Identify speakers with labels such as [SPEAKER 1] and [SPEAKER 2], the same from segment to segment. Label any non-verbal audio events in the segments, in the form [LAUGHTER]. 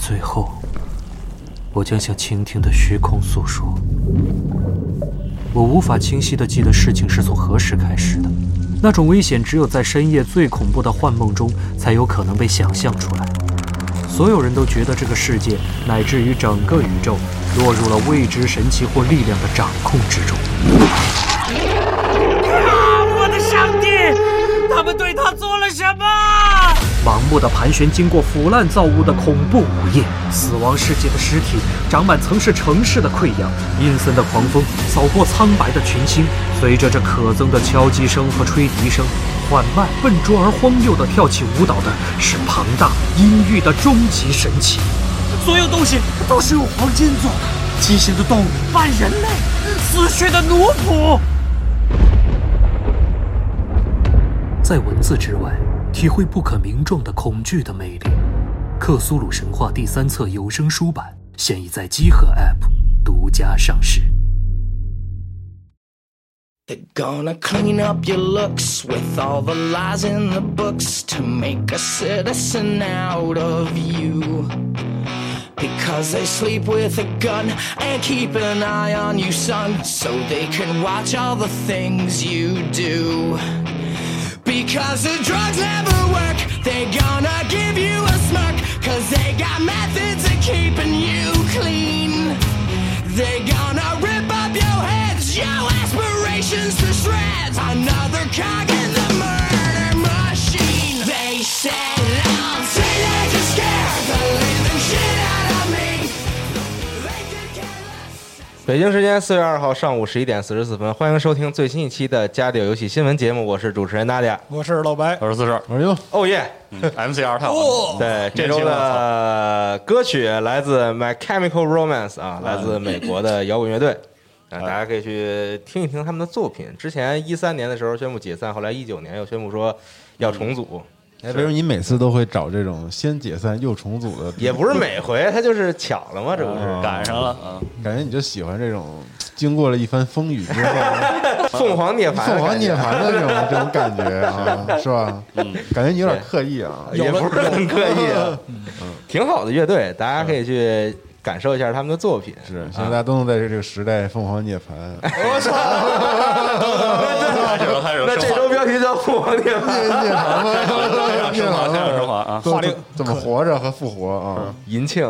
[SPEAKER 1] 最后，我将向倾听的虚空诉说。我无法清晰地记得事情是从何时开始的，那种危险只有在深夜最恐怖的幻梦中才有可能被想象出来。所有人都觉得这个世界乃至于整个宇宙落入了未知神奇或力量的掌控之中。
[SPEAKER 2] 啊！我的上帝，他们对他做了什么？
[SPEAKER 1] 盲目的盘旋，经过腐烂造物的恐怖午夜，死亡世界的尸体长满曾是城市的溃疡，阴森的狂风扫过苍白的群星，随着这可憎的敲击声和吹笛声，缓慢、笨拙而荒谬地跳起舞蹈的是庞大阴郁的终极神奇。
[SPEAKER 2] 所有东西都是用黄金做的，畸形的动物、半人类、死去的奴仆。
[SPEAKER 1] 在文字之外，体会不可名状的恐惧的魅力。《克苏鲁神话》第三册有声书版现已在积禾 App 独家上市。
[SPEAKER 3] They're gonna clean up your looks with all the lies in the books to make a citizen out of you. Because they sleep with a gun and keep an eye on you, son, so they can watch all the things you do. Because the drugs never work, they're gonna give you a smirk, cause they got methods of keeping you clean. They're gonna rip up your heads, your aspirations to shreds. Another cog in the murder machine. They said I'll take to scare the living shit out of
[SPEAKER 4] 啊
[SPEAKER 3] me. They could care less.
[SPEAKER 5] 北京时间四月二号上午十一点四十四分，欢迎收听最新一期的《家里有游戏新闻》节目，我是主持人娜姐。
[SPEAKER 6] 我是老白，哦
[SPEAKER 4] 二十四首
[SPEAKER 6] 哎呦，
[SPEAKER 5] 哦耶！哦
[SPEAKER 4] ，MCR 太好了。
[SPEAKER 5] 对，这周的歌曲来自 My Chemical Romance 啊，来自美国的摇滚乐 [COUGHS] 队啊，大家可以去听一听他们的作品。之前一三年的时候宣布解散，后来一九年又宣布说要重组，
[SPEAKER 6] 哎，为什么你每次都会找这种先解散又重组的？
[SPEAKER 5] 也不是每 [LAUGHS] 回，他就是巧了嘛，这不是
[SPEAKER 4] 赶上了，
[SPEAKER 6] 感觉你就喜欢这种经过了一番风雨之
[SPEAKER 5] [LAUGHS]
[SPEAKER 6] 后
[SPEAKER 5] 凤凰涅槃，
[SPEAKER 6] 凤凰涅槃的
[SPEAKER 5] [LAUGHS]
[SPEAKER 6] 这种这种感觉啊，是吧？
[SPEAKER 5] 嗯
[SPEAKER 6] 感觉你有点刻意啊。
[SPEAKER 5] 也不是很刻意啊，挺好的乐队，大家可以去感受一下他们的作品。
[SPEAKER 6] 是，现在大家都能在这个时代凤凰涅
[SPEAKER 5] [LAUGHS]
[SPEAKER 6] 槃，哎
[SPEAKER 4] 开始了，开始了。
[SPEAKER 5] [LAUGHS] 那这周标题叫《凤凰涅槃》，
[SPEAKER 6] 涅槃
[SPEAKER 5] 哎
[SPEAKER 6] 吗？涅
[SPEAKER 4] 升华，
[SPEAKER 6] 槃
[SPEAKER 4] 升华，开始升
[SPEAKER 6] 吗
[SPEAKER 4] 华啊！
[SPEAKER 6] 都都怎么活着和复活啊？
[SPEAKER 5] [LAUGHS] 银庆，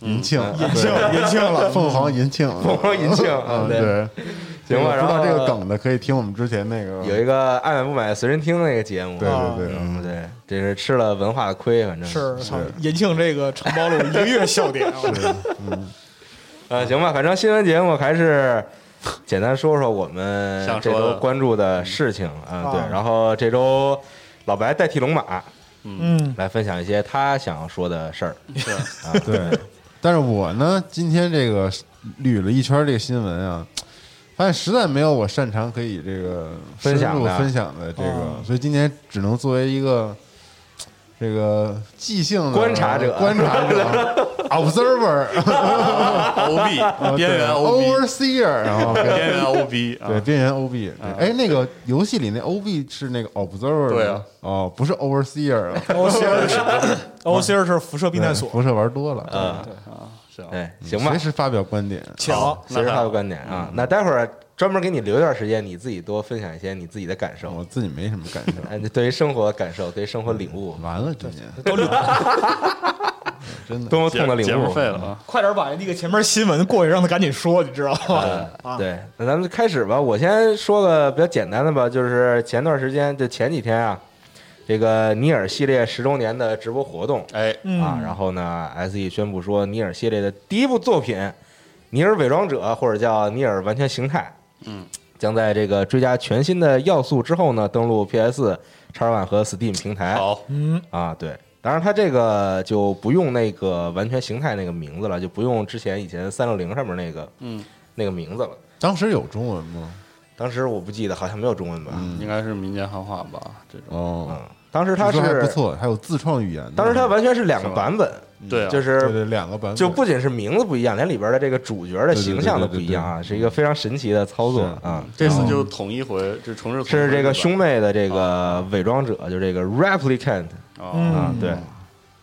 [SPEAKER 6] 银庆，银庆，银庆了，凤凰银庆，
[SPEAKER 5] 嗯凤凰银庆，
[SPEAKER 6] 啊，
[SPEAKER 5] 对，
[SPEAKER 6] 对，
[SPEAKER 5] 行吧。
[SPEAKER 6] 知
[SPEAKER 5] 然后
[SPEAKER 6] 道这个梗的可以听我们之前那个，
[SPEAKER 5] 有一个爱买不买随身听那个节目，
[SPEAKER 6] 对对对，
[SPEAKER 5] 嗯，对，这是吃了文化的亏，反正
[SPEAKER 7] 是，操延庆这个承包了我一个月笑点啊，
[SPEAKER 5] 呃，行吧，反正新闻节目还是简单说说我们
[SPEAKER 4] 想
[SPEAKER 5] 这
[SPEAKER 4] 说的
[SPEAKER 5] 周关注的事情啊，对，然后这周老白代替龙马
[SPEAKER 7] 嗯，
[SPEAKER 5] 来分享一些他想说的事儿，啊
[SPEAKER 6] 对，但是我呢，今天这个捋了一圈这个新闻啊，发现实在没有我擅长可以这个
[SPEAKER 5] 分享
[SPEAKER 6] 深入
[SPEAKER 5] 的
[SPEAKER 6] 分享的这个，所以今天只能作为一个这个即兴的
[SPEAKER 5] 观察者
[SPEAKER 6] 观察者 observer 啊
[SPEAKER 4] ，OB 边缘 OB，
[SPEAKER 6] overseer，然后
[SPEAKER 4] 边
[SPEAKER 6] 跟
[SPEAKER 4] 缘 OB
[SPEAKER 6] 对
[SPEAKER 4] 啊，
[SPEAKER 6] 边缘 OB，对哎，那个游戏里那 OB 是那个 observer
[SPEAKER 4] 对
[SPEAKER 6] 吗
[SPEAKER 4] 啊
[SPEAKER 6] 哦，不是 overseer，啊
[SPEAKER 7] [LAUGHS] o c r 是嗯 o c r 哦是辐射避难所，
[SPEAKER 6] 辐射玩多了，
[SPEAKER 5] 嗯，
[SPEAKER 4] 是啊，
[SPEAKER 5] 对，行吧
[SPEAKER 6] 随，时发表观点，
[SPEAKER 7] 巧，
[SPEAKER 5] 随时还有观点啊，那待会儿专门给你留一段时间，你自己多分享一些你自己的感受，
[SPEAKER 6] 我自己没什么感受。
[SPEAKER 5] 哎，对于生活的感受，对于生活领悟，
[SPEAKER 6] 完了，今年 [LAUGHS] 真的
[SPEAKER 5] 多么痛的
[SPEAKER 4] 嗯
[SPEAKER 5] 领悟，
[SPEAKER 4] 节目废了啊！
[SPEAKER 7] 快点把那个前面新闻过去，让他赶紧说，你知道吗？
[SPEAKER 5] 呃，对，那咱们就开始吧。我先说个比较简单的吧，就是前段时间，就前几天啊，这个尼尔系列十周年的直播活动
[SPEAKER 4] 哎，
[SPEAKER 5] 啊，然后呢，S E 宣布说，尼尔系列的第一部作品《尼尔伪装者》或者叫《尼尔完全形态》，
[SPEAKER 4] 嗯，
[SPEAKER 5] 将在这个追加全新的要素之后呢，登陆 P S、X One 和 Steam 平台。
[SPEAKER 4] 好，
[SPEAKER 7] 嗯，
[SPEAKER 5] 啊，对，当然它这个就不用那个完全形态那个名字了，就不用之前以前三六零上面那个
[SPEAKER 4] 嗯
[SPEAKER 5] 那个名字了。
[SPEAKER 6] 当时有中文吗？
[SPEAKER 5] 当时我不记得，好像没有中文版。
[SPEAKER 4] 应该是民间汉化吧？这种
[SPEAKER 6] 哦，
[SPEAKER 5] 当时它
[SPEAKER 6] 据说还
[SPEAKER 5] 是
[SPEAKER 6] 不，错，还有自创语言的。
[SPEAKER 5] 当时它完全是两个
[SPEAKER 4] 是吧
[SPEAKER 5] 版本，
[SPEAKER 4] 对啊，
[SPEAKER 5] 就
[SPEAKER 6] 对
[SPEAKER 5] 是
[SPEAKER 6] 对两个版本，
[SPEAKER 5] 就不仅是名字不一样，连里边的这个主角的形象都不一样啊，是一个非常神奇的操作
[SPEAKER 6] 是
[SPEAKER 5] 啊。
[SPEAKER 4] 这次就统一回，就重置
[SPEAKER 5] 是这个兄
[SPEAKER 4] 妹
[SPEAKER 5] 妹的这个伪装者，就这个 replicant
[SPEAKER 6] 嗯
[SPEAKER 4] 啊，
[SPEAKER 5] 啊，对，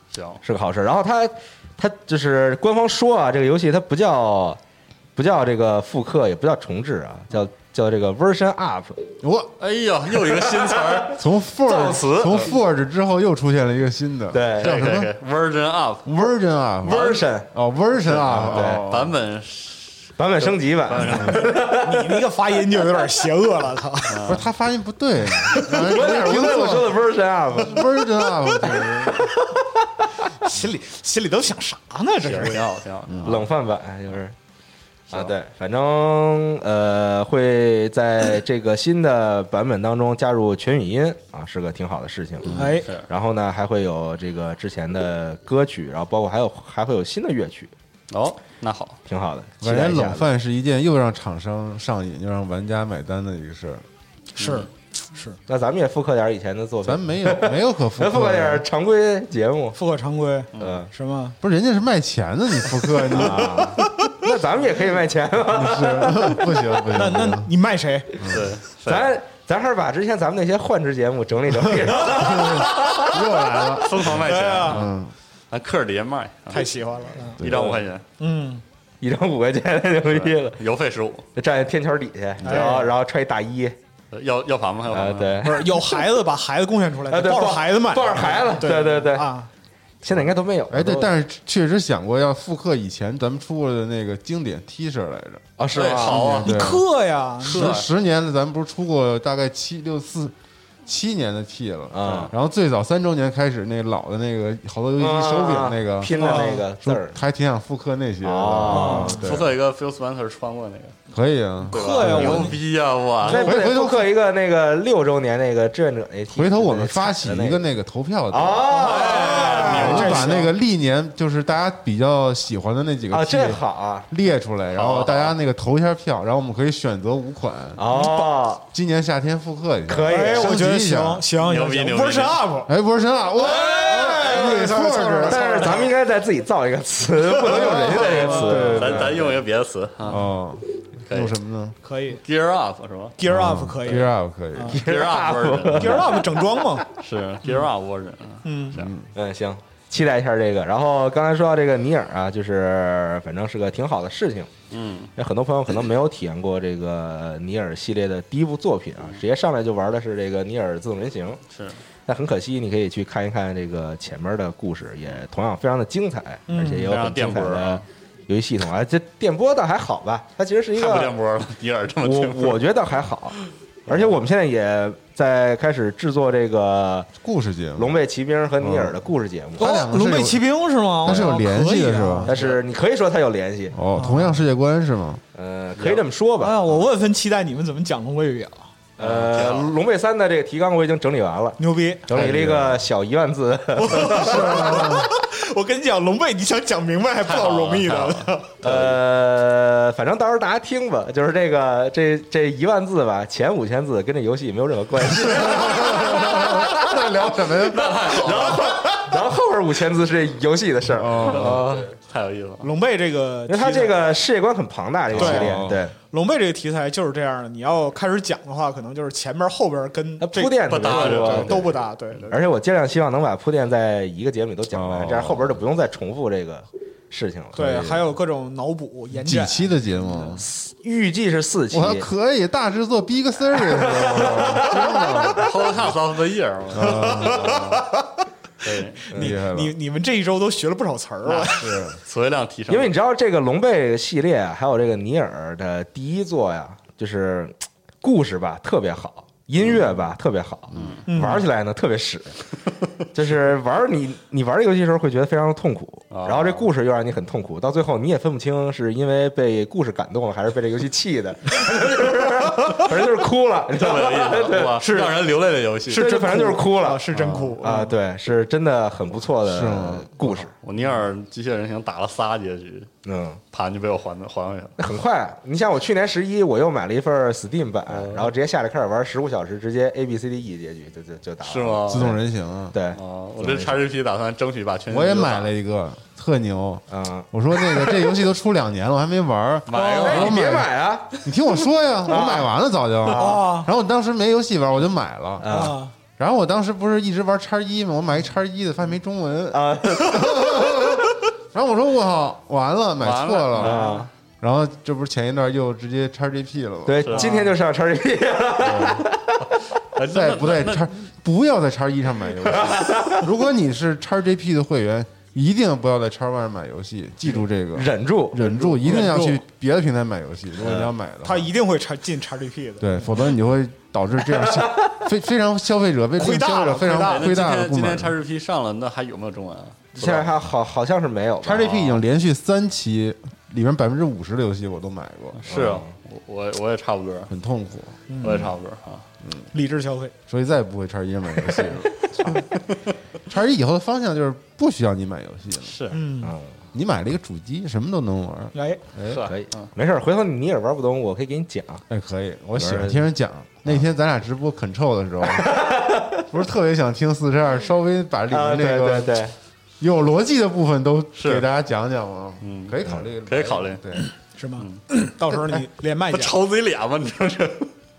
[SPEAKER 4] 行，
[SPEAKER 5] 是个好事。然后它它就是官方说啊，这个游戏它不叫不叫这个复刻，也不叫重置啊，叫叫这个 version up。
[SPEAKER 6] 我，
[SPEAKER 4] 哎呀，又一个新词儿
[SPEAKER 6] 从 f o
[SPEAKER 4] 造
[SPEAKER 6] r
[SPEAKER 4] 词
[SPEAKER 6] 从 f o r 之后又出现了一个新的，
[SPEAKER 5] 对
[SPEAKER 6] [LAUGHS] 叫
[SPEAKER 4] 对
[SPEAKER 6] 什
[SPEAKER 4] 对
[SPEAKER 6] 么
[SPEAKER 4] 对，Version Up
[SPEAKER 6] version 啊
[SPEAKER 5] version
[SPEAKER 6] 哦 version 啊，
[SPEAKER 5] 对
[SPEAKER 6] 哦
[SPEAKER 4] 版本
[SPEAKER 5] 版本升级版，
[SPEAKER 7] 你那个发音就有点邪恶了，操！
[SPEAKER 6] 不是他发音不对，我
[SPEAKER 5] 啊 [LAUGHS] 我哪听到我说的 version up？
[SPEAKER 6] version 啊，我对
[SPEAKER 7] [LAUGHS] 心里心里都想啥呢？这
[SPEAKER 4] 挺
[SPEAKER 7] 是
[SPEAKER 4] 好，挺好。
[SPEAKER 5] 冷饭版就是。啊，对，反正呃，会在这个新的版本当中加入全语音啊，是个挺好的事情。
[SPEAKER 7] 哎，
[SPEAKER 5] 然后呢，还会有这个之前的歌曲，然后包括还有还会有新的乐曲，
[SPEAKER 4] 哦，那好，
[SPEAKER 5] 挺好的。期 [LAUGHS]
[SPEAKER 6] 感
[SPEAKER 5] 待
[SPEAKER 6] 觉
[SPEAKER 5] 一下
[SPEAKER 6] 冷饭是一件又让厂商上瘾又让玩家买单的一个事儿，
[SPEAKER 7] 是
[SPEAKER 5] 那咱们也复刻点以前的作品，
[SPEAKER 6] 咱没有没有可复
[SPEAKER 5] 咱复刻
[SPEAKER 6] 刻
[SPEAKER 5] 点
[SPEAKER 6] 的，
[SPEAKER 5] 常规节目。
[SPEAKER 7] 复刻常规，
[SPEAKER 5] 嗯，
[SPEAKER 7] 什么？
[SPEAKER 6] 不是人家是卖钱的，你复
[SPEAKER 5] [LAUGHS]
[SPEAKER 6] 刻你
[SPEAKER 5] 那咱们也可以卖钱
[SPEAKER 6] [LAUGHS]
[SPEAKER 5] 嘛。
[SPEAKER 6] 是不行不行，
[SPEAKER 7] 那那你卖谁？
[SPEAKER 4] 对，
[SPEAKER 5] 咱咱还是把之前咱们那些幻之节目整
[SPEAKER 6] [LAUGHS]
[SPEAKER 5] 理整理，
[SPEAKER 6] 又来了，
[SPEAKER 4] 疯狂卖钱啊，
[SPEAKER 6] 嗯，
[SPEAKER 4] 咱克里也卖，啊
[SPEAKER 7] 太喜欢了，嗯
[SPEAKER 4] 一张五块钱，
[SPEAKER 7] 嗯，
[SPEAKER 5] [LAUGHS] 一张五块钱太牛逼了。
[SPEAKER 4] 邮费十五，
[SPEAKER 5] 站在天桥底下，
[SPEAKER 6] 哎
[SPEAKER 5] 然后然后穿一大衣，
[SPEAKER 6] 啊
[SPEAKER 4] 要要房吗？还有
[SPEAKER 5] 啊
[SPEAKER 4] 房吗
[SPEAKER 5] 对，
[SPEAKER 7] 不是有孩子把孩子贡献出 [LAUGHS] 来，
[SPEAKER 5] 啊对，
[SPEAKER 7] 抱着孩子卖，
[SPEAKER 5] 抱着孩子，对对对，
[SPEAKER 7] 啊，
[SPEAKER 5] 现在应该都没有。
[SPEAKER 6] 哎对，
[SPEAKER 5] 都
[SPEAKER 6] 但是确实想过要复刻以前咱们出过的那个经典 T 恤来着，
[SPEAKER 5] 啊是
[SPEAKER 4] 对好
[SPEAKER 5] 吗？
[SPEAKER 4] 啊，
[SPEAKER 7] 嗯
[SPEAKER 6] 对，
[SPEAKER 7] 克呀，
[SPEAKER 6] 十十年了，咱们不是出过大概七六四七年的 T 了
[SPEAKER 5] 啊
[SPEAKER 6] 然后最早三周年开始，那老的那个好多游戏机手柄那个
[SPEAKER 5] 啊拼的那个字
[SPEAKER 6] 说
[SPEAKER 5] 儿
[SPEAKER 6] 还挺想复刻那些的
[SPEAKER 5] 哦
[SPEAKER 6] 嗯对
[SPEAKER 4] 复刻一个 Phil Spencer 穿过那个，
[SPEAKER 6] 可以啊。
[SPEAKER 4] 对吧
[SPEAKER 7] 刻呀我
[SPEAKER 4] 牛逼呀，我
[SPEAKER 5] 那不
[SPEAKER 6] 回
[SPEAKER 5] 得
[SPEAKER 6] 回头
[SPEAKER 5] 复刻一个那个六周年那个志愿者那 T，
[SPEAKER 6] 回头我们发起一
[SPEAKER 5] 那
[SPEAKER 6] 个那个投票的，
[SPEAKER 5] 哦，哎
[SPEAKER 6] 我们
[SPEAKER 7] 这
[SPEAKER 6] 把
[SPEAKER 7] 行
[SPEAKER 6] 那个历年就是大家比较喜欢的那几个
[SPEAKER 5] 啊，
[SPEAKER 6] T
[SPEAKER 5] 这好啊，
[SPEAKER 6] 列出来，然
[SPEAKER 4] 好
[SPEAKER 6] 后
[SPEAKER 4] 啊
[SPEAKER 6] 大家那个投一下票，然后我们可以选择五款，
[SPEAKER 5] 哦，
[SPEAKER 6] 今年夏天复刻一下。
[SPEAKER 5] 可以
[SPEAKER 7] 哎，我觉
[SPEAKER 6] 升级
[SPEAKER 7] 得
[SPEAKER 6] 一
[SPEAKER 7] 行
[SPEAKER 6] 下
[SPEAKER 7] 行
[SPEAKER 4] 牛
[SPEAKER 7] 行
[SPEAKER 4] 逼
[SPEAKER 7] 行
[SPEAKER 4] 牛逼
[SPEAKER 7] ，Version Up，
[SPEAKER 6] 哎，不是啊，我哎，错着
[SPEAKER 5] 但是咱们应该再自己造一个词，不能用人家的这个 [LAUGHS] 词。
[SPEAKER 4] 咱咱用一个别的词啊
[SPEAKER 6] 哦，
[SPEAKER 4] 可以
[SPEAKER 6] 用什么呢
[SPEAKER 7] 可以
[SPEAKER 4] [LAUGHS]
[SPEAKER 7] 嗯
[SPEAKER 4] ，Gear Up 是吧
[SPEAKER 7] ，Gear Up 可以
[SPEAKER 6] ？Gear Up 可以，
[SPEAKER 4] ？Gear Up version
[SPEAKER 7] ，Gear Up 整装嘛，
[SPEAKER 4] 是 Gear Up version，啊
[SPEAKER 7] 嗯，
[SPEAKER 5] 嗯，行，期待一下这个。然后刚才说到这个尼尔啊，就是反正是个挺好的事情。
[SPEAKER 4] 嗯，
[SPEAKER 5] 有很多朋友可能没有体验过这个尼尔系列的第一部作品啊，直接上来就玩的是这个尼尔自动人形。
[SPEAKER 4] 是
[SPEAKER 5] 但很可惜，你可以去看一看这个前面的故事，也同样非常的精彩，
[SPEAKER 7] 嗯
[SPEAKER 5] 而且也有
[SPEAKER 4] 非常
[SPEAKER 5] 很精彩
[SPEAKER 4] 电波
[SPEAKER 5] 的
[SPEAKER 4] 啊
[SPEAKER 5] 游戏系统啊。这电波倒还好吧，它其实是一
[SPEAKER 4] 太不
[SPEAKER 5] 个
[SPEAKER 4] 电波了，尼尔这么
[SPEAKER 5] 我
[SPEAKER 4] 电波， [LAUGHS]
[SPEAKER 5] 我觉得还好，而且我们现在也在开始制作这个
[SPEAKER 6] 故事节
[SPEAKER 5] 《
[SPEAKER 6] 目。
[SPEAKER 5] 龙背骑兵》和《尼尔》的故事节目，
[SPEAKER 6] 他两
[SPEAKER 7] 哦，
[SPEAKER 6] 个是有
[SPEAKER 7] 龙背骑兵是吗？哦
[SPEAKER 6] 它是有联系的是吧
[SPEAKER 7] 吧？
[SPEAKER 5] 但是你可以说它有联系，
[SPEAKER 6] 哦，同样世界观是吗？
[SPEAKER 5] 呃，可以这么说
[SPEAKER 7] 哎
[SPEAKER 5] 吧。
[SPEAKER 7] 呀，我万分期待你们怎么讲龙背语啊，
[SPEAKER 5] 呃，《龙背三》的这个提纲我已经整理完了，
[SPEAKER 7] 牛逼！
[SPEAKER 5] 整理了一个小一万字，
[SPEAKER 7] 哦
[SPEAKER 5] 啊
[SPEAKER 7] [LAUGHS] 我跟你讲，龙背你想讲明白还不老容易
[SPEAKER 4] 太
[SPEAKER 6] 哦
[SPEAKER 4] 好了
[SPEAKER 7] 的，
[SPEAKER 5] 呃，反正到时候大家听吧，就是这个这这一万字吧，前五千字跟这游戏没有任何关系，
[SPEAKER 6] 在聊什么呀？
[SPEAKER 5] 然后后边五千字是这游戏的事儿，
[SPEAKER 6] 哦，
[SPEAKER 4] [LAUGHS] 太有意思了。
[SPEAKER 7] [LAUGHS] 龙背这个
[SPEAKER 5] 因为
[SPEAKER 7] 题材，
[SPEAKER 5] 它这个世界观很庞大，这个系列
[SPEAKER 6] 对
[SPEAKER 5] 对，
[SPEAKER 7] 龙背这个题材就是这样的，你要开始讲的话，可能就是前边后边跟
[SPEAKER 5] 它
[SPEAKER 7] 这
[SPEAKER 5] 铺垫
[SPEAKER 4] 不搭
[SPEAKER 5] 特别多
[SPEAKER 4] 着
[SPEAKER 7] 都不搭，对对。对
[SPEAKER 5] 而且我尽量希望能把铺垫在一个节目里都讲完，
[SPEAKER 6] 哦
[SPEAKER 5] 这样后边就不用再重复这个事情了。
[SPEAKER 7] 对，还有各种脑补延
[SPEAKER 6] [LAUGHS] 几
[SPEAKER 7] 展，
[SPEAKER 6] 期的节目？
[SPEAKER 5] 预计是四期
[SPEAKER 6] 我，可以大制作 Big Serious，
[SPEAKER 4] Podcast of the year 嘛， [LAUGHS] 对，
[SPEAKER 6] 厉害了
[SPEAKER 7] 你你们这一周都学了不少词儿啊！
[SPEAKER 4] 词汇量提升，
[SPEAKER 5] 因为你知道这个龙背系列啊还有这个尼尔的第一作呀，就是嘖故事吧特别好，音乐吧特别好，
[SPEAKER 7] 嗯
[SPEAKER 5] 玩起来呢特别屎，就是玩你你玩这个游戏的时候会觉得非常痛苦，
[SPEAKER 4] 哦
[SPEAKER 5] 然后这故事又让你很痛苦，到最后你也分不清是因为被故事感动了还是被这游戏气的， [LAUGHS] 反正就是哭了，你知
[SPEAKER 4] 这
[SPEAKER 5] 道
[SPEAKER 4] 么
[SPEAKER 5] 吗
[SPEAKER 4] 有意思，哇，
[SPEAKER 5] 对，是
[SPEAKER 4] 让人流泪的游戏。
[SPEAKER 5] 是这反正就是哭了
[SPEAKER 7] [LAUGHS] 啊是真哭
[SPEAKER 5] 啊，！对，是真的很不错
[SPEAKER 6] 是吗
[SPEAKER 5] 的故事，
[SPEAKER 4] 我尼尔机械人形打了仨结局，
[SPEAKER 5] 嗯。
[SPEAKER 4] 盘就被我还的还回去了。
[SPEAKER 5] 很快，你像我去年十一，我又买了一份 Steam 版，然后直接下来开始玩十五小时，直接 A B C D E 结局就就就打了
[SPEAKER 4] 是？ [LAUGHS] 吗？
[SPEAKER 6] 自动人形啊！
[SPEAKER 5] 对，
[SPEAKER 4] 哦，我这 XGP 打算争取把全
[SPEAKER 6] 我也买了一个，特牛。
[SPEAKER 5] 嗯，
[SPEAKER 6] 我说那个这游戏都出两年了，我还没玩儿。
[SPEAKER 4] 买
[SPEAKER 5] 哎，
[SPEAKER 6] 我
[SPEAKER 5] 你别
[SPEAKER 6] 买
[SPEAKER 5] 买 [LAUGHS] 啊！
[SPEAKER 6] 你听我说呀，我买完了早就。
[SPEAKER 7] 啊
[SPEAKER 6] 然后我当时没游戏玩，我就买了。
[SPEAKER 7] 啊，
[SPEAKER 6] 然后我当时不是一直玩叉一吗？我买一叉一的，发现没中文。
[SPEAKER 5] 啊，
[SPEAKER 6] 不 [LAUGHS] 然后我说我靠，完了，买
[SPEAKER 4] 完
[SPEAKER 6] 错
[SPEAKER 4] 了啊
[SPEAKER 6] 了。然后这不是前一段又直接叉 GP 了吗？，
[SPEAKER 5] 对，今天就上叉 [LAUGHS] GP 了，
[SPEAKER 4] 哎
[SPEAKER 6] 再
[SPEAKER 4] 那
[SPEAKER 6] 不在叉，不要在叉一上买游
[SPEAKER 5] [LAUGHS]
[SPEAKER 6] 戏。如果你是叉 GP 的会员，一定不要在叉 One 上买游戏，记住这个，
[SPEAKER 5] 忍住，
[SPEAKER 6] 忍住，一定要
[SPEAKER 7] 忍
[SPEAKER 6] 去
[SPEAKER 7] 住
[SPEAKER 6] 别的平台买游戏。如果你要买的话，
[SPEAKER 7] 他一定会插进 XGP 的。
[SPEAKER 6] 对，否则你就会导致这样消非非常消费者，为
[SPEAKER 7] 亏大
[SPEAKER 6] 消费者
[SPEAKER 7] 了
[SPEAKER 6] 非常
[SPEAKER 4] 那
[SPEAKER 6] 亏大了
[SPEAKER 4] 今天
[SPEAKER 6] 不
[SPEAKER 4] 今
[SPEAKER 6] 满
[SPEAKER 4] 天。叉 GP 上了，那还有没有中文啊？
[SPEAKER 5] 现在还好好像是没有吧，
[SPEAKER 6] 叉 GP 已经连续三期，里面百分之五十的游戏我都买过，
[SPEAKER 4] 是啊，我我我也差不多，
[SPEAKER 6] 很痛苦，
[SPEAKER 4] 我也差不多啊。
[SPEAKER 7] 理智消费，
[SPEAKER 6] 所以再也不会叉一买游戏了。叉一以后的方向就是不需要你买游戏了，
[SPEAKER 4] 是，
[SPEAKER 6] 你买了一个主机，什么都能玩。
[SPEAKER 7] 哎，
[SPEAKER 4] 呵
[SPEAKER 5] 可以，没事儿，回头你也玩不懂，我可以给你讲。
[SPEAKER 6] 哎，可以，我喜欢听人讲。那天咱俩直播 Control 的时候，不是特别想听四十二，稍微
[SPEAKER 5] [LAUGHS]
[SPEAKER 6] 把里面那个
[SPEAKER 5] 啊对，
[SPEAKER 6] 有逻辑的部分都
[SPEAKER 4] 是
[SPEAKER 6] 给大家讲讲吗？嗯，可以考虑，
[SPEAKER 4] 可以考虑
[SPEAKER 6] 对，
[SPEAKER 7] 是吗？ [CLEARS THROAT] 到时候你连麦
[SPEAKER 4] 他
[SPEAKER 7] 讲，
[SPEAKER 4] 抽自己脸吗？你说这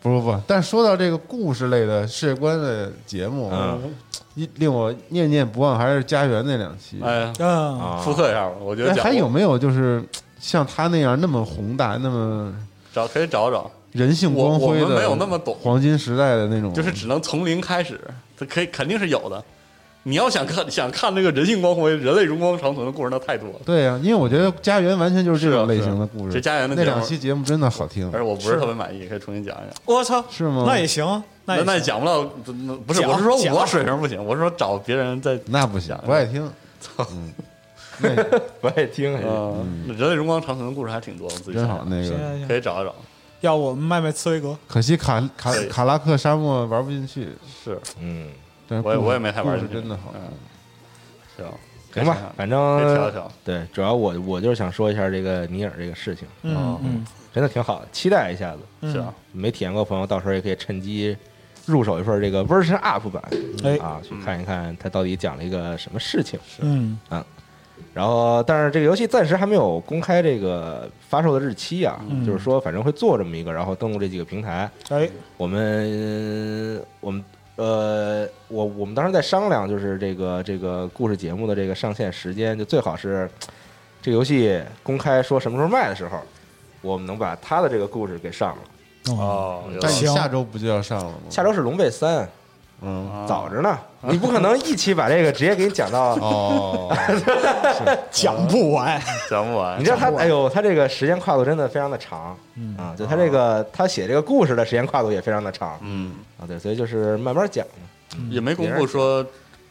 [SPEAKER 6] 不不不，但说到这个故事类的世界观的节目，
[SPEAKER 5] 嗯
[SPEAKER 6] 一令我念念不忘还是家园那两期。
[SPEAKER 4] 哎呀，
[SPEAKER 7] 嗯，
[SPEAKER 5] 啊
[SPEAKER 4] 复刻一下吧，我觉得
[SPEAKER 6] 哎
[SPEAKER 4] 讲
[SPEAKER 6] 还有没有就是像他那样那么宏大、那么
[SPEAKER 4] 找可以找找，
[SPEAKER 6] 人性光辉
[SPEAKER 4] 我我
[SPEAKER 6] 的，
[SPEAKER 4] 们没有那么懂
[SPEAKER 6] 黄金时代的那种，
[SPEAKER 4] 就是只能从零开始，它可以肯定是有的。你要想看想看这个人性光辉、人类荣光长存的故事，那太多了。
[SPEAKER 6] 对呀、啊因为我觉得家园完全就是这种
[SPEAKER 4] 是啊
[SPEAKER 6] 类
[SPEAKER 4] 是啊
[SPEAKER 6] 型的故事。
[SPEAKER 4] 这家园的
[SPEAKER 6] 那
[SPEAKER 4] 节目哎
[SPEAKER 6] 两期节目真的好听，
[SPEAKER 4] 而我不是特别满意，可以重新讲一讲。
[SPEAKER 7] 我操，
[SPEAKER 6] 是吗
[SPEAKER 7] 那也行，
[SPEAKER 4] 那
[SPEAKER 7] 那也
[SPEAKER 4] 那
[SPEAKER 7] 行
[SPEAKER 4] 也讲不了，那那不是
[SPEAKER 7] 讲
[SPEAKER 4] 我是说
[SPEAKER 7] 讲
[SPEAKER 4] 我水平不行，我是说找别人在
[SPEAKER 6] 那不行
[SPEAKER 4] 讲，
[SPEAKER 6] 不
[SPEAKER 4] [LAUGHS]
[SPEAKER 6] 爱听。嗯
[SPEAKER 4] 操，
[SPEAKER 6] 那
[SPEAKER 5] 不爱听还是。
[SPEAKER 4] 嗯，那人类荣光长存的故事还挺多，我自己
[SPEAKER 6] 真
[SPEAKER 4] 想
[SPEAKER 6] 好，那
[SPEAKER 7] 行
[SPEAKER 6] 个
[SPEAKER 7] 行行，
[SPEAKER 4] 可以找一找。
[SPEAKER 7] 要我们卖卖茨威格，
[SPEAKER 6] 可惜卡卡
[SPEAKER 4] 对
[SPEAKER 6] 卡拉克沙漠玩不进去，
[SPEAKER 4] 是，
[SPEAKER 5] 嗯，
[SPEAKER 6] 但是
[SPEAKER 4] 我也
[SPEAKER 6] 故事
[SPEAKER 4] 我也没太玩
[SPEAKER 6] 故
[SPEAKER 4] 进
[SPEAKER 6] 事
[SPEAKER 4] 去
[SPEAKER 6] 真的好。
[SPEAKER 4] 嗯行，
[SPEAKER 5] 行
[SPEAKER 4] 可以想想
[SPEAKER 5] 吧，反正
[SPEAKER 4] 可以瞧瞧
[SPEAKER 5] 对，主要我我就是想说一下这个尼尔这个事情，
[SPEAKER 7] 嗯嗯
[SPEAKER 5] 真的挺好的，期待一下子。
[SPEAKER 7] 嗯，
[SPEAKER 4] 是啊，
[SPEAKER 5] 没体验过的朋友，到时候也可以趁机入手一份这个 version up 版
[SPEAKER 7] 哎
[SPEAKER 5] 啊，去看一看它到底讲了一个什么事情。
[SPEAKER 7] 嗯
[SPEAKER 5] 然后，但是这个游戏暂时还没有公开这个发售的日期啊，就是说反正会做这么一个，然后登录这几个平台。
[SPEAKER 7] 哎
[SPEAKER 5] 我们我们呃，我我们当时在商量，就是这个这个故事节目的这个上线时间，就最好是这个游戏公开说什么时候卖的时候，我们能把它的这个故事给上了。
[SPEAKER 4] 哦，有
[SPEAKER 6] 但
[SPEAKER 4] 道
[SPEAKER 6] 你
[SPEAKER 4] 理
[SPEAKER 7] 行
[SPEAKER 6] 下周不就要上了吗？
[SPEAKER 5] 下周是《龙背三》，
[SPEAKER 6] 嗯，
[SPEAKER 5] 早着呢，你不可能一期把这个直接给你讲到。
[SPEAKER 4] [LAUGHS]
[SPEAKER 6] 哦，
[SPEAKER 7] 讲不完，
[SPEAKER 4] 讲不完
[SPEAKER 5] 你知道他
[SPEAKER 4] 讲不，完
[SPEAKER 5] 哎呦，他这个时间跨度真的非常的长，啊，就他这个他写这个故事的时间跨度也非常的长
[SPEAKER 4] 嗯，
[SPEAKER 5] 啊，对，所以就是慢慢讲，
[SPEAKER 4] 也没公布说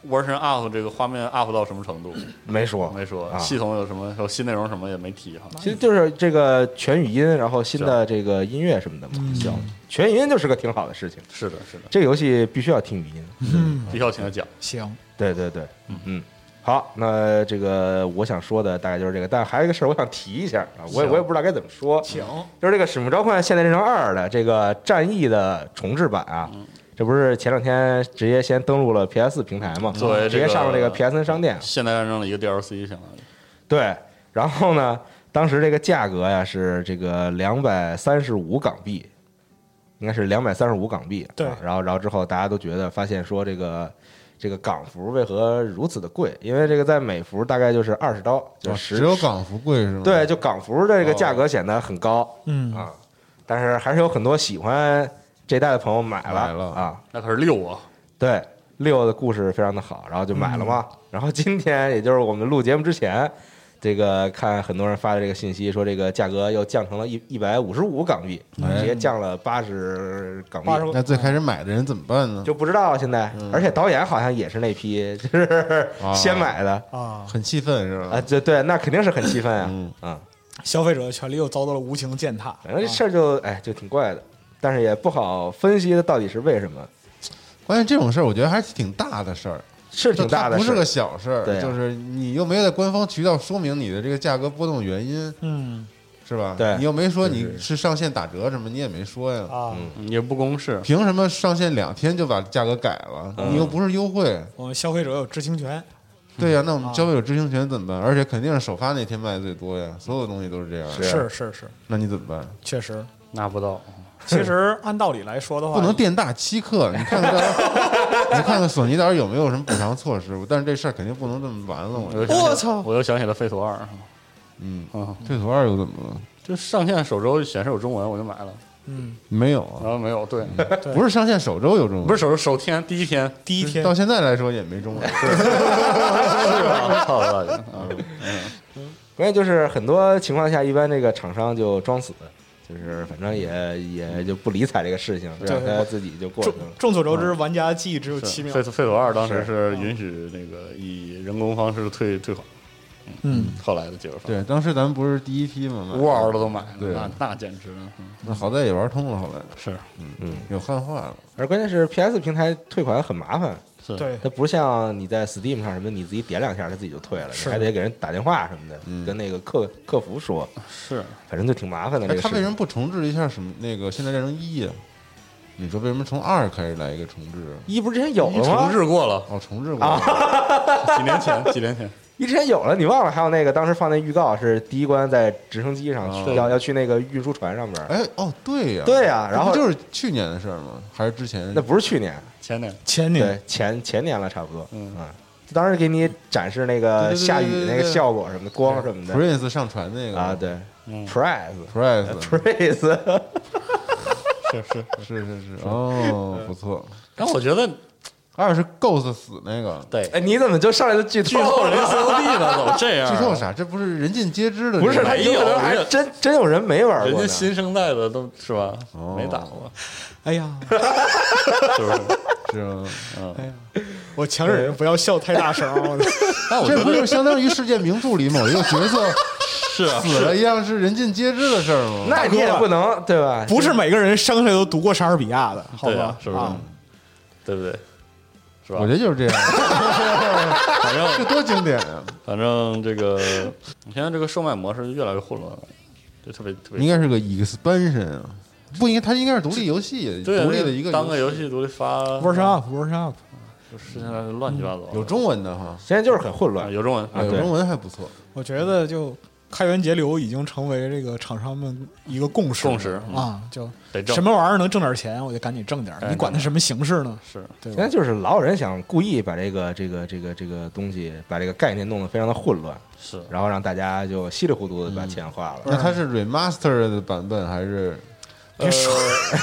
[SPEAKER 4] version up 这个画面 up 到什么程度，
[SPEAKER 5] 没说
[SPEAKER 4] 没说
[SPEAKER 5] 啊
[SPEAKER 4] 系统有什么有新内容什么也没提哈。
[SPEAKER 5] 其实就是这个全语音，然后新的这个音乐什么的嘛，行，全语音就是个挺好的事情。
[SPEAKER 4] 是的，是的，
[SPEAKER 5] 这个游戏必须要听语音，
[SPEAKER 7] 嗯，
[SPEAKER 4] 必须要听他讲。
[SPEAKER 7] 行，
[SPEAKER 5] 对对对，嗯。好，那这个我想说的大概就是这个，但还有一个事儿我想提一下啊，我也我也不知道该怎么说，
[SPEAKER 7] 行，
[SPEAKER 5] 就是这个《使命召唤：现代战争二》的这个战役的重置版啊，这不是前两天直接先登录了 PS 平台嘛，
[SPEAKER 4] 作为这个
[SPEAKER 5] 直接上了这个 PSN 商店。
[SPEAKER 4] 现代战争的一个 DLC 相当于，
[SPEAKER 5] 对，然后呢，当时这个价格呀是这个两百三十五港币，应该是两百三十五港币。
[SPEAKER 7] 对
[SPEAKER 5] 啊然后然后之后大家都觉得发现说这个。这个港服为何如此的贵？因为这个在美服大概就是二十刀，就
[SPEAKER 6] 哦
[SPEAKER 5] 十
[SPEAKER 6] 只有港服贵是吗？
[SPEAKER 5] 对，，就港服的这个价格显得很高。
[SPEAKER 7] 嗯
[SPEAKER 5] 啊，但是还是有很多喜欢这一代的朋友买了
[SPEAKER 6] 买了
[SPEAKER 5] 啊。
[SPEAKER 4] 那可是六啊，
[SPEAKER 5] 对，六的故事非常的好，然后就买了
[SPEAKER 6] 嗯
[SPEAKER 5] 嘛。然后今天也就是我们录节目之前，这个看很多人发的这个信息说，这个价格又降成了一一百五十五港币，
[SPEAKER 6] 哎
[SPEAKER 5] 直接降了八十港币。
[SPEAKER 7] 85
[SPEAKER 6] 那最开始买的人怎么办呢？
[SPEAKER 5] 就不知道现在，而且导演好像也是那批，就是
[SPEAKER 6] 嗯
[SPEAKER 5] [LAUGHS]
[SPEAKER 6] 啊
[SPEAKER 5] 先买的
[SPEAKER 7] 啊，
[SPEAKER 6] 很气愤是
[SPEAKER 5] 啊，
[SPEAKER 6] 吧？
[SPEAKER 5] 对对，那肯定是很气愤啊，
[SPEAKER 6] 嗯
[SPEAKER 5] 嗯，
[SPEAKER 7] 消费者的权利又遭到了无情践踏，
[SPEAKER 5] 反正这事儿就哎就挺怪的，但是也不好分析它到底是为什么，
[SPEAKER 6] 关键这种事儿，我觉得还是挺大的事儿，
[SPEAKER 5] 是挺大的
[SPEAKER 6] 就它不
[SPEAKER 5] 事
[SPEAKER 6] 是
[SPEAKER 5] 儿，
[SPEAKER 6] 个小事儿。
[SPEAKER 5] 对啊
[SPEAKER 6] 就是你又没有在官方渠道说明你的这个价格波动原因，
[SPEAKER 7] 嗯
[SPEAKER 6] 是吧？
[SPEAKER 5] 对
[SPEAKER 6] 你又没说你是上线打折什么，你也没说呀。
[SPEAKER 7] 啊，
[SPEAKER 4] 嗯也不公示。
[SPEAKER 6] 凭什么上线两天就把价格改了？
[SPEAKER 5] 嗯
[SPEAKER 6] 你又不是优惠，
[SPEAKER 7] 我们消费者有知情权，
[SPEAKER 6] 嗯对呀、那我们消费者知情权怎么办？而且肯定是首发那天卖的最多呀，所有东西都是这样。
[SPEAKER 5] 是
[SPEAKER 7] 是是是，
[SPEAKER 6] 那你怎么办？
[SPEAKER 7] 确实，
[SPEAKER 4] 那不到，
[SPEAKER 7] 其实按道理来说的话，
[SPEAKER 6] 不能店大欺客，你看看这你看看索尼到底有没有什么补偿措施？但是这事儿肯定不能这么完了，我觉得。
[SPEAKER 4] 我操！我又想起了《废土二》，
[SPEAKER 6] 嗯，
[SPEAKER 4] 啊，
[SPEAKER 6] 《退图二》又怎么了？
[SPEAKER 4] 就上线首周显示有中文，我就买了，
[SPEAKER 6] 没有
[SPEAKER 4] 然
[SPEAKER 6] 啊，
[SPEAKER 4] 后没有，对，
[SPEAKER 6] 不是上线首周有中文，
[SPEAKER 4] 不是首首天第一天，第一
[SPEAKER 6] 是到现在来说也没中文。
[SPEAKER 4] 是吧？操我操！啊
[SPEAKER 5] 关键就是很多情况下，一般这个厂商就装死，就是反正也也就不理睬这个事情，让他自己就过去
[SPEAKER 7] 众
[SPEAKER 5] 了。
[SPEAKER 7] 众所周知，玩家记忆只有七秒
[SPEAKER 4] 废。废土二当时是允许那个以人工方式退退款，
[SPEAKER 7] 嗯，
[SPEAKER 4] 后来的解决方案，
[SPEAKER 6] 对，当时咱们不是第一
[SPEAKER 4] [LAUGHS]
[SPEAKER 6] 批嘛，
[SPEAKER 4] 呜嗷的都买了，
[SPEAKER 6] 对
[SPEAKER 4] 那那简直了，嗯
[SPEAKER 6] 那好在也玩通了，后来嗯
[SPEAKER 4] 是
[SPEAKER 6] 有汉化了。
[SPEAKER 5] 而关键是 PS 平台退款很麻烦，
[SPEAKER 4] 是，
[SPEAKER 7] 对，
[SPEAKER 5] 它不像你在 Steam 上什么，你自己点两下它自己就退了，你还得给人打电话什么的，跟那个客客服说，
[SPEAKER 4] 是
[SPEAKER 5] 反正就挺麻烦的。这
[SPEAKER 6] 哎，
[SPEAKER 5] 个
[SPEAKER 6] 他
[SPEAKER 5] 事
[SPEAKER 6] 为什
[SPEAKER 5] 情
[SPEAKER 6] 么不重置一下什么那个现在战争一呀？你说为什么从二开始来一个重置？
[SPEAKER 5] 一不是之前有了
[SPEAKER 4] 重
[SPEAKER 5] 吗？
[SPEAKER 4] 置过了，
[SPEAKER 6] 哦，重置过，
[SPEAKER 4] 几年前，几年前，
[SPEAKER 5] 一之前有了，你忘了？还有那个当时放那预告是第一关在直升机上，
[SPEAKER 4] 是
[SPEAKER 5] 要要去那个运输船上边儿，
[SPEAKER 6] 哎，哦，对呀，
[SPEAKER 5] 对呀然后
[SPEAKER 6] 这不就是去年的事儿吗？还是之前？
[SPEAKER 5] 那不是去年，
[SPEAKER 4] 前年
[SPEAKER 7] 前年
[SPEAKER 5] 对 [LAUGHS] 前前年了，差不多，
[SPEAKER 4] 嗯
[SPEAKER 5] 啊，当时给你展示那个
[SPEAKER 6] 对对对
[SPEAKER 5] 下雨那
[SPEAKER 6] 对
[SPEAKER 5] 个
[SPEAKER 6] 对
[SPEAKER 5] 效果什么的，光什么的
[SPEAKER 6] Prince 上传那个
[SPEAKER 5] 啊，对
[SPEAKER 4] 嗯
[SPEAKER 5] [LAUGHS] ，Price [LAUGHS]
[SPEAKER 6] ，Prince
[SPEAKER 5] Price，
[SPEAKER 4] 是是。
[SPEAKER 6] 是是是，哦，不错。
[SPEAKER 4] 但我觉得
[SPEAKER 6] 二是 Ghost 死那个，
[SPEAKER 4] 对
[SPEAKER 5] 哎，你怎么就上来就剧
[SPEAKER 4] 剧
[SPEAKER 5] 透
[SPEAKER 4] 透
[SPEAKER 5] 了？
[SPEAKER 4] 人
[SPEAKER 5] [LAUGHS]
[SPEAKER 4] COD 了，怎 [LAUGHS] 么这样
[SPEAKER 6] 剧
[SPEAKER 4] 啊？
[SPEAKER 6] 透啥？这不是人尽皆知的那个，
[SPEAKER 5] 不是，他
[SPEAKER 4] 没有
[SPEAKER 5] 有可能还
[SPEAKER 4] 人家
[SPEAKER 5] 真真有人没玩
[SPEAKER 4] 人
[SPEAKER 5] 过
[SPEAKER 4] 家
[SPEAKER 5] 呢。
[SPEAKER 4] 新生代的都是吧，
[SPEAKER 6] 哦
[SPEAKER 4] 没打 [LAUGHS] 过，
[SPEAKER 7] 哎呀，
[SPEAKER 4] 是不是？
[SPEAKER 6] 是吗？
[SPEAKER 7] 我强忍着不要笑太
[SPEAKER 4] [LAUGHS]
[SPEAKER 7] 大声啊。
[SPEAKER 6] 这不就相当于世界名著里某一个角色
[SPEAKER 4] 是啊，
[SPEAKER 6] 死了一样，是人尽皆知的事儿吗？
[SPEAKER 5] 那你也
[SPEAKER 7] 大哥
[SPEAKER 5] 不能对吧？
[SPEAKER 7] 不是每个人生下来都读过莎士比亚的，好
[SPEAKER 4] 对
[SPEAKER 7] 吧
[SPEAKER 4] 啊？，是不是
[SPEAKER 7] 啊？
[SPEAKER 4] 对不对？是吧
[SPEAKER 6] 我？觉得就是这样，
[SPEAKER 4] 反正
[SPEAKER 6] [LAUGHS] 这多经典啊！
[SPEAKER 4] 反正这个，你现在这个售卖模式越来越混乱了，就特别特别
[SPEAKER 6] 应。该是个 expansion 啊，不应该，它应该是独立游戏，
[SPEAKER 4] 对啊，
[SPEAKER 6] 独立的一个
[SPEAKER 4] 当个游戏独立发
[SPEAKER 7] Worship Up，Worship Up，
[SPEAKER 4] 就是现在乱七八糟的，
[SPEAKER 6] 有中文的哈，
[SPEAKER 5] 现在就是很混
[SPEAKER 4] 啊
[SPEAKER 5] 乱。
[SPEAKER 4] 有中文
[SPEAKER 6] 啊
[SPEAKER 4] 啊，
[SPEAKER 6] 有
[SPEAKER 4] 对
[SPEAKER 6] 中文还不错。
[SPEAKER 7] 我觉得就开源节流已经成为这个厂商们一个共识
[SPEAKER 4] 共识嗯
[SPEAKER 7] 啊，就
[SPEAKER 4] 得挣
[SPEAKER 7] 什么玩意儿能挣点钱，我就赶紧挣点儿，
[SPEAKER 4] 哎
[SPEAKER 7] 你管它什么形式呢？
[SPEAKER 4] 是
[SPEAKER 7] 对
[SPEAKER 5] 现在
[SPEAKER 7] 吧？
[SPEAKER 5] 就是老有人想故意把这个这个这个这个东西，把这个概念弄得非常的混乱，
[SPEAKER 4] 是
[SPEAKER 5] 然后让大家就稀里糊涂的把钱花了。
[SPEAKER 6] 那它是 remaster 的版本还是
[SPEAKER 4] 别说。呃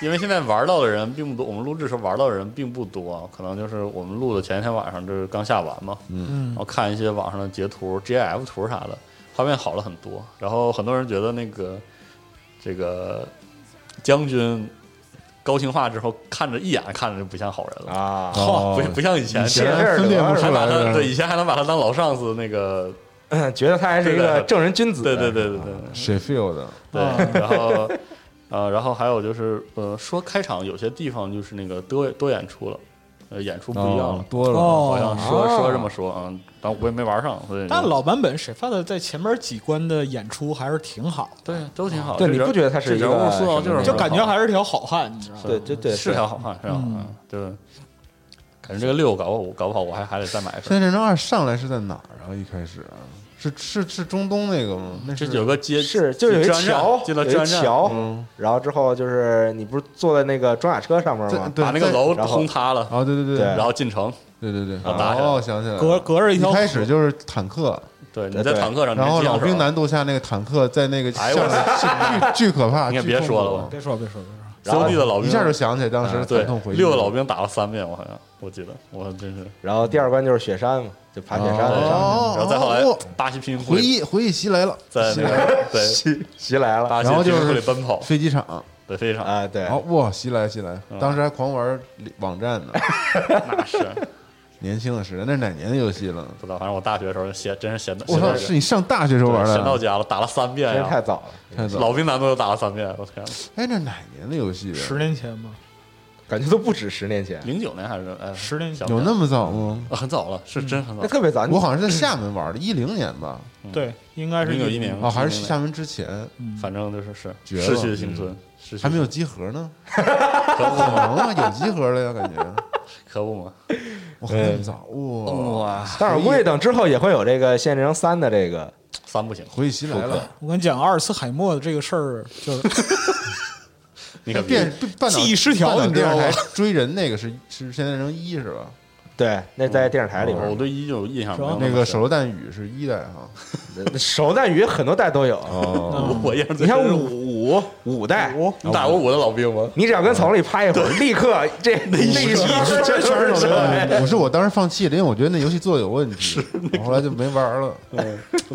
[SPEAKER 4] 因为现在玩到的人并不多，我们录制时候玩到的人并不多，可能就是我们录的前一天晚上就是刚下完嘛，嗯，然后看一些网上的截图、GIF 图啥的，画面好了很多。然后很多人觉得那个这个将军高清化之后，看着一眼看着就不像好人了，
[SPEAKER 5] 啊，
[SPEAKER 6] 哦
[SPEAKER 4] 不不像以前，
[SPEAKER 6] 以
[SPEAKER 4] 现
[SPEAKER 6] 前
[SPEAKER 4] 在
[SPEAKER 6] 分辨不出
[SPEAKER 4] 还把
[SPEAKER 6] 来
[SPEAKER 4] 他对
[SPEAKER 6] 的？
[SPEAKER 4] 以前还能把他当老上司那个，
[SPEAKER 5] [LAUGHS] 觉得他还是一个正人君子。
[SPEAKER 4] 对对对
[SPEAKER 5] 啊
[SPEAKER 4] 对对，
[SPEAKER 6] 谁 feel 的？
[SPEAKER 4] 对，
[SPEAKER 7] 啊
[SPEAKER 4] [LAUGHS] 然后呃，然后还有就是呃，说开场有些地方就是那个多多演出了，呃，演出不一样
[SPEAKER 6] 哦
[SPEAKER 4] 了，，
[SPEAKER 6] 多了。
[SPEAKER 4] 好像
[SPEAKER 7] 哦，
[SPEAKER 4] 说
[SPEAKER 5] 啊
[SPEAKER 4] 说这么说啊，但我也没玩上，所以
[SPEAKER 7] 但老版本水发的在前面几关的演出还是挺好的，
[SPEAKER 4] 对都挺好，
[SPEAKER 5] 对
[SPEAKER 4] 这
[SPEAKER 5] 你
[SPEAKER 4] 人
[SPEAKER 5] 不觉得他是
[SPEAKER 4] 这
[SPEAKER 5] 一个
[SPEAKER 4] 人物塑造
[SPEAKER 5] 什
[SPEAKER 4] 就
[SPEAKER 5] 么
[SPEAKER 4] 是
[SPEAKER 5] 人
[SPEAKER 7] 就感觉
[SPEAKER 4] 还
[SPEAKER 7] 还是条好汉，你知道吗？
[SPEAKER 5] 对对对嗯
[SPEAKER 4] 是条好汉，是条好汉，对。感觉这个六搞不好我搞不好我还还得再买一
[SPEAKER 6] 现在
[SPEAKER 4] 份。
[SPEAKER 6] 战争二上来是在哪儿啊？一开始啊是是是中东那个吗？那
[SPEAKER 4] 嗯这
[SPEAKER 6] 是
[SPEAKER 4] 有个街
[SPEAKER 5] 是就有一
[SPEAKER 4] 进站
[SPEAKER 5] 桥，
[SPEAKER 4] 进
[SPEAKER 5] 有
[SPEAKER 4] 了站
[SPEAKER 5] 一
[SPEAKER 4] 站，
[SPEAKER 5] 桥，
[SPEAKER 6] 嗯
[SPEAKER 5] 然后之后就是你不是坐在那个装甲车上面
[SPEAKER 6] 在
[SPEAKER 5] 吗？
[SPEAKER 6] 对
[SPEAKER 4] 把那个
[SPEAKER 6] 在
[SPEAKER 4] 楼
[SPEAKER 5] 然后
[SPEAKER 4] 轰塌了，
[SPEAKER 6] 哦，对对
[SPEAKER 5] 对
[SPEAKER 6] 对
[SPEAKER 4] 然后进城。
[SPEAKER 6] 对对对，
[SPEAKER 4] 啊打起来
[SPEAKER 6] 哦，想起来了，
[SPEAKER 7] 隔
[SPEAKER 4] 嗯
[SPEAKER 7] 隔着一条
[SPEAKER 6] 一
[SPEAKER 7] 河
[SPEAKER 6] 开始就是坦克，
[SPEAKER 4] 对，你
[SPEAKER 5] 对
[SPEAKER 4] 在
[SPEAKER 5] 对
[SPEAKER 4] 坦克上，你
[SPEAKER 6] 然
[SPEAKER 4] 是
[SPEAKER 6] 后
[SPEAKER 4] 机枪
[SPEAKER 6] 老
[SPEAKER 4] 手
[SPEAKER 6] 兵难度下那个坦克在那个
[SPEAKER 4] 哎呦我
[SPEAKER 6] 像
[SPEAKER 4] [LAUGHS]
[SPEAKER 6] 巨巨可怕，
[SPEAKER 4] 你也
[SPEAKER 6] 巨
[SPEAKER 4] 别
[SPEAKER 6] 痛苦
[SPEAKER 4] 说了吧
[SPEAKER 7] 别说别说别说，
[SPEAKER 5] 然后
[SPEAKER 4] COD 的老兵
[SPEAKER 6] 一下就想起来当 [LAUGHS] 时
[SPEAKER 4] 啊对
[SPEAKER 6] 惨痛回忆，
[SPEAKER 4] 六个老兵打了三遍，我好像我记得，我真是，
[SPEAKER 5] 然后第二关就是雪山嘛，就爬雪山的上面，
[SPEAKER 6] 哦
[SPEAKER 4] 然后再后来
[SPEAKER 6] 哦
[SPEAKER 4] 巴西贫民窟
[SPEAKER 6] 回
[SPEAKER 4] 里
[SPEAKER 6] 忆回忆袭来了，
[SPEAKER 4] 在
[SPEAKER 6] 袭
[SPEAKER 4] 那
[SPEAKER 6] 来了，
[SPEAKER 4] 个对 [LAUGHS]
[SPEAKER 5] 袭袭来了
[SPEAKER 4] 巴
[SPEAKER 6] 然后
[SPEAKER 4] 西贫
[SPEAKER 6] 就
[SPEAKER 4] 民窟里
[SPEAKER 6] 是
[SPEAKER 4] 奔跑，
[SPEAKER 6] 飞机场，
[SPEAKER 4] 对，非常
[SPEAKER 5] 啊，对
[SPEAKER 6] 然，后哇袭来袭来，当时还狂玩网站呢，
[SPEAKER 4] 那是
[SPEAKER 6] 年轻的时代，那是哪年的游戏了？
[SPEAKER 4] 不知道，反正我大学的时候闲，真是闲的，
[SPEAKER 6] 我
[SPEAKER 4] 闲到
[SPEAKER 6] 操，是你上大学时候玩
[SPEAKER 4] 对闲到
[SPEAKER 6] 的？啊
[SPEAKER 4] 家了，打了三遍
[SPEAKER 5] 真是太
[SPEAKER 4] 呀，
[SPEAKER 5] 早了，
[SPEAKER 6] 太早了，
[SPEAKER 4] 老兵难度又打了三遍，我天，
[SPEAKER 6] 哎，那哪年的游戏啊？
[SPEAKER 7] 十年前吧，
[SPEAKER 5] 感觉都不止十年前，
[SPEAKER 4] 零九年还是哎，
[SPEAKER 7] 十年
[SPEAKER 4] 想不
[SPEAKER 6] 有
[SPEAKER 4] 起
[SPEAKER 6] 那
[SPEAKER 4] 来
[SPEAKER 6] 么嗯哎早吗？
[SPEAKER 4] 啊很早了，是真很
[SPEAKER 5] 那
[SPEAKER 4] 早，
[SPEAKER 5] 特别早。
[SPEAKER 6] 我好像是在厦门玩的，一零年吧，
[SPEAKER 7] 对，应该是
[SPEAKER 4] 嗯零九一年嗯
[SPEAKER 6] 啊，还是厦门之前，
[SPEAKER 4] 反正就是是
[SPEAKER 6] 绝了嗯
[SPEAKER 4] 逝去的青春，逝去
[SPEAKER 6] 还没有集合呢。
[SPEAKER 4] 可不
[SPEAKER 6] 可
[SPEAKER 4] 嘛，
[SPEAKER 6] 能啊，有集合了呀，感觉。
[SPEAKER 4] 可不嘛，
[SPEAKER 6] 我靠，那么早哇！
[SPEAKER 4] 哇，
[SPEAKER 5] 但是估计等之后也会有这个《限制城三》的这个，
[SPEAKER 4] 三不行，
[SPEAKER 6] 回忆袭来了，
[SPEAKER 7] 我跟你讲，阿尔茨海默的这个事儿，就是
[SPEAKER 4] 你可别
[SPEAKER 6] 哎变半岛
[SPEAKER 7] 记忆失调
[SPEAKER 6] 半岛
[SPEAKER 7] 你知道吗
[SPEAKER 6] 电视台追人那个是是现在成一是吧？
[SPEAKER 5] 对，那在电视台里边
[SPEAKER 4] 我
[SPEAKER 5] 儿，
[SPEAKER 4] 对一就有印象没有
[SPEAKER 6] 那
[SPEAKER 4] 么
[SPEAKER 6] 个
[SPEAKER 4] 深
[SPEAKER 6] 手，榴弹雨是一代哈。
[SPEAKER 5] 手弹鱼很多代都有。
[SPEAKER 6] 哦，
[SPEAKER 4] 我印象
[SPEAKER 5] 你
[SPEAKER 4] 最
[SPEAKER 5] 看
[SPEAKER 4] 深是
[SPEAKER 5] 五五五代，哦
[SPEAKER 4] 你打过我的老兵吗？
[SPEAKER 5] 你只要跟丛里趴一会儿，立刻这那一圈全是手榴弹。
[SPEAKER 6] 我是我当时放弃了，因为我觉得那游戏做的有问题，我后来就没玩了。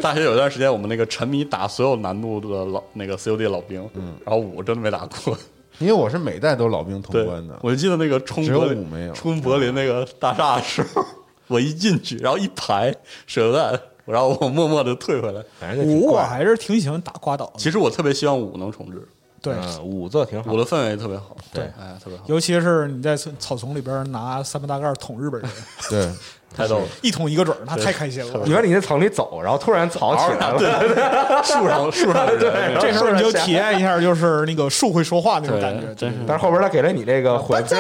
[SPEAKER 4] 大学有一段时间，我们那个沉迷打所有难度的老那个 COD 老兵，然后五真的没打过。
[SPEAKER 6] 因为我是每代都老兵
[SPEAKER 4] 对
[SPEAKER 6] 通关的，，
[SPEAKER 4] 我就记得那个冲
[SPEAKER 6] 只有
[SPEAKER 4] 柏
[SPEAKER 6] 五没有
[SPEAKER 4] 林，冲柏林那个大厦的时候，我一进去，然后一排手榴弹，然后我默默的退回来。
[SPEAKER 5] 反正就挺
[SPEAKER 7] 五我啊
[SPEAKER 5] 怪
[SPEAKER 7] 还是挺喜欢打挂岛的，
[SPEAKER 4] 其实我特别希望五能重置，
[SPEAKER 7] 对，
[SPEAKER 5] 嗯，五做挺好
[SPEAKER 4] 五。的氛围特别好。
[SPEAKER 5] 对
[SPEAKER 4] 哎呀，特别好，
[SPEAKER 7] 尤其是你在草丛里边拿三八大盖捅日本人，
[SPEAKER 6] 对，
[SPEAKER 4] 太逗了。
[SPEAKER 7] 一捅一个准儿，那太开心了
[SPEAKER 5] 你。看你在丛里走，然后突然草起来了，
[SPEAKER 4] 树上树上的人
[SPEAKER 5] 对
[SPEAKER 7] 这时候你就体验一下，就是那个树会说话那种感觉，
[SPEAKER 4] 对，真是
[SPEAKER 5] 但是后边他给了你这个混合器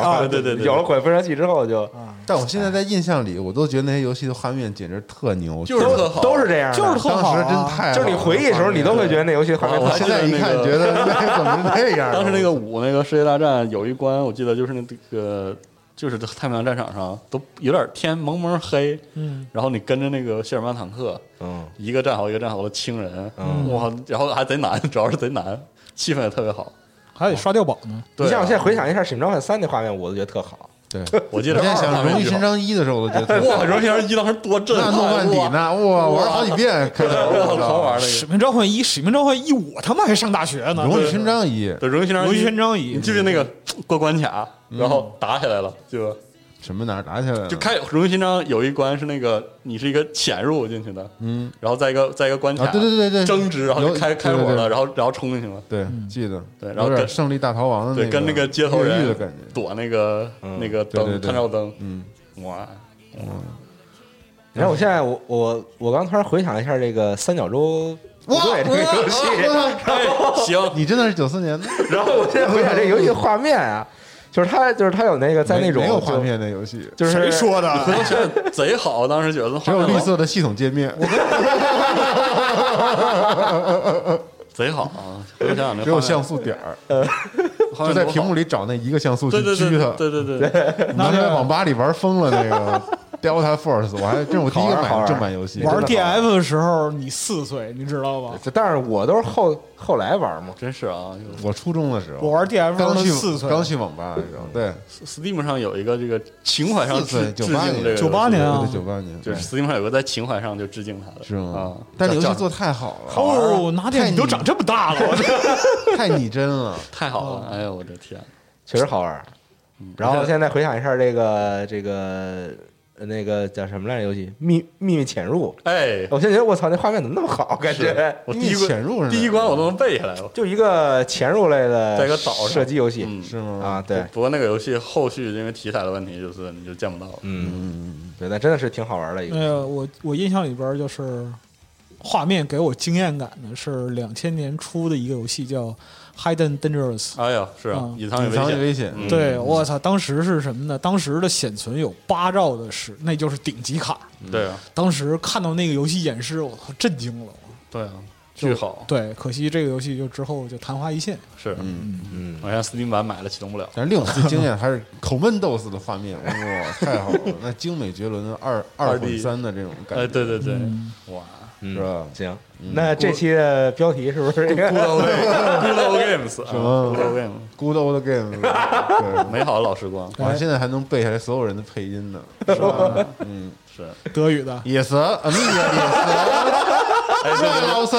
[SPEAKER 5] 嘛，
[SPEAKER 4] 啊对对对对
[SPEAKER 5] 有了混合器之后就
[SPEAKER 6] 但我现在在印象里，我都觉得那些游戏的画面简直特牛，
[SPEAKER 4] 就是特好，
[SPEAKER 5] 都是这样的，
[SPEAKER 7] 就是特
[SPEAKER 6] 当
[SPEAKER 7] 好
[SPEAKER 6] 时
[SPEAKER 7] 啊
[SPEAKER 6] 真太好了，
[SPEAKER 5] 就是你回忆的时候，你都会觉得那游戏画面
[SPEAKER 4] 我
[SPEAKER 6] 我
[SPEAKER 5] 特
[SPEAKER 6] 现在一看觉得怎么是这样？
[SPEAKER 4] 当时那个五那个世界大战有一关，我记得就是那个就是太平洋战场上都有点天蒙蒙黑，嗯，然后你跟着那个谢尔曼坦克，
[SPEAKER 5] 嗯，
[SPEAKER 4] 一个战壕一个战壕的清人，嗯，哇，然后还贼难，主要是贼难，气氛也特别好。
[SPEAKER 7] 还得刷碉堡呢。
[SPEAKER 4] 对
[SPEAKER 5] 你像
[SPEAKER 4] 啊
[SPEAKER 5] 我现在回想一下《使命召唤三》那画面，我都觉得特好。
[SPEAKER 6] 对，
[SPEAKER 4] 我记
[SPEAKER 6] 我
[SPEAKER 4] 得
[SPEAKER 6] 现在想
[SPEAKER 4] 二版
[SPEAKER 6] 《荣
[SPEAKER 4] 本
[SPEAKER 6] 誉
[SPEAKER 4] 就
[SPEAKER 6] 神章一》的时候，我都觉得
[SPEAKER 4] 哇，荣誉神一当时多震
[SPEAKER 6] 那
[SPEAKER 4] 撼，
[SPEAKER 6] 诺曼底
[SPEAKER 4] 哇，
[SPEAKER 6] 呢？哇，我玩好几遍，开头
[SPEAKER 4] 我好玩
[SPEAKER 6] 我
[SPEAKER 4] 那
[SPEAKER 7] 使
[SPEAKER 4] 个。
[SPEAKER 7] 命召唤一，使命召唤一，我他妈还上大学
[SPEAKER 6] 操
[SPEAKER 7] 呢。
[SPEAKER 6] 荣誉勋章一
[SPEAKER 4] 对，荣誉勋章，
[SPEAKER 7] 荣誉勋章一
[SPEAKER 4] 你记不记得那个过关卡，然后打起来了，就
[SPEAKER 6] 什么哪儿打起来了？
[SPEAKER 4] 就开荣誉勋章有一关是那个你是一个潜入进去的，嗯，然后在一个在一个关卡，
[SPEAKER 6] 啊对对对对
[SPEAKER 4] 争执，然后
[SPEAKER 6] 有
[SPEAKER 4] 就开开火
[SPEAKER 6] 对对
[SPEAKER 4] 了，
[SPEAKER 6] 对
[SPEAKER 4] 然后然后冲进去了，
[SPEAKER 6] 对，记得
[SPEAKER 4] 嗯对然后
[SPEAKER 6] 有点
[SPEAKER 4] 跟
[SPEAKER 6] 胜利大逃亡的
[SPEAKER 4] 对，跟那个街头
[SPEAKER 6] 越狱
[SPEAKER 4] 人
[SPEAKER 6] 的感觉。
[SPEAKER 4] 躲那个那个
[SPEAKER 6] 对对
[SPEAKER 4] 灯
[SPEAKER 6] 对
[SPEAKER 4] 探照灯，
[SPEAKER 6] 嗯，
[SPEAKER 4] 哇， [LAUGHS]
[SPEAKER 5] 然后我现在我我我刚突然回想一下这个三角洲部
[SPEAKER 6] 哇
[SPEAKER 5] 队这个游戏，
[SPEAKER 4] [LAUGHS] 哎，行，
[SPEAKER 6] [LAUGHS] 你真的是九四年的？
[SPEAKER 5] 然后我现在回想这个游戏的画面啊，就是它就是它有那个在那种
[SPEAKER 6] 没没有画
[SPEAKER 5] 就
[SPEAKER 6] 面的游戏，
[SPEAKER 5] 就是
[SPEAKER 7] 谁说的？
[SPEAKER 4] 回头觉得贼好，当时觉得
[SPEAKER 6] 只有绿色的系统界面，
[SPEAKER 4] 贼好啊，回头想想那
[SPEAKER 6] 只有
[SPEAKER 4] 画面
[SPEAKER 6] 像素点儿，
[SPEAKER 4] 画面
[SPEAKER 6] 就在
[SPEAKER 4] 多
[SPEAKER 6] 屏
[SPEAKER 4] 好
[SPEAKER 6] 幕里找那一个像素去
[SPEAKER 4] 对对对
[SPEAKER 6] 狙它。
[SPEAKER 4] 对对对对，
[SPEAKER 6] 你们在网吧里玩疯了那个 Delta Force，我还这是我第一个
[SPEAKER 5] 好玩好
[SPEAKER 6] 买
[SPEAKER 5] 玩
[SPEAKER 6] 正版游戏，
[SPEAKER 7] 玩
[SPEAKER 6] 真的好
[SPEAKER 7] DF 的时候，你四岁，你知道吗？
[SPEAKER 5] 但是我都是后后来玩嘛，
[SPEAKER 4] 真是啊。
[SPEAKER 6] 我初中的时
[SPEAKER 7] 我
[SPEAKER 6] 候，
[SPEAKER 7] 玩 DF 的时候
[SPEAKER 6] 刚去
[SPEAKER 7] 四岁，
[SPEAKER 6] 刚去网吧的时候，对，
[SPEAKER 4] Steam 上有一个这个情怀上
[SPEAKER 6] 四
[SPEAKER 4] 致致
[SPEAKER 6] 岁九
[SPEAKER 4] 敬
[SPEAKER 6] 八
[SPEAKER 4] 这个游戏
[SPEAKER 6] 年，
[SPEAKER 7] 98年啊
[SPEAKER 6] 对九八年，
[SPEAKER 4] 就
[SPEAKER 6] 对
[SPEAKER 4] 是 Steam 上有个在情怀上就致敬他的，
[SPEAKER 6] 是吗
[SPEAKER 4] 啊？，
[SPEAKER 6] 但是游
[SPEAKER 4] 叫
[SPEAKER 6] 戏做太好了，
[SPEAKER 7] 哦，拿
[SPEAKER 6] 太
[SPEAKER 7] 点你都长这么大了，我这
[SPEAKER 6] 太拟真了，
[SPEAKER 4] 太好
[SPEAKER 6] 哦
[SPEAKER 4] 了，哎呦我的天！
[SPEAKER 5] 确实好玩。
[SPEAKER 4] 嗯
[SPEAKER 5] 然后现在回想一下这个这个呃那个叫什么来着游戏秘秘密潜入，
[SPEAKER 4] 哎，
[SPEAKER 5] 我现在觉得我操那画面怎么那么好，感觉
[SPEAKER 4] 我第一
[SPEAKER 6] 你潜
[SPEAKER 4] 关
[SPEAKER 6] 入是哪
[SPEAKER 4] 第一关我都能背下来了。
[SPEAKER 5] 就一个潜入类的
[SPEAKER 4] 在一个岛上
[SPEAKER 5] 射击游戏
[SPEAKER 4] 嗯，
[SPEAKER 6] 是吗？
[SPEAKER 5] 啊，对，
[SPEAKER 4] 不过那个游戏后续因为题材的问题，就是你就见不到了。
[SPEAKER 5] 嗯，对，那真的是挺好玩的一
[SPEAKER 7] 那
[SPEAKER 5] 个。
[SPEAKER 7] 个我我印象里边就是画面给我惊艳感的是两千年初的一个游戏叫《Hidden Dangerous》。
[SPEAKER 4] 哎呀，是啊，
[SPEAKER 7] 嗯
[SPEAKER 4] 隐藏与
[SPEAKER 6] 隐藏与
[SPEAKER 4] 危
[SPEAKER 6] 危
[SPEAKER 4] 险
[SPEAKER 6] 险，
[SPEAKER 4] 嗯
[SPEAKER 7] 对，我操！当时是什么呢？当时的显存有八兆的是，那就是顶级卡。
[SPEAKER 4] 对啊，
[SPEAKER 7] 当时看到那个游戏演示，我操，震惊了！
[SPEAKER 4] 对啊，巨好，
[SPEAKER 7] 对，可惜这个游戏就之后就昙花一现。
[SPEAKER 4] 是，
[SPEAKER 6] 嗯
[SPEAKER 4] 嗯，我现在 Steam 版买了，启动不了。
[SPEAKER 6] 但是六四经验还是 Commandos 的画面，哇，太好了！那精美绝伦的二二
[SPEAKER 4] 2D
[SPEAKER 6] 混三的这种感
[SPEAKER 4] 哎，
[SPEAKER 6] 觉，
[SPEAKER 4] 对对对，哇，
[SPEAKER 5] 嗯
[SPEAKER 6] 是吧
[SPEAKER 5] 行，那这期的标题是不是这
[SPEAKER 4] 孤
[SPEAKER 5] 个？
[SPEAKER 4] 楼 Good Old Games，什
[SPEAKER 6] 么
[SPEAKER 4] Good Old Game，
[SPEAKER 6] ，Good old game，对，
[SPEAKER 4] 美好的老时光
[SPEAKER 6] 我现在还能背下来所有人的配音呢。
[SPEAKER 4] 是。
[SPEAKER 7] 德语的，
[SPEAKER 6] 也是，啊，那个也是，那 [LAUGHS] 老师，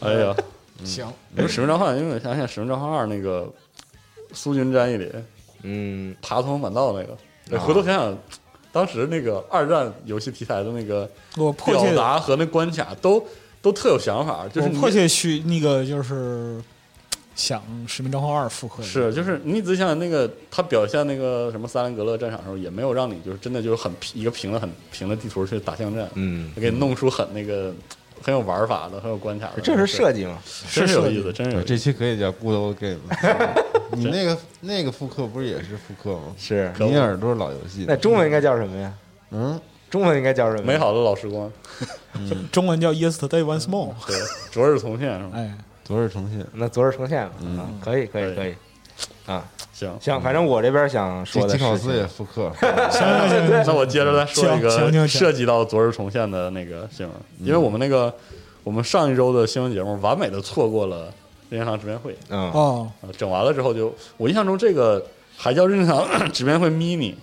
[SPEAKER 4] 哎呀，
[SPEAKER 6] 嗯
[SPEAKER 7] 行，
[SPEAKER 4] 你说《使命召唤》，因为我想起来《使命召唤二》那个苏军战役里，
[SPEAKER 5] [LAUGHS] 嗯，
[SPEAKER 4] 爬通反道那个。对回头想想，当时那个二战游戏题材的那个
[SPEAKER 7] 我迫
[SPEAKER 4] 表
[SPEAKER 7] 切地
[SPEAKER 4] 达和那关卡都都特有想法，就是
[SPEAKER 7] 我
[SPEAKER 4] 你
[SPEAKER 7] 迫切需那个就是想《使命召唤二》复刻一下。
[SPEAKER 4] 是就是你仔细想想那个他表现那个什么萨兰格勒战场的时候，也没有让你就是真的就是很平一个平的很平的地图去打巷战，
[SPEAKER 5] 嗯
[SPEAKER 4] 给你弄出很那个 [LAUGHS] 很有玩法的，很有关卡的，
[SPEAKER 5] 这是设计嘛？
[SPEAKER 4] 真是有意思，真是有意
[SPEAKER 6] 对，
[SPEAKER 4] 思
[SPEAKER 6] 这期可以叫 Good old game。你那个那个复刻不是也是复刻吗？
[SPEAKER 5] 是。
[SPEAKER 6] 尼尔都是老游戏
[SPEAKER 5] 那
[SPEAKER 6] 的，
[SPEAKER 5] 中文应该叫什么呀？
[SPEAKER 6] 嗯，
[SPEAKER 5] 中文应该叫什么？
[SPEAKER 4] 美。好的老时光，
[SPEAKER 7] 中文叫《Yesterday Once More》。
[SPEAKER 4] 对，昨日重现是吗？
[SPEAKER 7] 哎，
[SPEAKER 6] 昨日重现，
[SPEAKER 5] 那昨日呈现了，啊，可以可以
[SPEAKER 4] 嗯可
[SPEAKER 5] 可
[SPEAKER 4] 以
[SPEAKER 5] 以，啊，
[SPEAKER 4] 行，
[SPEAKER 5] 行，反正我这边想
[SPEAKER 6] 这
[SPEAKER 5] 说的
[SPEAKER 6] 吉考
[SPEAKER 5] 事
[SPEAKER 6] 斯也
[SPEAKER 5] 情，
[SPEAKER 6] 复刻了，
[SPEAKER 7] 行
[SPEAKER 4] [LAUGHS]
[SPEAKER 7] 行行
[SPEAKER 4] 那我接着再说一
[SPEAKER 7] 行行
[SPEAKER 4] 个
[SPEAKER 7] 行嗯
[SPEAKER 4] 涉及到昨日重现的那个新闻，因为我们那个我们上一周的新闻节目完美的错过了任天堂直面会，
[SPEAKER 5] 嗯，
[SPEAKER 7] 哦，
[SPEAKER 4] 啊，整完了之后就，我印象中这个还叫任天堂 [COUGHS] 直面会 mini，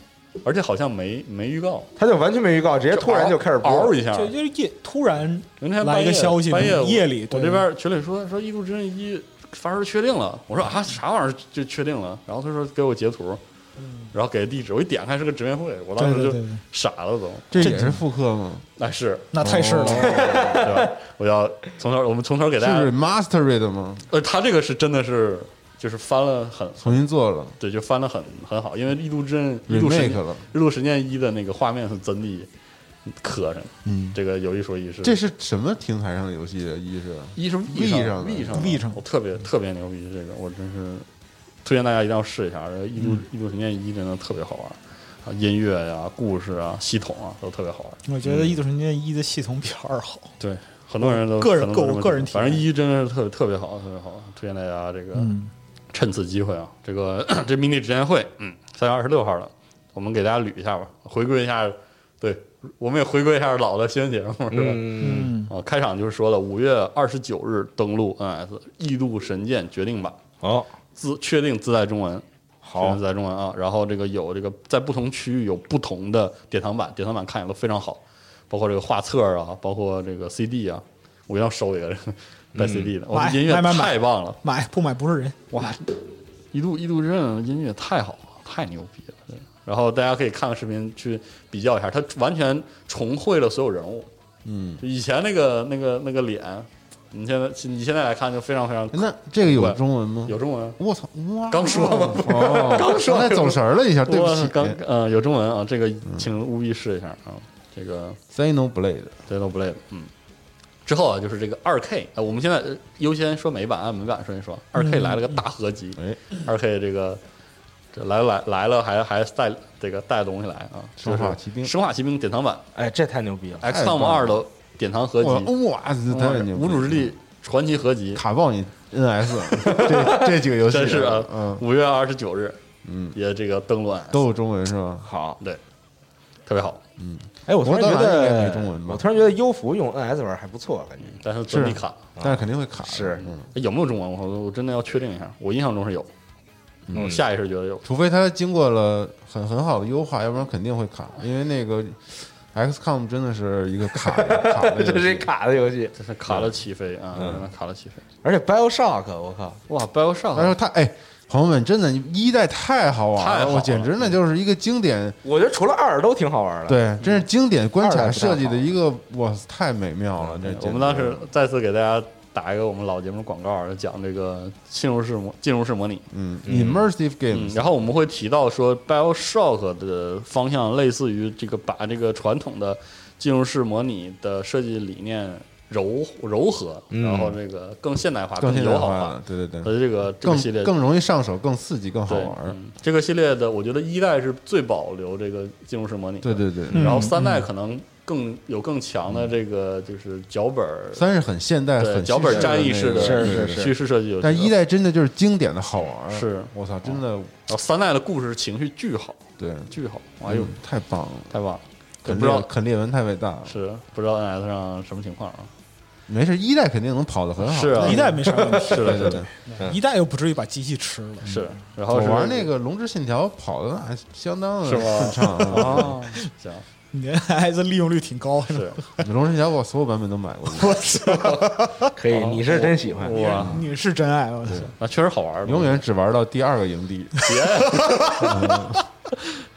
[SPEAKER 4] 而且好像没没预告，
[SPEAKER 5] 他就完全没预告，直哎接突然就开始播
[SPEAKER 4] 嗷
[SPEAKER 5] 了，
[SPEAKER 4] 一下，
[SPEAKER 7] 就就是夜突然
[SPEAKER 4] 那天半
[SPEAKER 7] 来一
[SPEAKER 4] 夜
[SPEAKER 7] 个消息
[SPEAKER 4] 半夜我
[SPEAKER 7] 夜里
[SPEAKER 4] 我
[SPEAKER 7] 对
[SPEAKER 4] 这边群里说说《异度之刃一》发售确定了，我说啊啥玩意儿就确定了，然后他说给我截图，然后给地址，我一点开是个直面会，我当时
[SPEAKER 7] 嗯对对
[SPEAKER 4] 就
[SPEAKER 7] 对对
[SPEAKER 4] 傻了都，
[SPEAKER 6] 这也是复刻吗？
[SPEAKER 4] 那是
[SPEAKER 7] 那太是了，
[SPEAKER 4] 对
[SPEAKER 6] [LAUGHS]
[SPEAKER 4] 吧？我要从头我们从头给
[SPEAKER 6] 是
[SPEAKER 4] 大家，
[SPEAKER 6] remastered 吗？
[SPEAKER 4] 呃，他这个是真的是就是翻了很
[SPEAKER 6] 重新做了
[SPEAKER 4] 对，就翻的很很好，因为《异度之刃》《异度神
[SPEAKER 6] ，remake
[SPEAKER 4] 剑》《
[SPEAKER 6] 了，
[SPEAKER 4] 日落神剑一》的那个画面是真的磕碜，
[SPEAKER 6] 嗯，
[SPEAKER 4] 这个有一说一是，
[SPEAKER 6] 这是什么平台上的游戏啊？一是
[SPEAKER 4] 一是
[SPEAKER 6] V 上
[SPEAKER 4] 上
[SPEAKER 6] 的
[SPEAKER 4] V 上的
[SPEAKER 7] V 上的
[SPEAKER 4] 我特别特别牛逼，这个我真是推荐大家一定要试一下，这《异
[SPEAKER 6] 嗯
[SPEAKER 4] 度异度神剑一》真的特别好玩。啊，音乐呀、故事啊、系统啊，都特别好玩。
[SPEAKER 7] 我觉得《异度神剑一》的系统比二好，
[SPEAKER 4] 对，很多人都
[SPEAKER 7] 个人
[SPEAKER 4] 可能都
[SPEAKER 7] 个
[SPEAKER 4] 这么
[SPEAKER 7] 个人
[SPEAKER 4] 觉得
[SPEAKER 7] 体
[SPEAKER 4] 反正
[SPEAKER 7] 验
[SPEAKER 4] 一真的是特别特别好，特别好，推荐大家这个
[SPEAKER 7] 嗯，
[SPEAKER 4] 趁此机会啊，这个 [CLEARS THROAT] 这 mini 直言会，嗯，三月二十六号了，我们给大家捋一下吧，回归一下，对我们也回归一下老的新闻节目，是吧？
[SPEAKER 5] 嗯，
[SPEAKER 4] 啊，开场就是说了，五月二十九日登陆 NS《异度神剑》决定版，
[SPEAKER 5] 好，
[SPEAKER 4] 自确定自带中文，确
[SPEAKER 5] 好
[SPEAKER 4] 定自，带中文啊。然后这个有这个在不同区域有不同的典藏版，典藏版看起来都非常好，包括这个画册啊，包括这个 CD 啊，我一定要收一个带 CD 的，哇，
[SPEAKER 7] 买
[SPEAKER 4] 音乐
[SPEAKER 7] 买买买
[SPEAKER 4] 太棒了。
[SPEAKER 7] 买不买不是人，
[SPEAKER 4] 哇，一度一度之刃音乐太好了，太牛逼了。对然后大家可以看看视频去比较一下，他完全重绘了所有人物。嗯，以前那个那个那个脸，你现在你现在来看就非常非常
[SPEAKER 6] 那这个有中文吗？
[SPEAKER 4] 有中文，啊
[SPEAKER 6] 我操！哇，
[SPEAKER 4] 刚说嘛，
[SPEAKER 6] 哦，刚
[SPEAKER 4] 说
[SPEAKER 6] 才走神儿了一 [LAUGHS] 下，对不
[SPEAKER 4] 我
[SPEAKER 6] 起。哎
[SPEAKER 4] 刚呃有中文啊，这个请务必试一下啊，这个
[SPEAKER 6] Zeno Blade，
[SPEAKER 4] 这都不累了，嗯。之后啊，就是这个二 K，、呃、我们现在呃优先说美版，按美版说一说。二 K 来了个大合集，
[SPEAKER 6] 哎，
[SPEAKER 4] 二 K 这个这来来来了还还带这个带东西来啊，就是
[SPEAKER 6] 生化奇兵
[SPEAKER 4] 生化奇兵典藏版
[SPEAKER 5] 哎，这太牛逼了，
[SPEAKER 4] ，XCOM 二的典藏合集，嗯
[SPEAKER 6] 我哇，这太牛逼
[SPEAKER 4] 无
[SPEAKER 6] 了！
[SPEAKER 4] 主之地传奇合集，
[SPEAKER 6] 卡爆你 NS，
[SPEAKER 4] [LAUGHS]
[SPEAKER 6] 这这几个游戏
[SPEAKER 4] 真是啊
[SPEAKER 6] 嗯，，
[SPEAKER 4] 五月二十九日，嗯，也这个登陆案，
[SPEAKER 6] 都有中文是
[SPEAKER 4] 啊
[SPEAKER 6] 吗？
[SPEAKER 5] 好，
[SPEAKER 4] 对，特别好，
[SPEAKER 5] 哎，我突然觉
[SPEAKER 6] 摩登版应该没
[SPEAKER 5] 得
[SPEAKER 6] 中文吧
[SPEAKER 5] 我突然觉得优服用 NS 玩还不错，感觉
[SPEAKER 4] 但是真
[SPEAKER 6] 是
[SPEAKER 4] 的卡
[SPEAKER 6] 但是肯定会卡的，
[SPEAKER 5] 嗯是
[SPEAKER 6] 嗯
[SPEAKER 4] 有没有中文？我我真的要确定一下，我印象中是有，
[SPEAKER 6] 嗯
[SPEAKER 4] 我下意识觉得有，
[SPEAKER 6] 除非它经过了很很好的优化，要不然肯定会卡。因为那个 XCOM 真的是一个卡
[SPEAKER 4] [LAUGHS]
[SPEAKER 6] 的卡的游戏
[SPEAKER 5] [LAUGHS] 这是一卡的游戏，
[SPEAKER 4] 这是卡了起飞啊，
[SPEAKER 6] 嗯
[SPEAKER 4] 真的卡了起飞，
[SPEAKER 5] 嗯而且 BioShock，我靠，
[SPEAKER 4] 哇，BioShock，
[SPEAKER 6] 但是它哎，朋友们，真的一代太好玩
[SPEAKER 4] 太好了
[SPEAKER 6] 我简直那就是一个经典，
[SPEAKER 5] 我觉得除了二都挺好玩的，，
[SPEAKER 6] 对，
[SPEAKER 4] 嗯
[SPEAKER 6] 真是经典关
[SPEAKER 5] 二代
[SPEAKER 6] 卡
[SPEAKER 5] 不太
[SPEAKER 6] 设计的
[SPEAKER 5] 好
[SPEAKER 6] 一个，哇，太美妙了！这
[SPEAKER 4] 嗯我们当时再次给大家打一个我们老节目广告，讲这个进入式模进入式模拟。
[SPEAKER 6] 嗯，immersive
[SPEAKER 4] 嗯，
[SPEAKER 6] games，
[SPEAKER 4] 然后我们会提到说，BioShock 的方向类似于这个把这个传统的进入式模拟的设计理念柔柔和，然后这个更现代化、
[SPEAKER 6] 嗯更现代
[SPEAKER 4] 友好
[SPEAKER 6] 化
[SPEAKER 4] 化
[SPEAKER 6] 了，啊对对对，
[SPEAKER 4] 的这个这个系列
[SPEAKER 6] 更更容易上手，更刺激，更好
[SPEAKER 4] 对
[SPEAKER 6] 玩儿。
[SPEAKER 4] 嗯这个系列的，我觉得一代是最保留这个进入式模拟的，
[SPEAKER 6] 对对对，
[SPEAKER 4] 然后三代可能更有更强的这个就是脚本儿
[SPEAKER 6] 嗯三是很现代、
[SPEAKER 4] 对
[SPEAKER 6] 很
[SPEAKER 4] 脚本
[SPEAKER 6] 叙事
[SPEAKER 4] 战役
[SPEAKER 6] 那
[SPEAKER 4] 式
[SPEAKER 6] 个
[SPEAKER 4] 的
[SPEAKER 5] 是是
[SPEAKER 6] 对
[SPEAKER 5] 是
[SPEAKER 4] 叙事设计游戏，
[SPEAKER 6] 但一代真的就是经典的好玩儿。
[SPEAKER 4] 是
[SPEAKER 6] 我操，真的
[SPEAKER 4] 然后三代的故事情绪巨好，
[SPEAKER 6] 对，
[SPEAKER 4] 巨好，哎
[SPEAKER 6] 哎
[SPEAKER 4] 呦
[SPEAKER 6] 呦，，太棒了！
[SPEAKER 4] 太棒了！
[SPEAKER 6] 肯
[SPEAKER 4] 不知道
[SPEAKER 6] 列肯列文太伟大了，
[SPEAKER 4] 是不知道 NS 上什么情况啊？
[SPEAKER 6] 没事，一代肯定能跑得很好。
[SPEAKER 4] 是啊
[SPEAKER 7] 一代没啥问题， [LAUGHS]
[SPEAKER 4] 是的，
[SPEAKER 6] 对
[SPEAKER 4] 是
[SPEAKER 6] 对
[SPEAKER 4] 的
[SPEAKER 6] 对，，
[SPEAKER 7] 一代又不至于把机器吃了，
[SPEAKER 4] 是。然
[SPEAKER 6] 我
[SPEAKER 4] 后是
[SPEAKER 6] 玩那个《龙之信条》跑的还相当的
[SPEAKER 4] 是吗
[SPEAKER 6] 顺畅
[SPEAKER 4] [LAUGHS]
[SPEAKER 6] 啊。
[SPEAKER 4] 啊， [LAUGHS] 行
[SPEAKER 7] 你这孩子利用率挺高的，
[SPEAKER 4] 是
[SPEAKER 6] 《龙之信条》我所有版本都买过，
[SPEAKER 5] 可以，你是真喜欢，
[SPEAKER 4] 哇，
[SPEAKER 7] 你是真爱，我操！
[SPEAKER 4] 那确实好玩儿，
[SPEAKER 6] 永远只玩到第二个营地。 [LAUGHS]
[SPEAKER 4] 行。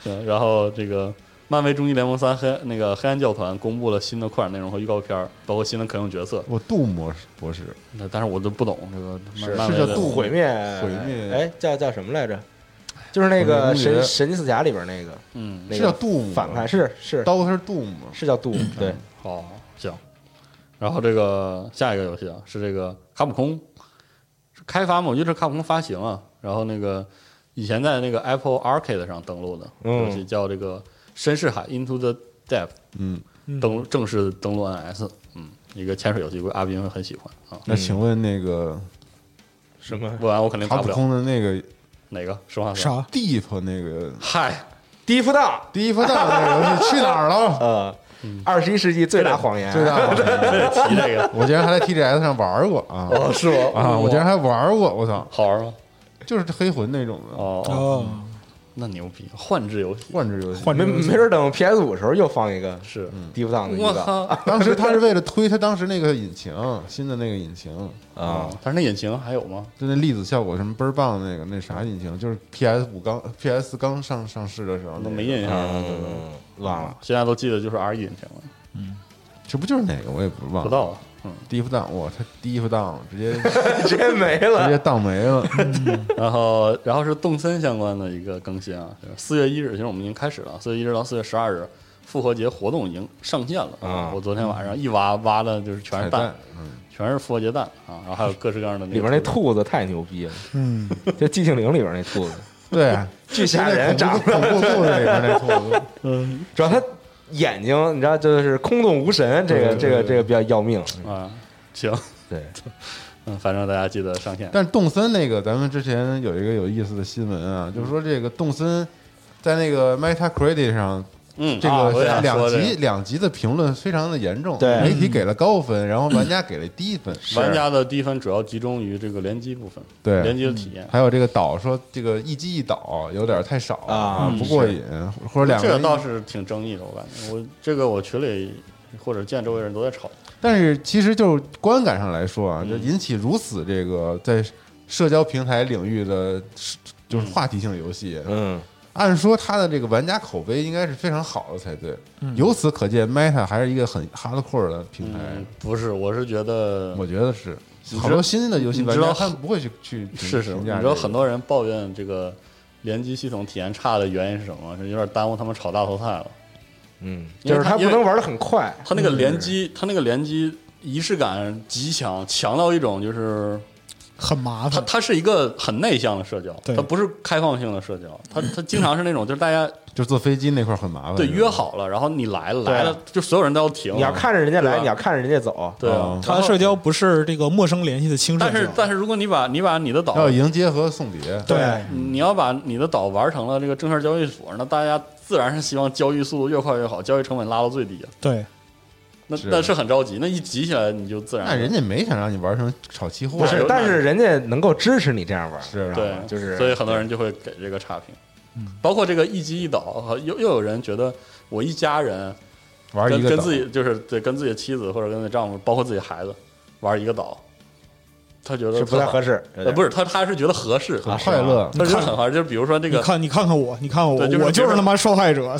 [SPEAKER 4] 嗯然后这个漫威终极联盟三黑那个黑暗教团公布了新的扩展内容和预告片儿，包括新的可用角色。
[SPEAKER 6] 我杜模式博士，
[SPEAKER 4] 那但是我都不懂这个
[SPEAKER 5] 是
[SPEAKER 4] 漫
[SPEAKER 6] 是
[SPEAKER 4] 威
[SPEAKER 6] 叫
[SPEAKER 4] 的
[SPEAKER 6] 杜
[SPEAKER 5] 毁灭，
[SPEAKER 6] 毁灭
[SPEAKER 5] 哎，叫叫什么来着？就是那
[SPEAKER 6] 毁灭
[SPEAKER 5] 个
[SPEAKER 6] 公爵
[SPEAKER 5] 神神奇四侠里边那个，
[SPEAKER 4] 嗯，
[SPEAKER 5] 那
[SPEAKER 6] 是
[SPEAKER 5] 个
[SPEAKER 6] 叫杜嗯姆
[SPEAKER 5] 反派，是是
[SPEAKER 6] Doctor Doom 吗
[SPEAKER 5] 是叫杜姆，对，
[SPEAKER 4] 好行。然后这个下一个游戏啊，是这个卡普空是开发嘛，我觉得是卡普空发行啊。然后那个以前在那个 Apple Arcade 上登录的
[SPEAKER 5] 嗯
[SPEAKER 4] 游戏叫这个《绅士海 Into the Depth》，
[SPEAKER 6] 嗯，
[SPEAKER 4] 登录正式登录 NS，嗯，一个潜水游戏，估计阿斌会很喜欢啊。
[SPEAKER 6] 那请问那个
[SPEAKER 5] 什么
[SPEAKER 4] 不然我肯定
[SPEAKER 6] 卡
[SPEAKER 4] 打不
[SPEAKER 6] 普
[SPEAKER 4] 了。
[SPEAKER 6] 空的那个
[SPEAKER 4] 哪个？实话说，
[SPEAKER 7] 啥？
[SPEAKER 6] Deep 那个
[SPEAKER 4] 嗨，
[SPEAKER 5] 低夫当
[SPEAKER 6] Deep Down 那个游戏去哪
[SPEAKER 5] [LAUGHS]
[SPEAKER 6] 儿了？
[SPEAKER 5] 呃，
[SPEAKER 4] 嗯
[SPEAKER 5] 二十一世纪最大谎言，
[SPEAKER 6] 最大好玩，
[SPEAKER 4] 这提这个
[SPEAKER 6] 我竟然还在 TGS 上玩过
[SPEAKER 5] [LAUGHS]
[SPEAKER 6] 啊！
[SPEAKER 4] 哦，是吗？
[SPEAKER 6] 啊，我
[SPEAKER 4] 哇
[SPEAKER 6] 竟然还玩过，我操，
[SPEAKER 4] 好玩吗？
[SPEAKER 6] 就是黑魂那种的
[SPEAKER 4] 哦，
[SPEAKER 7] 哦，
[SPEAKER 4] 那牛逼，幻制游戏
[SPEAKER 6] 幻制游戏。
[SPEAKER 7] 换
[SPEAKER 5] 没没准等 PS 五时候又放一个
[SPEAKER 4] 是，
[SPEAKER 5] 低夫当的一
[SPEAKER 4] 我
[SPEAKER 5] 个啊
[SPEAKER 4] 靠
[SPEAKER 6] 当时他是为了推他当时那个引擎，新的那个引擎，
[SPEAKER 4] 哦
[SPEAKER 5] 啊，！
[SPEAKER 4] 但是那引擎还有吗？
[SPEAKER 6] 就那粒子效果什么倍儿棒的那个那啥引擎，就是 PS 五刚 PS 刚上上市的时候，
[SPEAKER 4] 我都没印象了，对对
[SPEAKER 5] 嗯，忘了。
[SPEAKER 4] 现在都记得就是 R E 引擎了，
[SPEAKER 6] 这不就是哪个我也不
[SPEAKER 4] 不
[SPEAKER 6] 忘
[SPEAKER 4] 知
[SPEAKER 6] 了。
[SPEAKER 4] 道了。嗯，
[SPEAKER 6] Deep Down，哇，他 Deep Down 直接直
[SPEAKER 5] 直接没了。
[SPEAKER 6] 接荡没了。
[SPEAKER 4] 然后，然后是动森相关的一个更新啊，四月一日，其实我们已经开始了，四月一日到四月十二日，复活节活动已经上线了
[SPEAKER 5] 啊
[SPEAKER 4] 我昨天晚上一挖挖的就是全
[SPEAKER 6] 彩
[SPEAKER 4] 是蛋
[SPEAKER 6] 蛋，，嗯，
[SPEAKER 4] 全是复活节蛋啊，然后还有各式各样的
[SPEAKER 5] 里边那兔子太牛逼了，
[SPEAKER 7] 嗯，
[SPEAKER 5] 就《寂静岭》里边那兔子，
[SPEAKER 6] 对，
[SPEAKER 5] 巨吓人，
[SPEAKER 6] 那
[SPEAKER 5] 长
[SPEAKER 6] 恐怖恐怖兔子里边那兔子，
[SPEAKER 5] 主要它眼睛，你知道，就是空洞无神，这个这个这个比较要命。
[SPEAKER 4] 啊，行，
[SPEAKER 5] 对，
[SPEAKER 4] 嗯，反正大家记得上线。
[SPEAKER 6] 但是动森那个，咱们之前有一个有意思的新闻啊，就是说这个动森在那个 Metacritic 上，
[SPEAKER 4] 嗯，
[SPEAKER 6] 这
[SPEAKER 4] 啊我也
[SPEAKER 6] 个
[SPEAKER 4] 想
[SPEAKER 6] 两
[SPEAKER 4] 说这
[SPEAKER 6] 极两极的评论非常的严重，
[SPEAKER 5] 对
[SPEAKER 6] 媒体给了高分，然后玩家给了低分，
[SPEAKER 4] 个玩家的低分主要集中于这个联机部分，
[SPEAKER 6] 对嗯
[SPEAKER 4] 联机的体验。
[SPEAKER 6] 还有这个岛说这个一击一倒有点太少
[SPEAKER 5] 啊
[SPEAKER 4] 嗯
[SPEAKER 6] 不过瘾，或者两
[SPEAKER 4] 这个
[SPEAKER 6] 个
[SPEAKER 4] 倒是挺争议的，我感觉我这个我群里或者见周围人都在吵，
[SPEAKER 6] 但是其实就观感上来说啊，
[SPEAKER 4] 嗯
[SPEAKER 6] 就引起如此这个在社交平台领域的就是话题性游戏，
[SPEAKER 5] 嗯，
[SPEAKER 6] 按说它的这个玩家口碑应该是非常好的才对。由此可见，Meta 还是一个很 hardcore 的平台，
[SPEAKER 4] 嗯，不是，我是觉得
[SPEAKER 6] 哎我觉得是。
[SPEAKER 4] 知
[SPEAKER 6] 好多新的游戏玩
[SPEAKER 4] 你知
[SPEAKER 6] 家
[SPEAKER 4] 道
[SPEAKER 6] 他们不会去去去
[SPEAKER 4] 是是，
[SPEAKER 6] 评
[SPEAKER 4] 你
[SPEAKER 6] 价
[SPEAKER 4] 知
[SPEAKER 6] 这个
[SPEAKER 4] 道很多人抱怨这个联机系统体验差的原因是什么吗？是有点耽误他们炒大头菜了。
[SPEAKER 5] 嗯，
[SPEAKER 4] 因为
[SPEAKER 5] 就是
[SPEAKER 4] 它
[SPEAKER 5] 它不能玩的很快，
[SPEAKER 4] 他那个
[SPEAKER 6] 嗯
[SPEAKER 4] 联机，他那个联机仪式感极强，强到一种就是
[SPEAKER 7] 很
[SPEAKER 6] 嗯
[SPEAKER 7] 麻
[SPEAKER 4] 它
[SPEAKER 7] 烦。
[SPEAKER 4] 它是一个很内向的社交，
[SPEAKER 7] 对
[SPEAKER 4] 它不是开放性的社交，它它经常是那种就是大家
[SPEAKER 6] 就坐飞机那块儿很麻烦。
[SPEAKER 4] 对
[SPEAKER 6] 是吧
[SPEAKER 4] 约，好了，然后你来了
[SPEAKER 5] 对
[SPEAKER 4] 来了，就所有人都要停。
[SPEAKER 5] 你要看着人家
[SPEAKER 4] 对
[SPEAKER 5] 来，
[SPEAKER 4] 吧
[SPEAKER 5] 你要看着人家走，
[SPEAKER 4] 对啊
[SPEAKER 6] 嗯，
[SPEAKER 7] 他的社交不是这个陌生联系的轻社
[SPEAKER 4] 但
[SPEAKER 7] 交
[SPEAKER 4] 是，但是如果你把你把你的岛
[SPEAKER 6] 要迎接和送别。
[SPEAKER 7] 对，
[SPEAKER 4] 你要把你的岛玩成了这个证券交易所，那大家自然是希望交易速度越快越好，交易成本拉到最低啊。
[SPEAKER 7] 对，
[SPEAKER 4] 那
[SPEAKER 6] 是
[SPEAKER 4] 那是很着急，那一急起来你就自然
[SPEAKER 6] 那人家没想让你玩成炒期货，
[SPEAKER 5] 不是
[SPEAKER 4] 对，
[SPEAKER 5] 但是人家能够支持你这样玩，
[SPEAKER 6] 是
[SPEAKER 5] 知道
[SPEAKER 4] 对
[SPEAKER 5] 吗，就是
[SPEAKER 4] 所以很多人就会给这个差评，包括这个一机一岛，和又又有人觉得我一家人
[SPEAKER 6] 玩一
[SPEAKER 4] 跟
[SPEAKER 6] 个
[SPEAKER 4] 跟
[SPEAKER 6] 岛
[SPEAKER 4] 自己就是对跟自己的妻子或者跟自己丈夫，包括自己孩子玩一个岛，他觉得
[SPEAKER 5] 是不太合
[SPEAKER 4] 适，
[SPEAKER 5] 适，
[SPEAKER 4] 呃，不
[SPEAKER 5] 是
[SPEAKER 4] 是他他是觉得合适，
[SPEAKER 5] 啊
[SPEAKER 6] 很快乐。
[SPEAKER 4] 他觉得很合适，就是比如说这
[SPEAKER 7] 你
[SPEAKER 4] 个，
[SPEAKER 7] 看你看看我，你看看我，
[SPEAKER 4] 对就是
[SPEAKER 7] 我就
[SPEAKER 4] 比
[SPEAKER 7] 是
[SPEAKER 4] 如
[SPEAKER 7] 他妈受害者。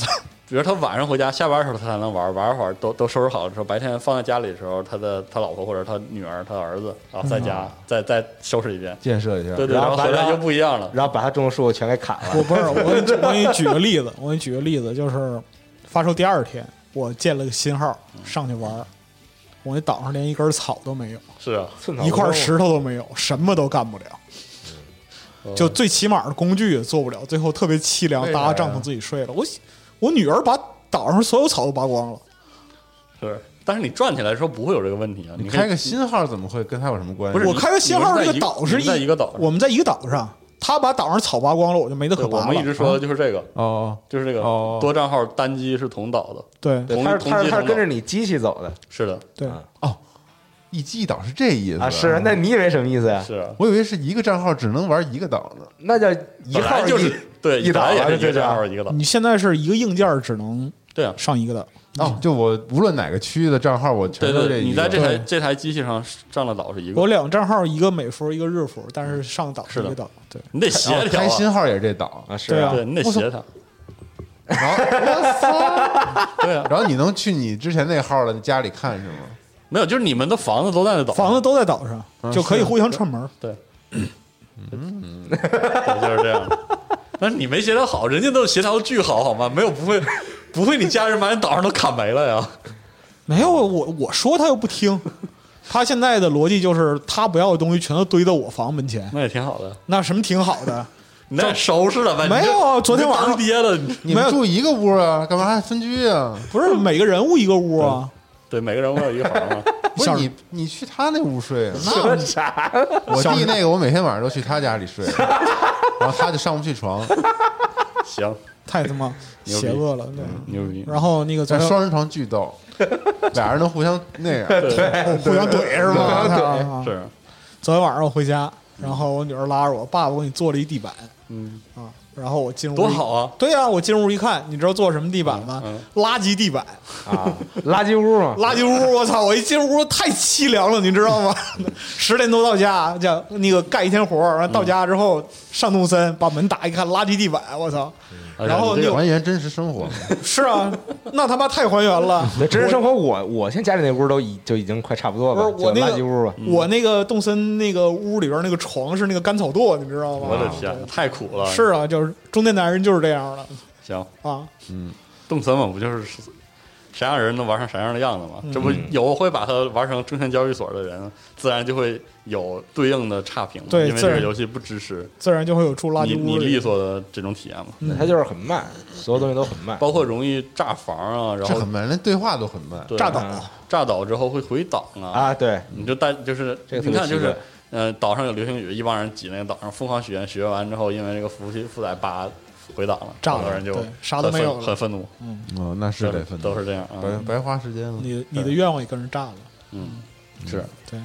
[SPEAKER 4] 比如他晚上回家下班的时候他才能玩，玩会儿都都收拾好了之后，白天放在家里的时候，他的他老婆或者他女儿他儿子啊在家再再收拾一遍，
[SPEAKER 6] 建设一下，
[SPEAKER 4] 对对，
[SPEAKER 5] 然
[SPEAKER 4] 然
[SPEAKER 5] 后
[SPEAKER 4] 后回
[SPEAKER 5] 晚
[SPEAKER 4] 来
[SPEAKER 5] 上
[SPEAKER 4] 就不一样了，
[SPEAKER 5] 然后把他种的树全给砍了，
[SPEAKER 7] [LAUGHS] 我不是，我给你我给你举个例子，我给你举个例子，就是发售第二天，我建了个新号上去玩儿，我那岛上连一根草都没有，
[SPEAKER 4] 是啊，
[SPEAKER 5] 寸草
[SPEAKER 7] 一
[SPEAKER 5] 不
[SPEAKER 7] 块
[SPEAKER 5] 生
[SPEAKER 7] 石头都没有，什么都干不了。
[SPEAKER 4] 嗯
[SPEAKER 7] 就最起码的工具也做不了，最后特别凄凉
[SPEAKER 6] 为，啥呀
[SPEAKER 7] 搭帐篷自己睡了。我我女儿把岛上所有草都拔光了，
[SPEAKER 4] 是，但是你转起来的时候不会有这个问题啊，
[SPEAKER 6] 你
[SPEAKER 4] 你
[SPEAKER 6] 开
[SPEAKER 4] 看
[SPEAKER 6] 个新号怎么会跟他有什么关系？
[SPEAKER 4] 不是
[SPEAKER 7] 我
[SPEAKER 4] 你
[SPEAKER 7] 开个新号，
[SPEAKER 4] 你们在一
[SPEAKER 7] 这个
[SPEAKER 4] 你
[SPEAKER 7] 岛是
[SPEAKER 4] 们在一个岛上
[SPEAKER 7] 我们在一个岛上，她把岛上草拔光了，我就没得
[SPEAKER 4] 对
[SPEAKER 7] 可
[SPEAKER 4] 我
[SPEAKER 7] 拔
[SPEAKER 4] 们一
[SPEAKER 7] 了。
[SPEAKER 4] 直说的就是这个，
[SPEAKER 6] 哦，
[SPEAKER 4] 就是这个
[SPEAKER 6] 哦
[SPEAKER 4] 多账号单机是同岛的，
[SPEAKER 7] 对
[SPEAKER 5] 对
[SPEAKER 4] 同
[SPEAKER 5] 他是
[SPEAKER 4] 同
[SPEAKER 5] 他是
[SPEAKER 4] 机
[SPEAKER 5] 他是
[SPEAKER 4] 同岛
[SPEAKER 5] 跟着你机器走的
[SPEAKER 4] 嗯是的，
[SPEAKER 7] 对，
[SPEAKER 6] 一机一岛是这意思
[SPEAKER 5] 啊，是，那你以为什么意思呀？
[SPEAKER 4] 是啊，
[SPEAKER 6] 我以为是一个账号只能玩一个岛呢。
[SPEAKER 5] 那叫一
[SPEAKER 4] 本
[SPEAKER 5] 号
[SPEAKER 4] 来就是
[SPEAKER 5] 一
[SPEAKER 4] 对
[SPEAKER 5] 一岛
[SPEAKER 4] 本来也
[SPEAKER 5] 啊
[SPEAKER 4] 是一
[SPEAKER 5] 就
[SPEAKER 4] 个
[SPEAKER 5] 这样
[SPEAKER 4] 账号一个岛，
[SPEAKER 7] 你现在是一个硬件只能
[SPEAKER 4] 对啊，
[SPEAKER 7] 上一个岛，
[SPEAKER 6] 哦，就我无论哪个区域的账号，我全
[SPEAKER 4] 对
[SPEAKER 6] 都
[SPEAKER 4] 对
[SPEAKER 6] 这
[SPEAKER 4] 对，
[SPEAKER 6] 一
[SPEAKER 4] 你
[SPEAKER 6] 个
[SPEAKER 4] 在这台
[SPEAKER 7] 对
[SPEAKER 4] 这台机器上上了岛是一
[SPEAKER 7] 我
[SPEAKER 4] 个，
[SPEAKER 7] 两个账号，一个美服，一个日服，但是上岛
[SPEAKER 4] 嗯是的
[SPEAKER 7] 一个岛，对，
[SPEAKER 4] 你得协
[SPEAKER 6] 哦
[SPEAKER 4] 调
[SPEAKER 6] 开
[SPEAKER 4] 啊，
[SPEAKER 6] 新号也是这岛，
[SPEAKER 5] 啊，是
[SPEAKER 7] 对
[SPEAKER 5] 啊
[SPEAKER 7] 啊，
[SPEAKER 4] 对你得协调，
[SPEAKER 6] 然后我操，
[SPEAKER 4] 对啊，
[SPEAKER 6] 然后你能去你之前那号的家里看是吗？
[SPEAKER 4] 没有，就是你们的房子都在那岛上，啊
[SPEAKER 7] 房子都在岛上，就可以互相串门。
[SPEAKER 4] 对， [LAUGHS] 嗯，就是这样。但是你没协调好，人家都协调得巨好，好吗？没有不会，不会，你家人把你岛上都砍没了呀？
[SPEAKER 7] 没有我我说他又
[SPEAKER 4] [LAUGHS]
[SPEAKER 7] 不听，他现在的逻辑就是他不要的东西全都堆到我房门前，
[SPEAKER 4] 那也挺好的。
[SPEAKER 7] 那什么挺好的。
[SPEAKER 4] 你那收拾了呗？
[SPEAKER 7] 没
[SPEAKER 4] 你就
[SPEAKER 7] 有啊
[SPEAKER 4] 你就
[SPEAKER 7] 昨天晚上
[SPEAKER 4] 当爹了，你
[SPEAKER 6] 你
[SPEAKER 7] 没
[SPEAKER 6] 们
[SPEAKER 7] 有
[SPEAKER 6] 住一个屋啊，干嘛还分居啊？
[SPEAKER 7] 不是每个人物一个屋啊，
[SPEAKER 4] 对，每个人我有一个房嘛。
[SPEAKER 6] 不是
[SPEAKER 7] 小
[SPEAKER 6] 你，你去他那屋睡啊？
[SPEAKER 5] 说啥？
[SPEAKER 6] 我弟那个，我每天晚上都去他家里睡，然后他就上不去床。
[SPEAKER 4] 行，
[SPEAKER 7] 太他妈
[SPEAKER 4] [LAUGHS] 牛逼嗯
[SPEAKER 7] 邪恶了，对。
[SPEAKER 4] 牛逼。哎
[SPEAKER 7] 然后那个昨
[SPEAKER 6] 咱
[SPEAKER 7] 天
[SPEAKER 6] 双人床巨逗，俩人能互相那样。
[SPEAKER 7] 互相怼是吧？
[SPEAKER 6] 互相怼
[SPEAKER 7] 啊
[SPEAKER 4] 是，
[SPEAKER 7] 昨天晚上我回家，然后我女儿拉着我，爸爸我给你做了一地板
[SPEAKER 4] 嗯，
[SPEAKER 7] 啊，然后我进屋
[SPEAKER 4] 多好啊！
[SPEAKER 7] 对呀、我进屋一看，你知道做什么地板吗？
[SPEAKER 4] 嗯
[SPEAKER 7] 垃圾地板，
[SPEAKER 5] 啊，垃圾屋嘛，
[SPEAKER 7] 垃圾屋！我操！我一进屋太凄凉了，你知道吗？ [LAUGHS] 十点多到家，叫那个干一天活儿，然后到家之后、上动森，把门打一看，垃圾地板，我操！然后
[SPEAKER 4] 哎呀你这
[SPEAKER 7] 那
[SPEAKER 4] 个
[SPEAKER 7] 个
[SPEAKER 6] 还原真实生活，
[SPEAKER 7] 是啊，那他妈太还原了。
[SPEAKER 5] 那真实生活我我现在家里那屋都已就已经快差不多了，
[SPEAKER 7] 不是我
[SPEAKER 5] 就
[SPEAKER 7] 那个
[SPEAKER 5] 垃圾屋吧，啊
[SPEAKER 7] 我那个动森那个屋里边那个床是那个干草垛，你知道吗？
[SPEAKER 4] 我的天，太苦了。
[SPEAKER 7] 是啊，就是中年男人就是这样的
[SPEAKER 4] 行，
[SPEAKER 7] 啊。
[SPEAKER 4] 动森嘛，不就是啥样人能玩成啥样的样子
[SPEAKER 7] 嗯
[SPEAKER 4] 嘛？这不有会把它玩成中学教育所的人，自然就会有对应的差评嘛，
[SPEAKER 7] 对
[SPEAKER 4] 因为
[SPEAKER 7] 自
[SPEAKER 4] 这个
[SPEAKER 7] 然
[SPEAKER 4] 游戏不支持
[SPEAKER 7] 自然就会有住垃
[SPEAKER 4] 你
[SPEAKER 7] 圾
[SPEAKER 4] 你
[SPEAKER 7] 屋
[SPEAKER 4] 利
[SPEAKER 7] 里。
[SPEAKER 4] 索的这种体验嘛，
[SPEAKER 5] 它就是很慢，所有东西都很慢。
[SPEAKER 4] 嗯包括容易炸房啊， [LAUGHS] 然
[SPEAKER 6] 这
[SPEAKER 4] 后
[SPEAKER 6] 很慢，连对话都很慢。
[SPEAKER 4] 对
[SPEAKER 7] 炸倒
[SPEAKER 5] 啊
[SPEAKER 4] 炸倒之后会回档啊，
[SPEAKER 5] 啊，对，
[SPEAKER 4] 你就带就是
[SPEAKER 5] 这个特
[SPEAKER 4] 你
[SPEAKER 5] 别
[SPEAKER 4] 看就
[SPEAKER 5] 奇
[SPEAKER 4] 是
[SPEAKER 5] 怪。
[SPEAKER 4] 呃，岛上有流星雨，一帮人挤那个岛上疯狂许愿，许愿完之后，因为这个服务器负载八回档了，
[SPEAKER 7] 炸
[SPEAKER 4] 很多
[SPEAKER 7] 了
[SPEAKER 4] 人就
[SPEAKER 7] 对啥都
[SPEAKER 4] 很
[SPEAKER 7] 没有
[SPEAKER 4] 愤
[SPEAKER 7] 了
[SPEAKER 4] 很愤怒，
[SPEAKER 6] 哦，那是得分，
[SPEAKER 4] 都是这样啊。
[SPEAKER 6] 白白花时间
[SPEAKER 5] 嗯
[SPEAKER 6] 了。
[SPEAKER 7] 你你的愿望也跟着炸了。
[SPEAKER 4] 嗯，是，
[SPEAKER 7] 对，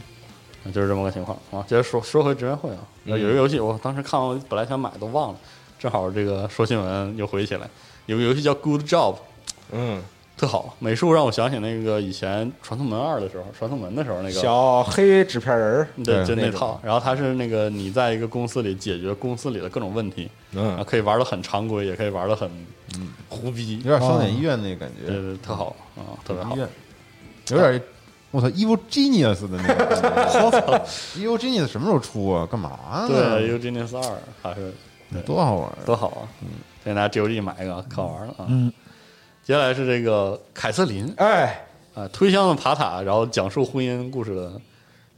[SPEAKER 4] 就是这么个情况啊。接着说说回职员会啊，有一个游戏，我当时看完本来想买都忘了，正好这个说新闻又回起来，有个游戏叫《Good Job》，
[SPEAKER 5] 嗯，
[SPEAKER 4] 特好，美术让我想起那个以前《传送门二》的时候，《传送门》的时候那个。
[SPEAKER 5] 小黑纸片人儿，
[SPEAKER 4] 对，
[SPEAKER 6] 对
[SPEAKER 4] 就
[SPEAKER 5] 那
[SPEAKER 4] 那
[SPEAKER 5] 种
[SPEAKER 4] 套。然后它是那个你在一个公司里解决公司里的各种问题，啊，
[SPEAKER 5] 嗯，
[SPEAKER 4] 可以玩的很常规，也可以玩的很胡逼
[SPEAKER 6] 有，点双点医院那个感
[SPEAKER 4] 对
[SPEAKER 6] 觉，
[SPEAKER 4] 对，特好啊，特别好
[SPEAKER 6] 医。院有点，我操，Evil Genius 的那
[SPEAKER 4] [LAUGHS]
[SPEAKER 6] 个感觉，Evil Genius 什么时候出啊？干嘛
[SPEAKER 4] 对
[SPEAKER 6] 呢？
[SPEAKER 4] ，U G N S 二还是
[SPEAKER 6] 多好玩啊！
[SPEAKER 4] 多好啊！先拿 GOG 买一个，可好玩了啊！
[SPEAKER 6] 嗯
[SPEAKER 4] 接下来是这个凯瑟琳
[SPEAKER 5] 哎，
[SPEAKER 4] 啊，推箱子爬塔，然后讲述婚姻故事的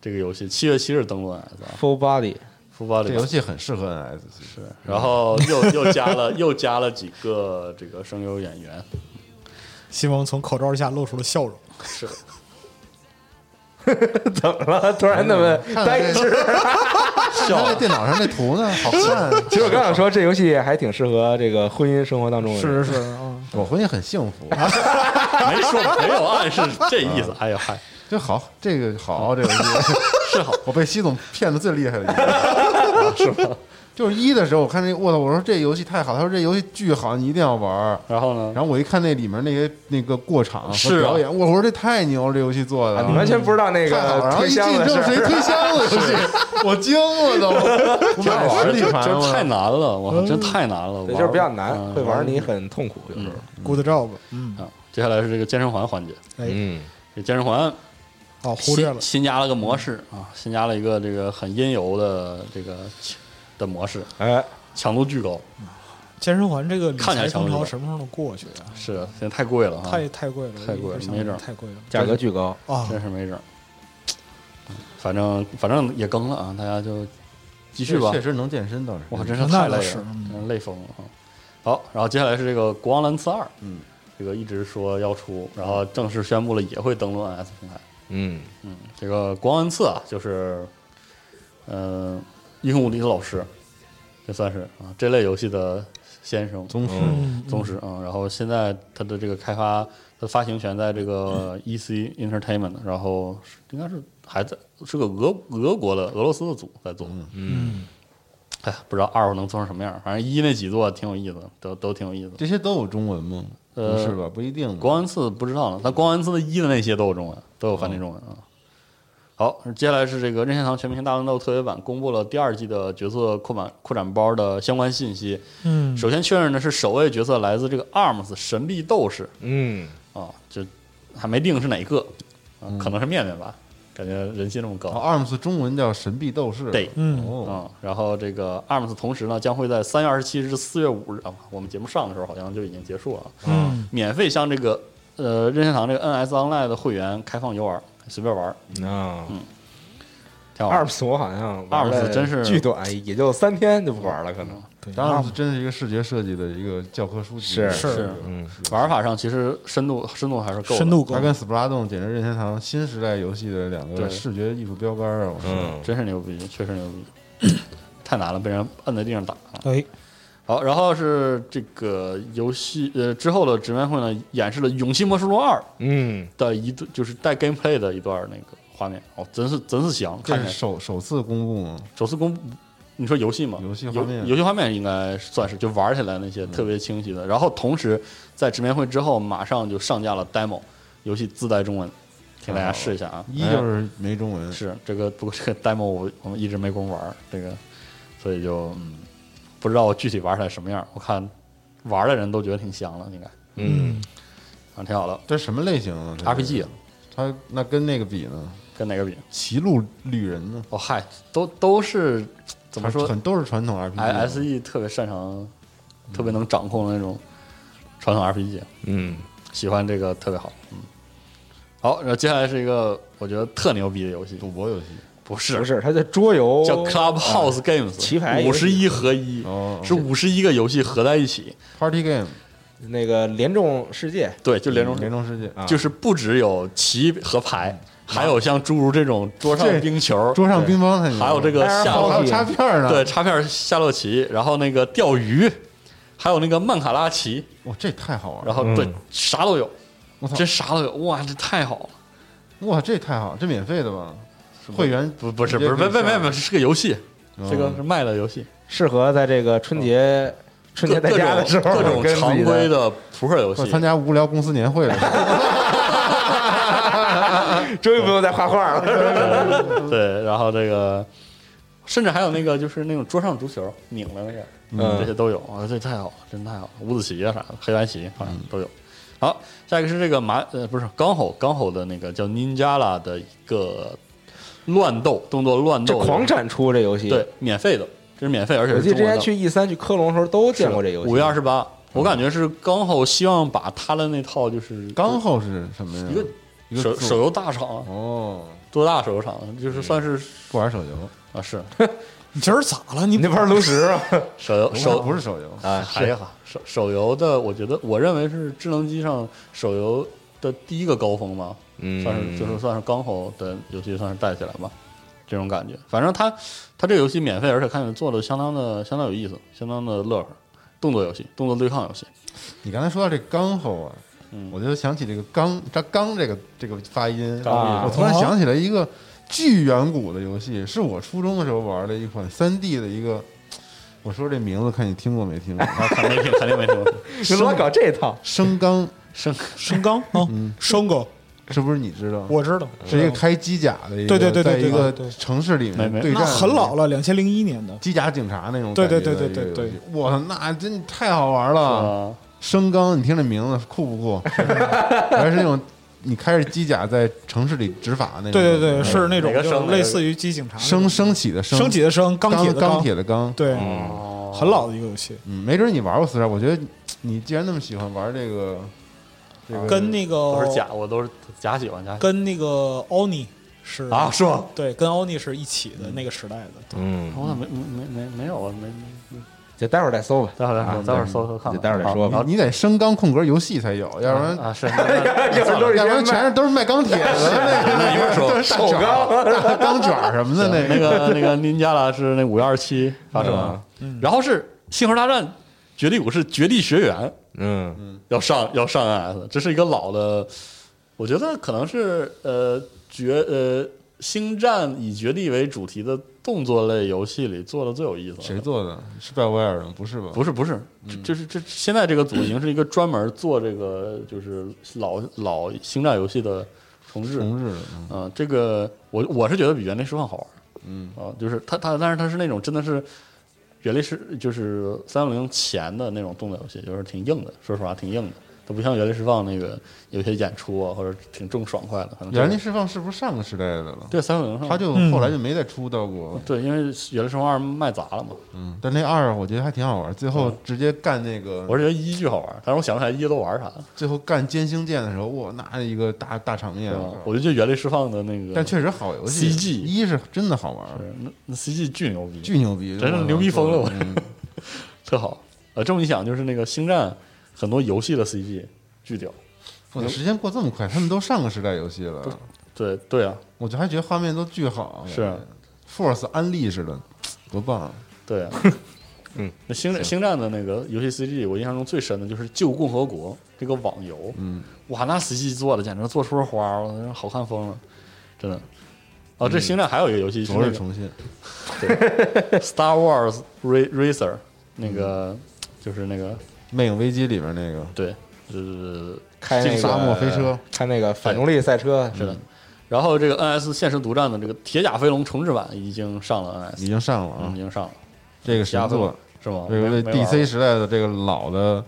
[SPEAKER 4] 这个游戏，七月七日登陆 NS 啊，
[SPEAKER 5] full body，
[SPEAKER 4] 福巴
[SPEAKER 6] 这
[SPEAKER 4] 里
[SPEAKER 6] 游。戏很适合 NS，其实
[SPEAKER 4] 然后又又加了又加了几个这个声优演员，
[SPEAKER 7] 西蒙从口罩下露出了笑容。
[SPEAKER 4] 是
[SPEAKER 5] [LAUGHS] 怎么了？突然那么
[SPEAKER 6] 看
[SPEAKER 5] 呆
[SPEAKER 6] 看
[SPEAKER 4] [LAUGHS]
[SPEAKER 5] 滞？
[SPEAKER 6] [LAUGHS] 看那电脑上那图呢，好看。
[SPEAKER 5] 其实我刚想说，这游戏还挺适合这个婚姻生活当中的人。
[SPEAKER 7] 是
[SPEAKER 4] 嗯
[SPEAKER 7] 啊，
[SPEAKER 6] 我婚姻很
[SPEAKER 4] [LAUGHS]
[SPEAKER 6] 幸福，
[SPEAKER 4] 没说没有暗示这意
[SPEAKER 6] 啊
[SPEAKER 4] 思，哎呀嗨，
[SPEAKER 6] 这好，这个好，这 [LAUGHS] 个游戏
[SPEAKER 4] 是好，
[SPEAKER 6] 我被西总骗的最厉害的一个，是吧？就是一的时候，我看这我操，我说这游戏太好，他说这游戏巨好，你一定要玩儿。
[SPEAKER 4] 然后呢？
[SPEAKER 6] 然后我一看那里面那些那个过场
[SPEAKER 4] 是啊
[SPEAKER 6] 和表演，我说这太牛了，这游戏做的
[SPEAKER 5] 啊
[SPEAKER 6] 嗯
[SPEAKER 5] 你完全不知道那
[SPEAKER 6] 太好了。
[SPEAKER 5] 个
[SPEAKER 6] 然后
[SPEAKER 5] 推
[SPEAKER 6] 一
[SPEAKER 5] 箱
[SPEAKER 6] 进
[SPEAKER 5] 的
[SPEAKER 6] 正
[SPEAKER 5] 事
[SPEAKER 6] 是一
[SPEAKER 5] 儿，
[SPEAKER 6] 推箱的游戏，我惊了都，我买了嗯
[SPEAKER 4] 实
[SPEAKER 6] 实体盘，
[SPEAKER 4] 就是
[SPEAKER 6] 我
[SPEAKER 4] 哎太难了，我靠，真太难了，
[SPEAKER 5] [LAUGHS] 对，
[SPEAKER 4] 玩
[SPEAKER 5] 就是比较
[SPEAKER 4] 嗯
[SPEAKER 5] 难，会玩你很痛苦，有时候。
[SPEAKER 7] ，good job。嗯，
[SPEAKER 4] 啊。接下来是这个健身环环节，
[SPEAKER 7] 哎，
[SPEAKER 5] 嗯，
[SPEAKER 4] 这健身环
[SPEAKER 7] 哦，忽略了
[SPEAKER 4] 新，新加了个模式啊，新加了一个这个很阴柔的这个的模式，
[SPEAKER 5] 哎，
[SPEAKER 4] 强度巨高，
[SPEAKER 7] 健身环这个理
[SPEAKER 4] 看起来
[SPEAKER 7] 财
[SPEAKER 4] 强
[SPEAKER 7] 风
[SPEAKER 4] 制
[SPEAKER 7] 潮
[SPEAKER 4] 的
[SPEAKER 7] 什么时候能过去啊？
[SPEAKER 4] 是现在太贵了啊，
[SPEAKER 7] 太太贵了，
[SPEAKER 4] 太贵了
[SPEAKER 7] 一直想
[SPEAKER 4] 没整
[SPEAKER 7] 太贵了
[SPEAKER 5] 价格巨高，
[SPEAKER 7] 啊！
[SPEAKER 4] 真是没整。反正反正也更了啊，大家就继
[SPEAKER 6] 继
[SPEAKER 4] 续吧。
[SPEAKER 6] 确实能健身倒是。
[SPEAKER 4] 哇，真是
[SPEAKER 7] 那
[SPEAKER 4] 太累
[SPEAKER 7] 倒
[SPEAKER 4] 了，
[SPEAKER 7] 是嗯
[SPEAKER 4] 真是累疯了啊！好，然后接下来是这个《国王蓝刺二》，
[SPEAKER 6] 嗯，
[SPEAKER 4] 这个一直说要出，然后正式宣布了也会登陆 NS 平台。
[SPEAKER 5] 嗯，
[SPEAKER 4] 嗯，这个光恩次啊，就是，嗯、英雄无敌的老师，这算是啊这类游戏的先生
[SPEAKER 6] 宗师
[SPEAKER 7] 嗯
[SPEAKER 4] 宗师啊、嗯然后现在它的这个开发，它的发行权在这个 EC Entertainment，然后是应该是还在是个俄俄国的俄罗斯的组在做。嗯，哎呀，不知道二能做成什么样，反正一那几座挺有意思的，都都挺有意思的。
[SPEAKER 6] 这些都有中文吗？
[SPEAKER 4] 呃
[SPEAKER 6] 不是吧？不一定吧。
[SPEAKER 4] 光恩次不知道呢，但光恩次的一的那些都有中文，都有繁体中文啊。好，接下来是这个任天堂全明星大乱斗特别版公布了第二季的角色扩展扩展包的相关信息。
[SPEAKER 7] 嗯，
[SPEAKER 4] 首先确认的是首位角色来自这个 ARMS 神力斗士
[SPEAKER 5] 嗯，
[SPEAKER 4] 啊，就还没定是哪个啊，可能是面面吧，感觉人气那么
[SPEAKER 6] 哦
[SPEAKER 4] 高。
[SPEAKER 6] ，ARMS 中文叫神臂斗士。
[SPEAKER 4] 对
[SPEAKER 7] 嗯
[SPEAKER 6] 哦，
[SPEAKER 4] 嗯，然后这个 ARMS 同时呢将会在三月二十七日至四月五日啊，我们节目上的时候好像就已经结束了啊。
[SPEAKER 7] 嗯
[SPEAKER 4] 免费向这个呃任天堂这个 NS Online 的会员开放游玩，随便玩。
[SPEAKER 5] 啊，
[SPEAKER 4] 挺好玩
[SPEAKER 5] 阿尔。斯我好像
[SPEAKER 4] 阿
[SPEAKER 5] 玩
[SPEAKER 4] 尔斯
[SPEAKER 5] 了
[SPEAKER 4] 真是
[SPEAKER 5] 巨短，也就三天就不玩了，可能
[SPEAKER 6] 当然，真是一个视觉设计的一个教科书级
[SPEAKER 5] 是
[SPEAKER 4] 是
[SPEAKER 5] 嗯，
[SPEAKER 4] 玩法上其实深度深度还是够的，
[SPEAKER 7] 深度够
[SPEAKER 6] 它。跟 Splatoon 简直任天堂新时代游戏的两
[SPEAKER 4] 对
[SPEAKER 6] 个视觉艺术标杆啊！我说
[SPEAKER 5] 嗯
[SPEAKER 4] 真是牛逼，确实牛逼， [CLEARS THROAT] 太难了，被人摁在地上打。啊
[SPEAKER 7] 哎，
[SPEAKER 4] 好，然后是这个游戏呃之后的直面会呢，演示了《勇气魔术录二》
[SPEAKER 5] 嗯，
[SPEAKER 4] 的一段，就是带 gameplay 的一段那个画面，哦，真是真是香，
[SPEAKER 6] 这
[SPEAKER 4] 看起
[SPEAKER 6] 是
[SPEAKER 4] 来
[SPEAKER 6] 首首次公布，
[SPEAKER 4] 首次公布，你说游戏嘛，
[SPEAKER 6] 游戏画
[SPEAKER 4] 游
[SPEAKER 6] 面嗯
[SPEAKER 4] 游戏画面应该算是就玩起来那些特别清晰的。然后同时在直面会之后，马上就上架了 demo，游戏自带中文，给大家试一下啊。
[SPEAKER 6] 哦
[SPEAKER 4] 哎
[SPEAKER 6] 一就是没中文，
[SPEAKER 4] 是这个，不过这个 demo 我我们一直没工夫玩儿这个，所以就嗯不知道具体玩起来什么样儿。我看玩儿的人都觉得挺香了，应该
[SPEAKER 5] 嗯，
[SPEAKER 4] 啊挺好的。
[SPEAKER 6] 这什么类型啊这是
[SPEAKER 4] RPG
[SPEAKER 6] 它那跟那个比呢？
[SPEAKER 4] 跟哪个比？
[SPEAKER 6] 歧路旅人呢？
[SPEAKER 4] 哦嗨，都都是怎么说
[SPEAKER 6] 很都是传统 RPG
[SPEAKER 4] ？I S E 特别擅长，特别能掌控的那种传统 RPG，
[SPEAKER 5] 嗯，
[SPEAKER 4] 喜欢这个特别好。嗯，好，然后接下来是一个我觉得特牛逼的游戏，
[SPEAKER 6] 赌博游戏
[SPEAKER 4] 不是
[SPEAKER 5] 不是，它叫桌游，啊
[SPEAKER 4] 叫
[SPEAKER 6] 啊
[SPEAKER 4] Clubhouse Games，
[SPEAKER 5] 棋牌
[SPEAKER 4] 五
[SPEAKER 5] 游
[SPEAKER 4] 十
[SPEAKER 5] 戏
[SPEAKER 4] 一合一
[SPEAKER 6] 哦，
[SPEAKER 4] 是五十一个游戏合在一起，
[SPEAKER 6] Party Game 嗯
[SPEAKER 5] 那个联众世界，
[SPEAKER 4] 对，就联中
[SPEAKER 6] 联动世界
[SPEAKER 5] 啊
[SPEAKER 4] 就是不只有棋和牌，还有像诸如这种桌上
[SPEAKER 6] 嗯这
[SPEAKER 4] 冰球，
[SPEAKER 6] 桌上乒乓太牛了，
[SPEAKER 4] 还有这个
[SPEAKER 6] 还
[SPEAKER 4] 下
[SPEAKER 6] 有还有插片儿呢。
[SPEAKER 4] 对，插片下洛棋，然后那个钓鱼，还有那个曼卡拉棋，
[SPEAKER 6] 哇，这太好玩了！
[SPEAKER 4] 然后对
[SPEAKER 5] 嗯
[SPEAKER 4] 啥都有
[SPEAKER 6] 我，操
[SPEAKER 4] 真啥都有，哇，这太好了！
[SPEAKER 6] 哇，这太好，这免费的吧？会员
[SPEAKER 4] 不不是不是不是不是不是不是是个游戏，
[SPEAKER 5] 哦
[SPEAKER 4] 这个是卖的游
[SPEAKER 5] [LAUGHS]
[SPEAKER 4] 戏，
[SPEAKER 5] 适合在这个春节春
[SPEAKER 4] 各
[SPEAKER 5] 节在
[SPEAKER 4] 各
[SPEAKER 5] 家的时
[SPEAKER 4] 种
[SPEAKER 5] 候
[SPEAKER 4] 各种
[SPEAKER 5] 跟自己
[SPEAKER 4] 常规的扑克游
[SPEAKER 6] 或
[SPEAKER 4] 戏
[SPEAKER 6] 者，参加无聊公司年会了。
[SPEAKER 5] [LAUGHS] 终于不用再画画 [LAUGHS] 了。
[SPEAKER 4] 对，然后这个 [LAUGHS] 甚至还有那个就是那种桌上足球拧的那个，
[SPEAKER 5] 嗯
[SPEAKER 4] 这些都有啊，这太好了，真太好了，五子棋啊啥的，黑白棋好像都有。好，下一个是这个麻呃不是刚吼刚吼的那个叫 Ninjala 的一个乱斗动作乱
[SPEAKER 5] 这
[SPEAKER 4] 斗，
[SPEAKER 5] 狂产出这游戏，
[SPEAKER 4] 对，免费的，这是免费，而且
[SPEAKER 5] 我
[SPEAKER 4] 是
[SPEAKER 5] 记得之
[SPEAKER 4] 中文
[SPEAKER 5] 前
[SPEAKER 4] 的
[SPEAKER 5] 去 E 三去科隆的时候都见过这游戏，
[SPEAKER 4] 五月二十八，我感觉是刚吼希望把他的那套就是
[SPEAKER 6] 刚后是什么呀？
[SPEAKER 4] 一个
[SPEAKER 6] 一
[SPEAKER 4] 嗯
[SPEAKER 6] 个
[SPEAKER 4] 手
[SPEAKER 6] 组
[SPEAKER 4] 手游大厂
[SPEAKER 6] 哦，
[SPEAKER 4] 多大手游厂，就是算是
[SPEAKER 6] 不玩手游，
[SPEAKER 4] 啊是
[SPEAKER 7] 你今儿咋了？你
[SPEAKER 5] 你那玩炉石啊？
[SPEAKER 4] [LAUGHS] 手游手
[SPEAKER 6] 手不是手游，
[SPEAKER 5] 啊，
[SPEAKER 4] 哎呀，手手游的，我觉得我认为是智能机上手游的第一个高峰吧，[LAUGHS]
[SPEAKER 5] 嗯
[SPEAKER 4] 算是就是算是刚吼的游戏算是带起来吧，这种感觉。反正它它这个游戏免费，而且看起来做的相当的相当有意思，相当的乐呵。动作游戏，动作对抗游戏，
[SPEAKER 6] 你刚才说到这刚后啊，
[SPEAKER 4] 嗯
[SPEAKER 6] 我就想起这个刚，这刚这个这个发音，
[SPEAKER 5] 啊
[SPEAKER 6] 我突
[SPEAKER 7] 哦
[SPEAKER 6] 然想起来一个巨远古的游戏，是我初中的时候玩的一款三 D 的一个。我说这名字，看你听过没听
[SPEAKER 4] [LAUGHS]
[SPEAKER 6] 过？
[SPEAKER 4] 啊，肯定肯定没听过。
[SPEAKER 5] 你老搞这套，
[SPEAKER 4] [LAUGHS]
[SPEAKER 6] 升钢，
[SPEAKER 4] 生
[SPEAKER 7] 升刚啊，升高，
[SPEAKER 6] 这不是你知道？
[SPEAKER 7] 我知道，
[SPEAKER 6] 是一个嗯开机甲的一个，
[SPEAKER 7] 对对对对
[SPEAKER 6] 在一个
[SPEAKER 7] 对对对
[SPEAKER 6] 城市里
[SPEAKER 4] 没
[SPEAKER 6] 面
[SPEAKER 4] 没
[SPEAKER 6] 对
[SPEAKER 7] 那
[SPEAKER 6] 战，嗯
[SPEAKER 7] 很老了，两千零一年的。
[SPEAKER 6] 机甲警察那种
[SPEAKER 7] 对
[SPEAKER 6] 感觉
[SPEAKER 7] 对
[SPEAKER 6] 的
[SPEAKER 7] 对
[SPEAKER 6] 一
[SPEAKER 7] 对
[SPEAKER 6] 个
[SPEAKER 7] 对
[SPEAKER 6] 游戏，我操，那真太好玩了！
[SPEAKER 4] 啊，
[SPEAKER 6] 升钢，你听这名字酷不酷？还是那种你开着机甲在城市里执法那种？
[SPEAKER 7] 对对对，是那种
[SPEAKER 4] 哪个
[SPEAKER 7] 就
[SPEAKER 4] 升
[SPEAKER 7] 是
[SPEAKER 4] 哪
[SPEAKER 7] 类
[SPEAKER 4] 个
[SPEAKER 7] 似于机警察那种
[SPEAKER 6] 升升起的升，
[SPEAKER 7] 升起的升，钢
[SPEAKER 6] 钢
[SPEAKER 7] 铁的
[SPEAKER 6] 钢铁的钢。
[SPEAKER 7] 对，
[SPEAKER 4] 哦
[SPEAKER 7] 很老的一个游戏，
[SPEAKER 6] 嗯，没准你玩过四十二，我觉得你既然那么喜欢玩这个，这个
[SPEAKER 7] 跟那
[SPEAKER 4] 都
[SPEAKER 7] 个
[SPEAKER 4] 是假，我都是假喜欢假喜欢
[SPEAKER 7] 跟那个欧尼是
[SPEAKER 4] 啊，是吗？
[SPEAKER 7] 对，跟欧尼是一起的那个时代的。对
[SPEAKER 5] 嗯，
[SPEAKER 4] 我咋没没没没有啊？没没，
[SPEAKER 5] 就待会儿再搜吧，
[SPEAKER 4] 待会儿待会
[SPEAKER 5] 啊
[SPEAKER 4] 儿待会儿搜搜看看，
[SPEAKER 5] 待会儿再说吧
[SPEAKER 6] 你你得升钢空格游戏才有，
[SPEAKER 4] [LAUGHS]
[SPEAKER 6] 要不然
[SPEAKER 4] 啊是，那
[SPEAKER 5] 要不然都是
[SPEAKER 6] 要不然
[SPEAKER 5] 人卖
[SPEAKER 6] 全是都是卖钢铁的，那
[SPEAKER 4] 那一会儿说
[SPEAKER 6] 个手钢、 [LAUGHS] 钢卷儿什么的那
[SPEAKER 4] 那
[SPEAKER 6] 个。
[SPEAKER 4] 个那个林加拉是那五月二十七发
[SPEAKER 5] 嗯
[SPEAKER 4] 售，然后是《星球大战》《绝地武士》《绝地学员
[SPEAKER 5] 嗯》
[SPEAKER 4] 要上要上 NS，这是一个老的，我觉得可能是呃绝呃星战以绝地为主题的动作类游戏里做的最有意思的。
[SPEAKER 6] 谁做的？是拜威尔的吗？不是吧？
[SPEAKER 4] 不是不是，这
[SPEAKER 5] 嗯
[SPEAKER 4] 这是这现在这个组已经是一个专门做这个就是老老星战游戏的重置，
[SPEAKER 6] 重置的，嗯
[SPEAKER 4] 嗯，这个我我是觉得比原力释放好玩。嗯，啊，就是它它，但是它是那种真的是原力是就是三六零前的那种动作游戏，就是挺硬的，说实话挺硬的。它不像原力释放那个有些演出啊，或者挺重爽快的。可能
[SPEAKER 6] 原力释放是不是上个时代的了？
[SPEAKER 4] 啊对三六零上，
[SPEAKER 6] 他就后来就没再出到过。
[SPEAKER 4] 对，因为原力释放二卖砸了嘛。
[SPEAKER 6] 嗯，但那二我觉得还挺好玩，最后直接干那个，
[SPEAKER 4] 嗯我是觉得一剧好玩，但是我想不起来一都玩啥了。
[SPEAKER 6] 最后干歼星舰的时候，哇，那一个大大场面啊
[SPEAKER 4] 对，吧？我就觉得原力释放的那个，
[SPEAKER 6] 但确实好游戏。
[SPEAKER 4] CG
[SPEAKER 6] 一是真的好玩，
[SPEAKER 4] 是那那 CG 巨牛逼，
[SPEAKER 6] 巨牛逼，
[SPEAKER 4] 真是牛逼疯了我
[SPEAKER 6] 嗯
[SPEAKER 4] [LAUGHS] 特好。呃，这么一想，就是那个星战很多游戏的 CG 巨屌。
[SPEAKER 6] 我的时间过这么快，他们都上个时代游戏了，
[SPEAKER 4] 对对啊，
[SPEAKER 6] 我就还觉得画面都巨好，
[SPEAKER 4] 是啊
[SPEAKER 6] Force 安利似的，多棒啊！ [LAUGHS]
[SPEAKER 4] 对啊。
[SPEAKER 5] 嗯，
[SPEAKER 4] 那星战星战的那个游戏 CG，我印象中最深的就是《旧共和国》这个网游，
[SPEAKER 6] 嗯，
[SPEAKER 4] 哇，那 CG 做的简直做出了花儿，我好看疯了，真的。哦，
[SPEAKER 6] 嗯
[SPEAKER 4] 这星战还有一个游戏是
[SPEAKER 6] 昨
[SPEAKER 4] 那
[SPEAKER 6] 日
[SPEAKER 4] 个
[SPEAKER 6] 重现，
[SPEAKER 4] [LAUGHS] Star Wars Ra- Racer，那
[SPEAKER 6] 嗯
[SPEAKER 4] 个就是那个
[SPEAKER 6] 《魅影危机》里面那个
[SPEAKER 4] 对，就是
[SPEAKER 5] 开那个
[SPEAKER 6] 进沙漠飞车，
[SPEAKER 5] 开那个反重力赛车，
[SPEAKER 4] 是
[SPEAKER 6] 嗯
[SPEAKER 4] 的。然后这个 NS 现实独占的这个《铁甲飞龙》重置版已经上了
[SPEAKER 6] 已
[SPEAKER 4] NS，
[SPEAKER 6] 经上了
[SPEAKER 4] 嗯，
[SPEAKER 6] 啊
[SPEAKER 4] 已，经上了，
[SPEAKER 6] 这个
[SPEAKER 4] 铁甲
[SPEAKER 6] 神
[SPEAKER 4] 飞龙
[SPEAKER 6] 作，
[SPEAKER 4] 是吗？
[SPEAKER 6] 这个
[SPEAKER 4] 哦没啊
[SPEAKER 6] 为
[SPEAKER 4] 没玩过
[SPEAKER 6] DC 时代的这个老的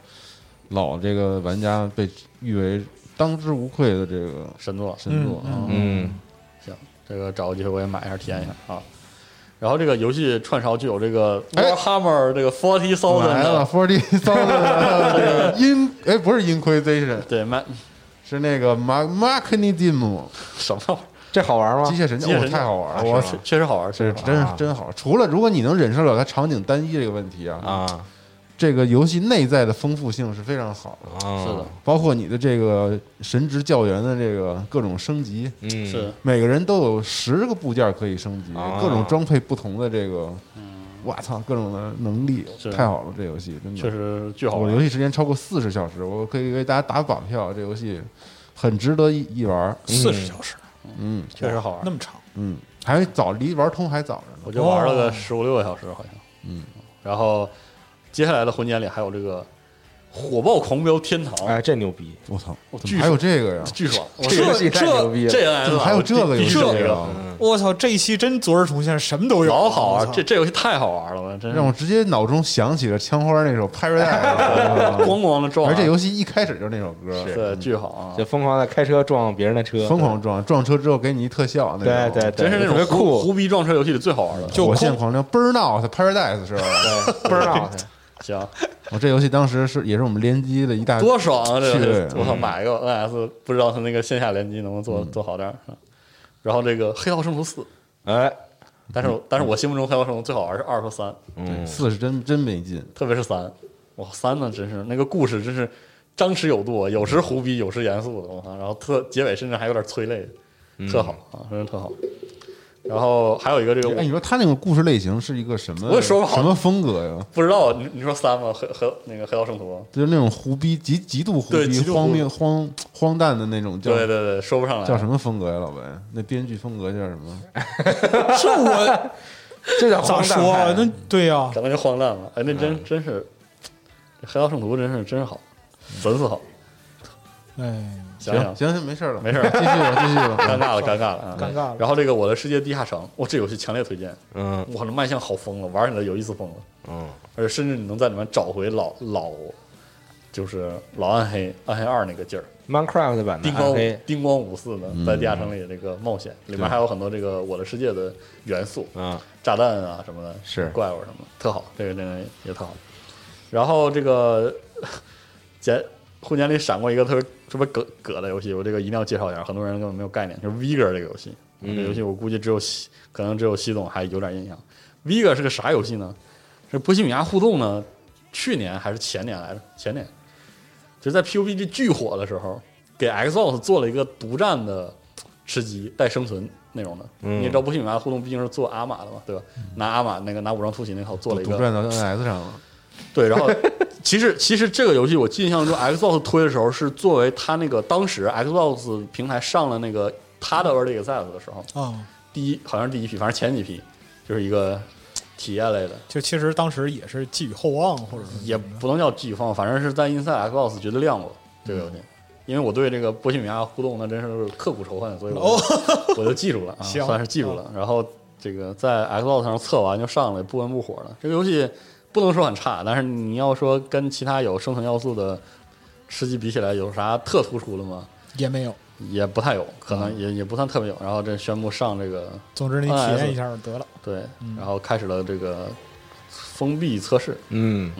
[SPEAKER 6] 老这个玩家被誉为当之无愧的这个
[SPEAKER 4] 神作，
[SPEAKER 6] 神作啊。
[SPEAKER 5] 嗯，
[SPEAKER 4] 行，这个找个机会我也买一下体验一下啊。然后这个游戏串烧具有这个
[SPEAKER 6] 哎
[SPEAKER 4] Warhammer 这个 Forty
[SPEAKER 6] 来
[SPEAKER 4] Thousand
[SPEAKER 6] 了
[SPEAKER 4] 的， [LAUGHS]
[SPEAKER 6] ，Forty Thousand 阴哎不是 Inquisition，
[SPEAKER 4] 对，买
[SPEAKER 6] 是那个 Mark Marknidim
[SPEAKER 4] 什么玩意儿？
[SPEAKER 5] 这好玩吗
[SPEAKER 6] 机？械神
[SPEAKER 4] 啊机械
[SPEAKER 6] 将，
[SPEAKER 4] 神
[SPEAKER 6] 哦太好玩了，我去
[SPEAKER 4] 确，确实好玩，确实
[SPEAKER 6] 这
[SPEAKER 4] 好玩
[SPEAKER 6] 真是真好。除了如果你能忍受了它场景单一这个问题啊，
[SPEAKER 5] 啊，
[SPEAKER 6] 这个游戏内在的丰富性是非常好的，
[SPEAKER 5] 是
[SPEAKER 4] 是的，，
[SPEAKER 6] 包括你的这个神职教员的这个各种升级，
[SPEAKER 5] 嗯，
[SPEAKER 4] 是的
[SPEAKER 6] 每个人都有十个部件可以升级，
[SPEAKER 5] 啊
[SPEAKER 6] 各种装配不同的这个，我操，各种的能力，
[SPEAKER 4] 嗯是
[SPEAKER 6] 太好了，这游戏真的
[SPEAKER 4] 确。实巨好
[SPEAKER 6] 我
[SPEAKER 4] 玩
[SPEAKER 6] 的。游戏时间超过四十小时，我可以为大家打榜票，这游戏很值得一一玩。
[SPEAKER 7] 四十小时
[SPEAKER 6] 嗯
[SPEAKER 4] 确实好玩
[SPEAKER 7] 那，么长，
[SPEAKER 6] 嗯，还早离玩通还早着呢。
[SPEAKER 4] 我就玩了个十五六个小时好像。
[SPEAKER 6] 哦嗯，
[SPEAKER 4] 然后接下来的魂间里还有这个火爆狂飙天堂，
[SPEAKER 5] 哎，这牛逼，
[SPEAKER 6] 我操，
[SPEAKER 4] 我
[SPEAKER 6] 怎
[SPEAKER 4] 巨
[SPEAKER 6] 么还有这个呀？
[SPEAKER 4] 巨爽！我
[SPEAKER 5] 这游戏太牛逼了，
[SPEAKER 4] 这 NS
[SPEAKER 6] 还有这个游
[SPEAKER 4] 必
[SPEAKER 6] 戏
[SPEAKER 4] 须有这
[SPEAKER 6] 啊
[SPEAKER 4] 个，！
[SPEAKER 7] 我操，这一期真昨日重现，什么都有，
[SPEAKER 4] 老好玩
[SPEAKER 7] 我！操
[SPEAKER 4] 这这游戏太好玩了，我真是
[SPEAKER 6] 让我直接脑中想起了枪花那首《Paradise》，
[SPEAKER 4] [LAUGHS] 咣咣的撞啊，
[SPEAKER 6] 而这游戏一开始就是嗯那首歌，
[SPEAKER 4] 对巨好啊！
[SPEAKER 5] 就疯狂的开车撞别人的车，
[SPEAKER 6] 疯狂撞，撞车之后给你一特效，那
[SPEAKER 5] 对，
[SPEAKER 6] 种
[SPEAKER 5] 对对对，
[SPEAKER 4] 真是那
[SPEAKER 5] 特别
[SPEAKER 4] 种胡
[SPEAKER 5] 酷，
[SPEAKER 4] 胡逼撞车游戏里最好玩的。
[SPEAKER 7] 就
[SPEAKER 6] 火
[SPEAKER 7] [LAUGHS]
[SPEAKER 6] 线狂
[SPEAKER 7] 空
[SPEAKER 6] 飙 Burnout Paradise 是吧？
[SPEAKER 4] [LAUGHS]
[SPEAKER 5] 对，倍儿闹腾，
[SPEAKER 4] 行，
[SPEAKER 6] 我这游戏当时是也是我们联机的一大
[SPEAKER 4] 多爽啊！这
[SPEAKER 6] 是
[SPEAKER 4] 个我操，买一个 NS，不知道它那个线下联机能不能做做好点儿。啊然后这个《黑曜圣徒四》，
[SPEAKER 5] 哎，
[SPEAKER 4] 但是但是我心目中《黑曜圣徒》最好玩是二和三，
[SPEAKER 5] 嗯，
[SPEAKER 6] 四是真真没劲，
[SPEAKER 4] 特别是三，哇，三呢真是那个故事真是张弛有度啊，有时胡逼，有时严肃的，我操，然后特结尾甚至还有点催泪，特好啊，真是特好。然后还有一个这个
[SPEAKER 6] 哎，你说他那个故事类型是一个什么？
[SPEAKER 4] 我也说不好
[SPEAKER 6] 什么风格呀？
[SPEAKER 4] 不知道你你说三吗？黑黑那个黑曜圣徒，
[SPEAKER 6] 就是那种胡逼极极度胡
[SPEAKER 4] 对
[SPEAKER 6] 逼
[SPEAKER 4] 极度胡
[SPEAKER 6] 荒谬荒荒诞的那种叫
[SPEAKER 4] 对对对，说不上来啊
[SPEAKER 6] 叫什么风格呀？老白，那编剧风格叫什么？
[SPEAKER 7] 是我
[SPEAKER 5] 这叫
[SPEAKER 7] 咋
[SPEAKER 5] 荒诞
[SPEAKER 7] 说啊？
[SPEAKER 5] 派
[SPEAKER 7] 那对呀、
[SPEAKER 4] 咱们就荒诞了。哎，那真真是这黑曜圣徒，真是真是好，真是好，
[SPEAKER 7] 哎，
[SPEAKER 4] [LAUGHS] 想
[SPEAKER 6] 行
[SPEAKER 4] 想
[SPEAKER 6] 行行，没事了，
[SPEAKER 4] 没事
[SPEAKER 6] 继续吧，继续
[SPEAKER 4] 尴
[SPEAKER 6] 吧。
[SPEAKER 4] 尬了，尴尬了，啊
[SPEAKER 7] 尴尬了
[SPEAKER 4] 然后这个我的世界地下城，哇，这游戏强烈推荐，
[SPEAKER 5] 嗯
[SPEAKER 4] 我的卖相好疯了，玩起来有意思疯了。
[SPEAKER 5] 嗯，
[SPEAKER 4] 而且甚至你能在里面找回老老，就是老暗黑暗黑二那个劲儿，
[SPEAKER 5] ，Minecraft 版的
[SPEAKER 4] 叮咣
[SPEAKER 5] 嗯暗
[SPEAKER 4] 五
[SPEAKER 5] 黑，
[SPEAKER 4] 叮咣五四呢，在地下城里这个冒险，里面还有很多这个我的世界的元素，
[SPEAKER 5] 嗯，
[SPEAKER 4] 炸弹啊什么的，
[SPEAKER 5] 是
[SPEAKER 4] 怪物什么的，特好，这个真的也特好。然后这个 [LAUGHS] 简互联里闪过一个特别特别葛葛的游戏，我这个一定要介绍一下，很多人根本没有概念，就是 Vigor 这个游戏。这个游戏我估计只有西，可能只有西总还有点印象。Vigor 是个啥游戏呢？是波西米亚互动呢？去年还是前年来着？前年，就是在 PUBG 巨火的时候，给 Xbox 做了一个独占的吃鸡带生存内容的。
[SPEAKER 6] 嗯
[SPEAKER 4] 你也知道波西米亚互动毕竟是做阿玛的嘛，对吧？拿阿玛那个拿武装突袭那套做了一
[SPEAKER 6] 嗯独
[SPEAKER 4] 个
[SPEAKER 6] 占到 NS 上了，
[SPEAKER 4] 对，然后其实其实这个游戏我印象中 Xbox 推的时候是作为它那个当时 Xbox 平台上了那个它的 Early Access 的时候，
[SPEAKER 7] 啊，
[SPEAKER 4] 第一好像是第一批，反正前几批就是一个体验类的，
[SPEAKER 7] 就其实当时也是寄予厚望，或者是
[SPEAKER 4] 也不能叫寄予放，反正是在 Inside Xbox 绝对亮过这
[SPEAKER 6] 嗯
[SPEAKER 4] 个游戏。因为我对这个波西米亚互动那真是刻骨仇恨，所以我
[SPEAKER 6] 哦
[SPEAKER 4] 就、 [LAUGHS] 我就记
[SPEAKER 6] [LAUGHS]
[SPEAKER 4] 住了啊，
[SPEAKER 7] 行
[SPEAKER 4] 算是记住了。然后这个在 Xbox 上测完就上了，不温不火的。这个游戏不能说很差，但是你要说跟其他有生存要素的吃鸡比起来有啥特突出的吗？
[SPEAKER 7] 也没有。
[SPEAKER 4] 也不太有，可
[SPEAKER 6] 嗯
[SPEAKER 4] 能也、也不算特别有。然后这宣布上这个，
[SPEAKER 7] 总之你体验一下就得了。
[SPEAKER 4] 对，
[SPEAKER 6] 嗯
[SPEAKER 4] 然后开始了这个封闭测试。
[SPEAKER 5] 嗯，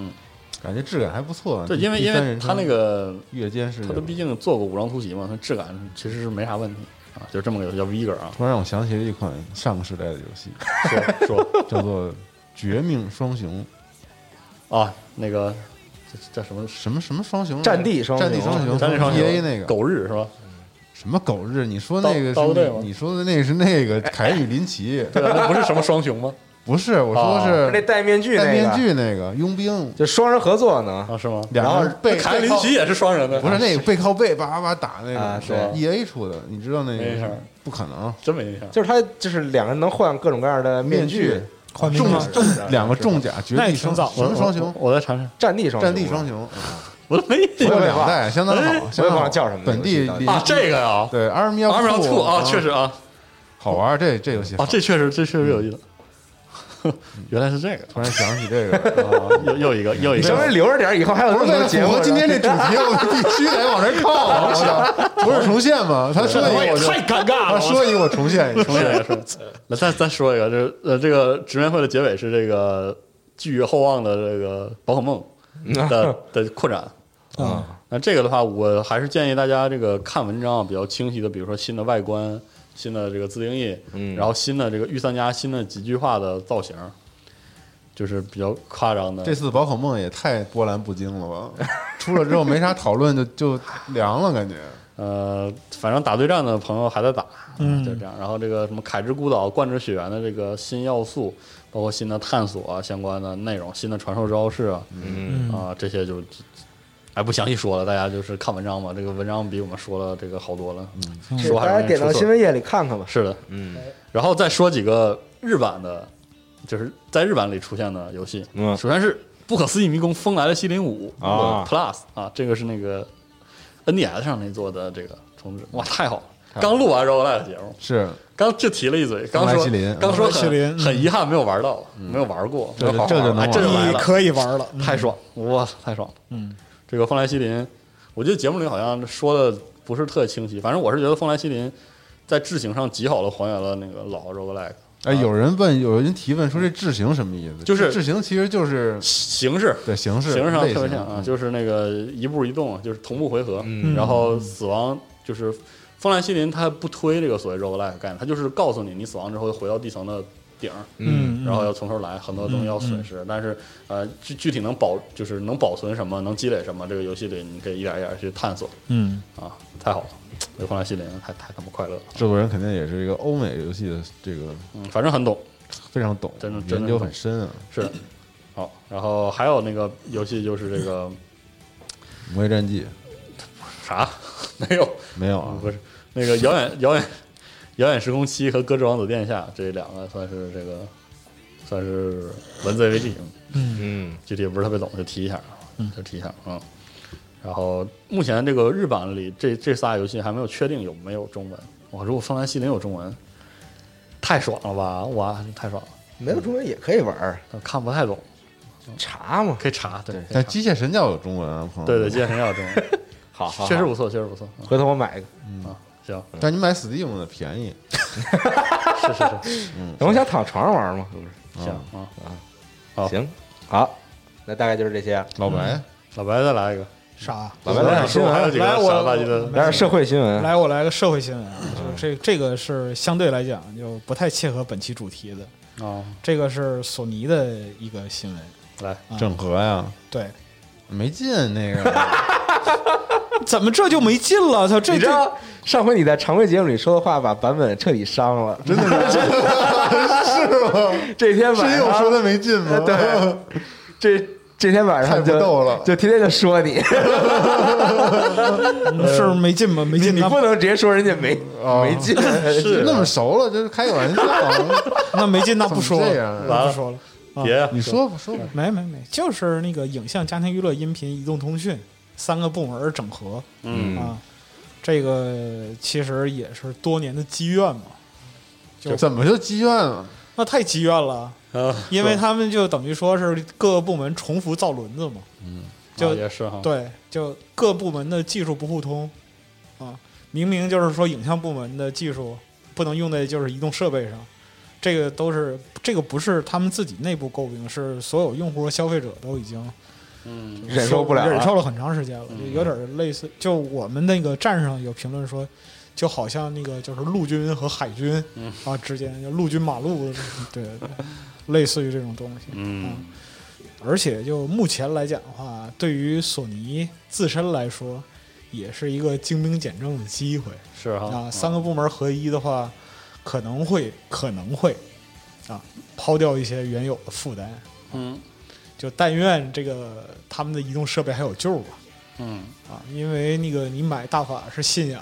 [SPEAKER 6] 感觉质感还不错。啊
[SPEAKER 4] 对，因为
[SPEAKER 6] 嗯第
[SPEAKER 4] 因
[SPEAKER 6] 三
[SPEAKER 4] 为
[SPEAKER 6] 人
[SPEAKER 4] 他
[SPEAKER 6] 称
[SPEAKER 4] 那个
[SPEAKER 6] 越监视，
[SPEAKER 4] 他都毕竟做过武装突袭嘛，它质感其实是没啥问题啊，就这么个游戏叫 Vigor 啊，
[SPEAKER 6] 突然让我想起了一款上个时代的游戏，
[SPEAKER 4] 说说
[SPEAKER 6] 叫做《绝命双雄》，
[SPEAKER 4] 啊，那个叫叫什么
[SPEAKER 6] 什么什么双雄来着？
[SPEAKER 5] 战地双雄
[SPEAKER 6] 战地双雄，
[SPEAKER 4] 战地双雄
[SPEAKER 6] E A 那个
[SPEAKER 4] 狗日是吧？
[SPEAKER 6] 什么狗日？你说
[SPEAKER 4] 刀
[SPEAKER 6] 那个
[SPEAKER 4] 刀队
[SPEAKER 6] 是
[SPEAKER 4] 吗
[SPEAKER 6] 你说的那个是那个凯与林奇，
[SPEAKER 4] 对啊，那不是什么双雄吗？
[SPEAKER 6] 不是我说
[SPEAKER 5] 就哦那
[SPEAKER 6] 是
[SPEAKER 5] 戴面具那
[SPEAKER 6] 戴
[SPEAKER 5] 个，
[SPEAKER 6] 面具那个佣兵，
[SPEAKER 5] 就双人合作呢。
[SPEAKER 4] 啊，是吗？
[SPEAKER 6] 两个人背
[SPEAKER 4] 凯林奇也是双人的，啊
[SPEAKER 6] 不是那个背靠背叭叭叭打那
[SPEAKER 5] 啊
[SPEAKER 6] 个
[SPEAKER 5] 是吧
[SPEAKER 6] E A 出的，你知道那
[SPEAKER 4] 没事
[SPEAKER 6] 个
[SPEAKER 4] 儿
[SPEAKER 6] 不可能，
[SPEAKER 4] 真没印象。
[SPEAKER 5] 就是他，就是两个人能换各种各样的面具，
[SPEAKER 7] 换
[SPEAKER 6] 重
[SPEAKER 7] 名
[SPEAKER 6] 甲
[SPEAKER 7] 字
[SPEAKER 6] 两个重甲绝
[SPEAKER 7] 那也
[SPEAKER 6] 地
[SPEAKER 7] 挺
[SPEAKER 6] 双
[SPEAKER 7] 早
[SPEAKER 6] 什么双雄
[SPEAKER 4] 我？我再尝尝，
[SPEAKER 5] 战地双
[SPEAKER 6] 战地
[SPEAKER 5] 雄
[SPEAKER 6] 双
[SPEAKER 5] 嘛，
[SPEAKER 6] 雄，
[SPEAKER 4] 我都没印
[SPEAKER 6] 我
[SPEAKER 4] 象
[SPEAKER 6] 有两代，相当好，相当
[SPEAKER 5] 忘
[SPEAKER 6] 好
[SPEAKER 5] 了叫什么
[SPEAKER 6] 本地
[SPEAKER 5] 游戏到底
[SPEAKER 6] 邻
[SPEAKER 4] 啊。这个呀，
[SPEAKER 6] 哦对 Army
[SPEAKER 4] 阿
[SPEAKER 6] of
[SPEAKER 4] 妙兔
[SPEAKER 6] Two
[SPEAKER 4] 啊，确实啊，
[SPEAKER 6] 好玩，这这游戏
[SPEAKER 4] 啊
[SPEAKER 6] 好，
[SPEAKER 4] 这确实这确实有意思。
[SPEAKER 6] 嗯
[SPEAKER 4] [LAUGHS] 原来是这个，啊
[SPEAKER 6] 突然想起这
[SPEAKER 4] [LAUGHS]
[SPEAKER 6] 个，
[SPEAKER 4] 又又一个又一
[SPEAKER 5] 你稍微
[SPEAKER 4] 个，
[SPEAKER 5] 留着点，以后还有
[SPEAKER 6] 不
[SPEAKER 5] 那
[SPEAKER 6] 是
[SPEAKER 5] 么
[SPEAKER 6] 为
[SPEAKER 5] 多
[SPEAKER 6] 了
[SPEAKER 5] 节
[SPEAKER 6] 符
[SPEAKER 5] 目
[SPEAKER 6] 合
[SPEAKER 5] 呢。
[SPEAKER 6] 今天这主
[SPEAKER 4] [LAUGHS]
[SPEAKER 6] 题，我必须得往这靠啊！我操，不是重现吗？他说一我就
[SPEAKER 4] 太尴尬
[SPEAKER 6] 他
[SPEAKER 4] 了。
[SPEAKER 6] 说一我重现，一重
[SPEAKER 4] 重
[SPEAKER 6] 现
[SPEAKER 4] 新来说， [LAUGHS] 来呃再再说一个，这呃，这个直面会的结尾是这个寄予厚望的这个宝可梦的的扩展。
[SPEAKER 7] 啊，
[SPEAKER 4] 那这个的话，我还是建议大家这个看文章啊比较清晰的，比如说新的外观、新的这个自定义，
[SPEAKER 5] 嗯
[SPEAKER 4] 然后新的这个御三家、新的几句话的造型，就是比较夸张的。
[SPEAKER 6] 这次宝可梦也太波澜不惊了吧？出了之后没啥讨论，就就凉了，感觉。
[SPEAKER 4] 呃，反正打对战的朋友还在打，
[SPEAKER 7] 嗯
[SPEAKER 4] 就这样。然后这个什么凯之孤岛、冠之雪原的这个新要素，包括啊新的探索啊相关的内容、新的传授招式啊，
[SPEAKER 5] 嗯
[SPEAKER 4] 啊、这些就，哎不详细说了，大家就是看文章吧。这个文章比我们说了这个好多了，嗯、说还是
[SPEAKER 5] 大家
[SPEAKER 4] 容易
[SPEAKER 5] 点
[SPEAKER 4] 出
[SPEAKER 5] 哎到
[SPEAKER 4] 错
[SPEAKER 5] 新闻夜里看看吧。
[SPEAKER 4] 是的，
[SPEAKER 5] 嗯，
[SPEAKER 4] 然后再说几个日版的，就是在日版里出现的游戏。
[SPEAKER 5] 嗯
[SPEAKER 4] 首先是《不可思议迷宫：风来了705》
[SPEAKER 5] 啊
[SPEAKER 4] Plus 啊，这个是那个 NDS 上那做的这个重置，哇，太好了！刚录完 r o l 的节目，
[SPEAKER 6] 是
[SPEAKER 4] 刚就提了一嘴，刚
[SPEAKER 6] 风来
[SPEAKER 4] 说
[SPEAKER 6] 西林
[SPEAKER 4] 刚说
[SPEAKER 7] 风来西林
[SPEAKER 4] 很
[SPEAKER 7] 嗯
[SPEAKER 4] 很遗憾没有玩到，没有玩过，
[SPEAKER 6] 这就
[SPEAKER 4] 没有好好
[SPEAKER 6] 这就能
[SPEAKER 4] 哎这就来
[SPEAKER 7] 你
[SPEAKER 4] 了，
[SPEAKER 7] 可以玩了，嗯
[SPEAKER 4] 太爽，哇，太爽了！
[SPEAKER 7] 嗯，
[SPEAKER 4] 这个风来西林，我记得节目里好像说的不是特清晰，反正我是觉得风来西林在制型上极好的还原了那个老 roguelike
[SPEAKER 6] 哎，有人问，有人提问说这制型什么意思？
[SPEAKER 4] 就是
[SPEAKER 6] 制型其实就是
[SPEAKER 4] 形式，
[SPEAKER 6] 对形式
[SPEAKER 4] 形式上
[SPEAKER 6] 类
[SPEAKER 4] 特别
[SPEAKER 6] 型
[SPEAKER 4] 像啊，
[SPEAKER 6] 嗯
[SPEAKER 4] 就是那个一步一动，就是同步回合，
[SPEAKER 5] 嗯
[SPEAKER 4] 然后死亡就是风来西林，它不推这个所谓 roguelike 概念，它就是告诉你你死亡之后回到地层的顶儿，
[SPEAKER 7] 嗯，
[SPEAKER 4] 然后要从头来，很多东西要
[SPEAKER 6] 嗯
[SPEAKER 4] 损失，但是呃具具体能保就是能保存什么，能积累什么，这个游戏里你可以一点一点去探索
[SPEAKER 7] 嗯
[SPEAKER 4] 啊，太好了，这风来西林太太他妈快乐了，
[SPEAKER 6] 制作人肯定也是一个欧美游戏的这个
[SPEAKER 4] 嗯，反正很懂，
[SPEAKER 6] 非常懂，
[SPEAKER 4] 真的真的
[SPEAKER 6] 研究
[SPEAKER 4] 懂
[SPEAKER 6] 很深啊。
[SPEAKER 4] 是的。好，然后还有那个游戏就是这个
[SPEAKER 6] 魔界战记
[SPEAKER 4] 啥 [LAUGHS] 没有，
[SPEAKER 6] 没有
[SPEAKER 4] 啊
[SPEAKER 6] 啊，
[SPEAKER 4] 不是那个遥远遥远遥远时空七和歌之王子殿下这两个算是这个算是文字 AVG，
[SPEAKER 5] 嗯
[SPEAKER 4] 具体也不是特别懂，就提一下啊，就提一下啊。然后目前这个日版里这这仨游戏还没有确定有没有中文。哇，如果《风来西林》有中文，太爽了吧！哇，太爽了！
[SPEAKER 5] 没有中文也可以玩儿，
[SPEAKER 4] 但看不太懂，
[SPEAKER 5] 查嘛。
[SPEAKER 4] 可以查。对，可以
[SPEAKER 6] 但
[SPEAKER 4] 查
[SPEAKER 6] 机械神教有中文啊，朋友。
[SPEAKER 4] 对对，，剑神要有中文，
[SPEAKER 5] 好，好
[SPEAKER 4] [LAUGHS] 确实
[SPEAKER 5] 好
[SPEAKER 4] 不错，确实不错。嗯
[SPEAKER 5] 回头我买一个。
[SPEAKER 4] 啊，行，
[SPEAKER 6] 但你买 Steam 的便宜，
[SPEAKER 4] 是是是，
[SPEAKER 5] 我想躺床上玩嘛，这不是？
[SPEAKER 4] 行啊。好
[SPEAKER 5] 行，好，那大概就是这些。啊
[SPEAKER 6] 老白
[SPEAKER 4] 老白再来一个，
[SPEAKER 7] 啥？
[SPEAKER 5] 老白
[SPEAKER 4] [LAUGHS]
[SPEAKER 5] 来点
[SPEAKER 4] 说，我还有几个
[SPEAKER 7] 来
[SPEAKER 4] 傻
[SPEAKER 7] 我
[SPEAKER 4] 了吧唧的
[SPEAKER 5] 来点社会新闻。
[SPEAKER 7] 来，我来个社会新闻啊，就是这这个是相对来讲就不太切合本期主题的。
[SPEAKER 4] 啊，
[SPEAKER 7] 这个是索尼的一个新闻，
[SPEAKER 4] 来，
[SPEAKER 6] 整合呀，
[SPEAKER 7] 对，
[SPEAKER 6] 没劲那个，
[SPEAKER 7] 怎么这就没劲了？操，这
[SPEAKER 5] [LAUGHS] 你知
[SPEAKER 7] 这
[SPEAKER 5] 道上回你在常规节目里说的话，把版本彻底伤
[SPEAKER 6] [LAUGHS]
[SPEAKER 5] 了。
[SPEAKER 6] 真的是是吗？
[SPEAKER 5] 这天晚
[SPEAKER 6] 是因为我
[SPEAKER 5] 上
[SPEAKER 6] 说的没劲吗？
[SPEAKER 5] 对，这这天晚上
[SPEAKER 6] 太不
[SPEAKER 5] 就
[SPEAKER 6] 逗了
[SPEAKER 5] 就天天就说
[SPEAKER 6] [LAUGHS]
[SPEAKER 5] 你，
[SPEAKER 7] 嗯是没劲吗？没
[SPEAKER 5] 你
[SPEAKER 7] 劲，
[SPEAKER 5] 你
[SPEAKER 7] 那
[SPEAKER 5] 不能直接说人家没没劲，
[SPEAKER 6] 哦
[SPEAKER 5] 啊 [LAUGHS]
[SPEAKER 6] 是哎那么熟了，就是开个玩笑，
[SPEAKER 7] 那没劲，那
[SPEAKER 6] 怎么
[SPEAKER 7] 不说
[SPEAKER 6] 这
[SPEAKER 7] 了，
[SPEAKER 6] 样啊
[SPEAKER 7] 那不说了。啊
[SPEAKER 4] 别啊呀
[SPEAKER 6] 你说吧，说吧，
[SPEAKER 7] 没没没，就是那个影像、家庭娱乐、音频、移动通讯三个部门儿整合，
[SPEAKER 4] 嗯
[SPEAKER 7] 啊，这个其实也是多年的积怨嘛，就
[SPEAKER 6] 怎么就积怨啊了？
[SPEAKER 7] 那太积怨了，
[SPEAKER 4] 啊，
[SPEAKER 7] 因为他们就等于说是各个部门重复造轮子嘛，嗯，就
[SPEAKER 4] 啊也是哈，
[SPEAKER 7] 对，就各部门的技术不互通啊，明明就是说影像部门的技术不能用在就是移动设备上，这个都是这个不是他们自己内部诟病，是所有用户和消费者都已经
[SPEAKER 4] 嗯，
[SPEAKER 5] 忍受不了
[SPEAKER 7] 忍
[SPEAKER 5] 了。
[SPEAKER 7] 受了很长时间了，就有点类似，就我们那个站上有评论说。就好像那个就是陆军和海军
[SPEAKER 4] 嗯
[SPEAKER 7] 啊之间，就陆军马路，对，对对类似于这种东西。
[SPEAKER 4] 嗯
[SPEAKER 7] 而且就目前来讲的话，对于索尼自身来说，也是一个精兵简政的机会
[SPEAKER 4] 是哈
[SPEAKER 7] 啊。三个部门合一的话，可能会可能会啊抛掉一些原有的负担。
[SPEAKER 4] 嗯
[SPEAKER 7] 就但愿这个他们的移动设备还有救吧
[SPEAKER 4] 嗯
[SPEAKER 7] 啊，因为那个你买大法是信仰，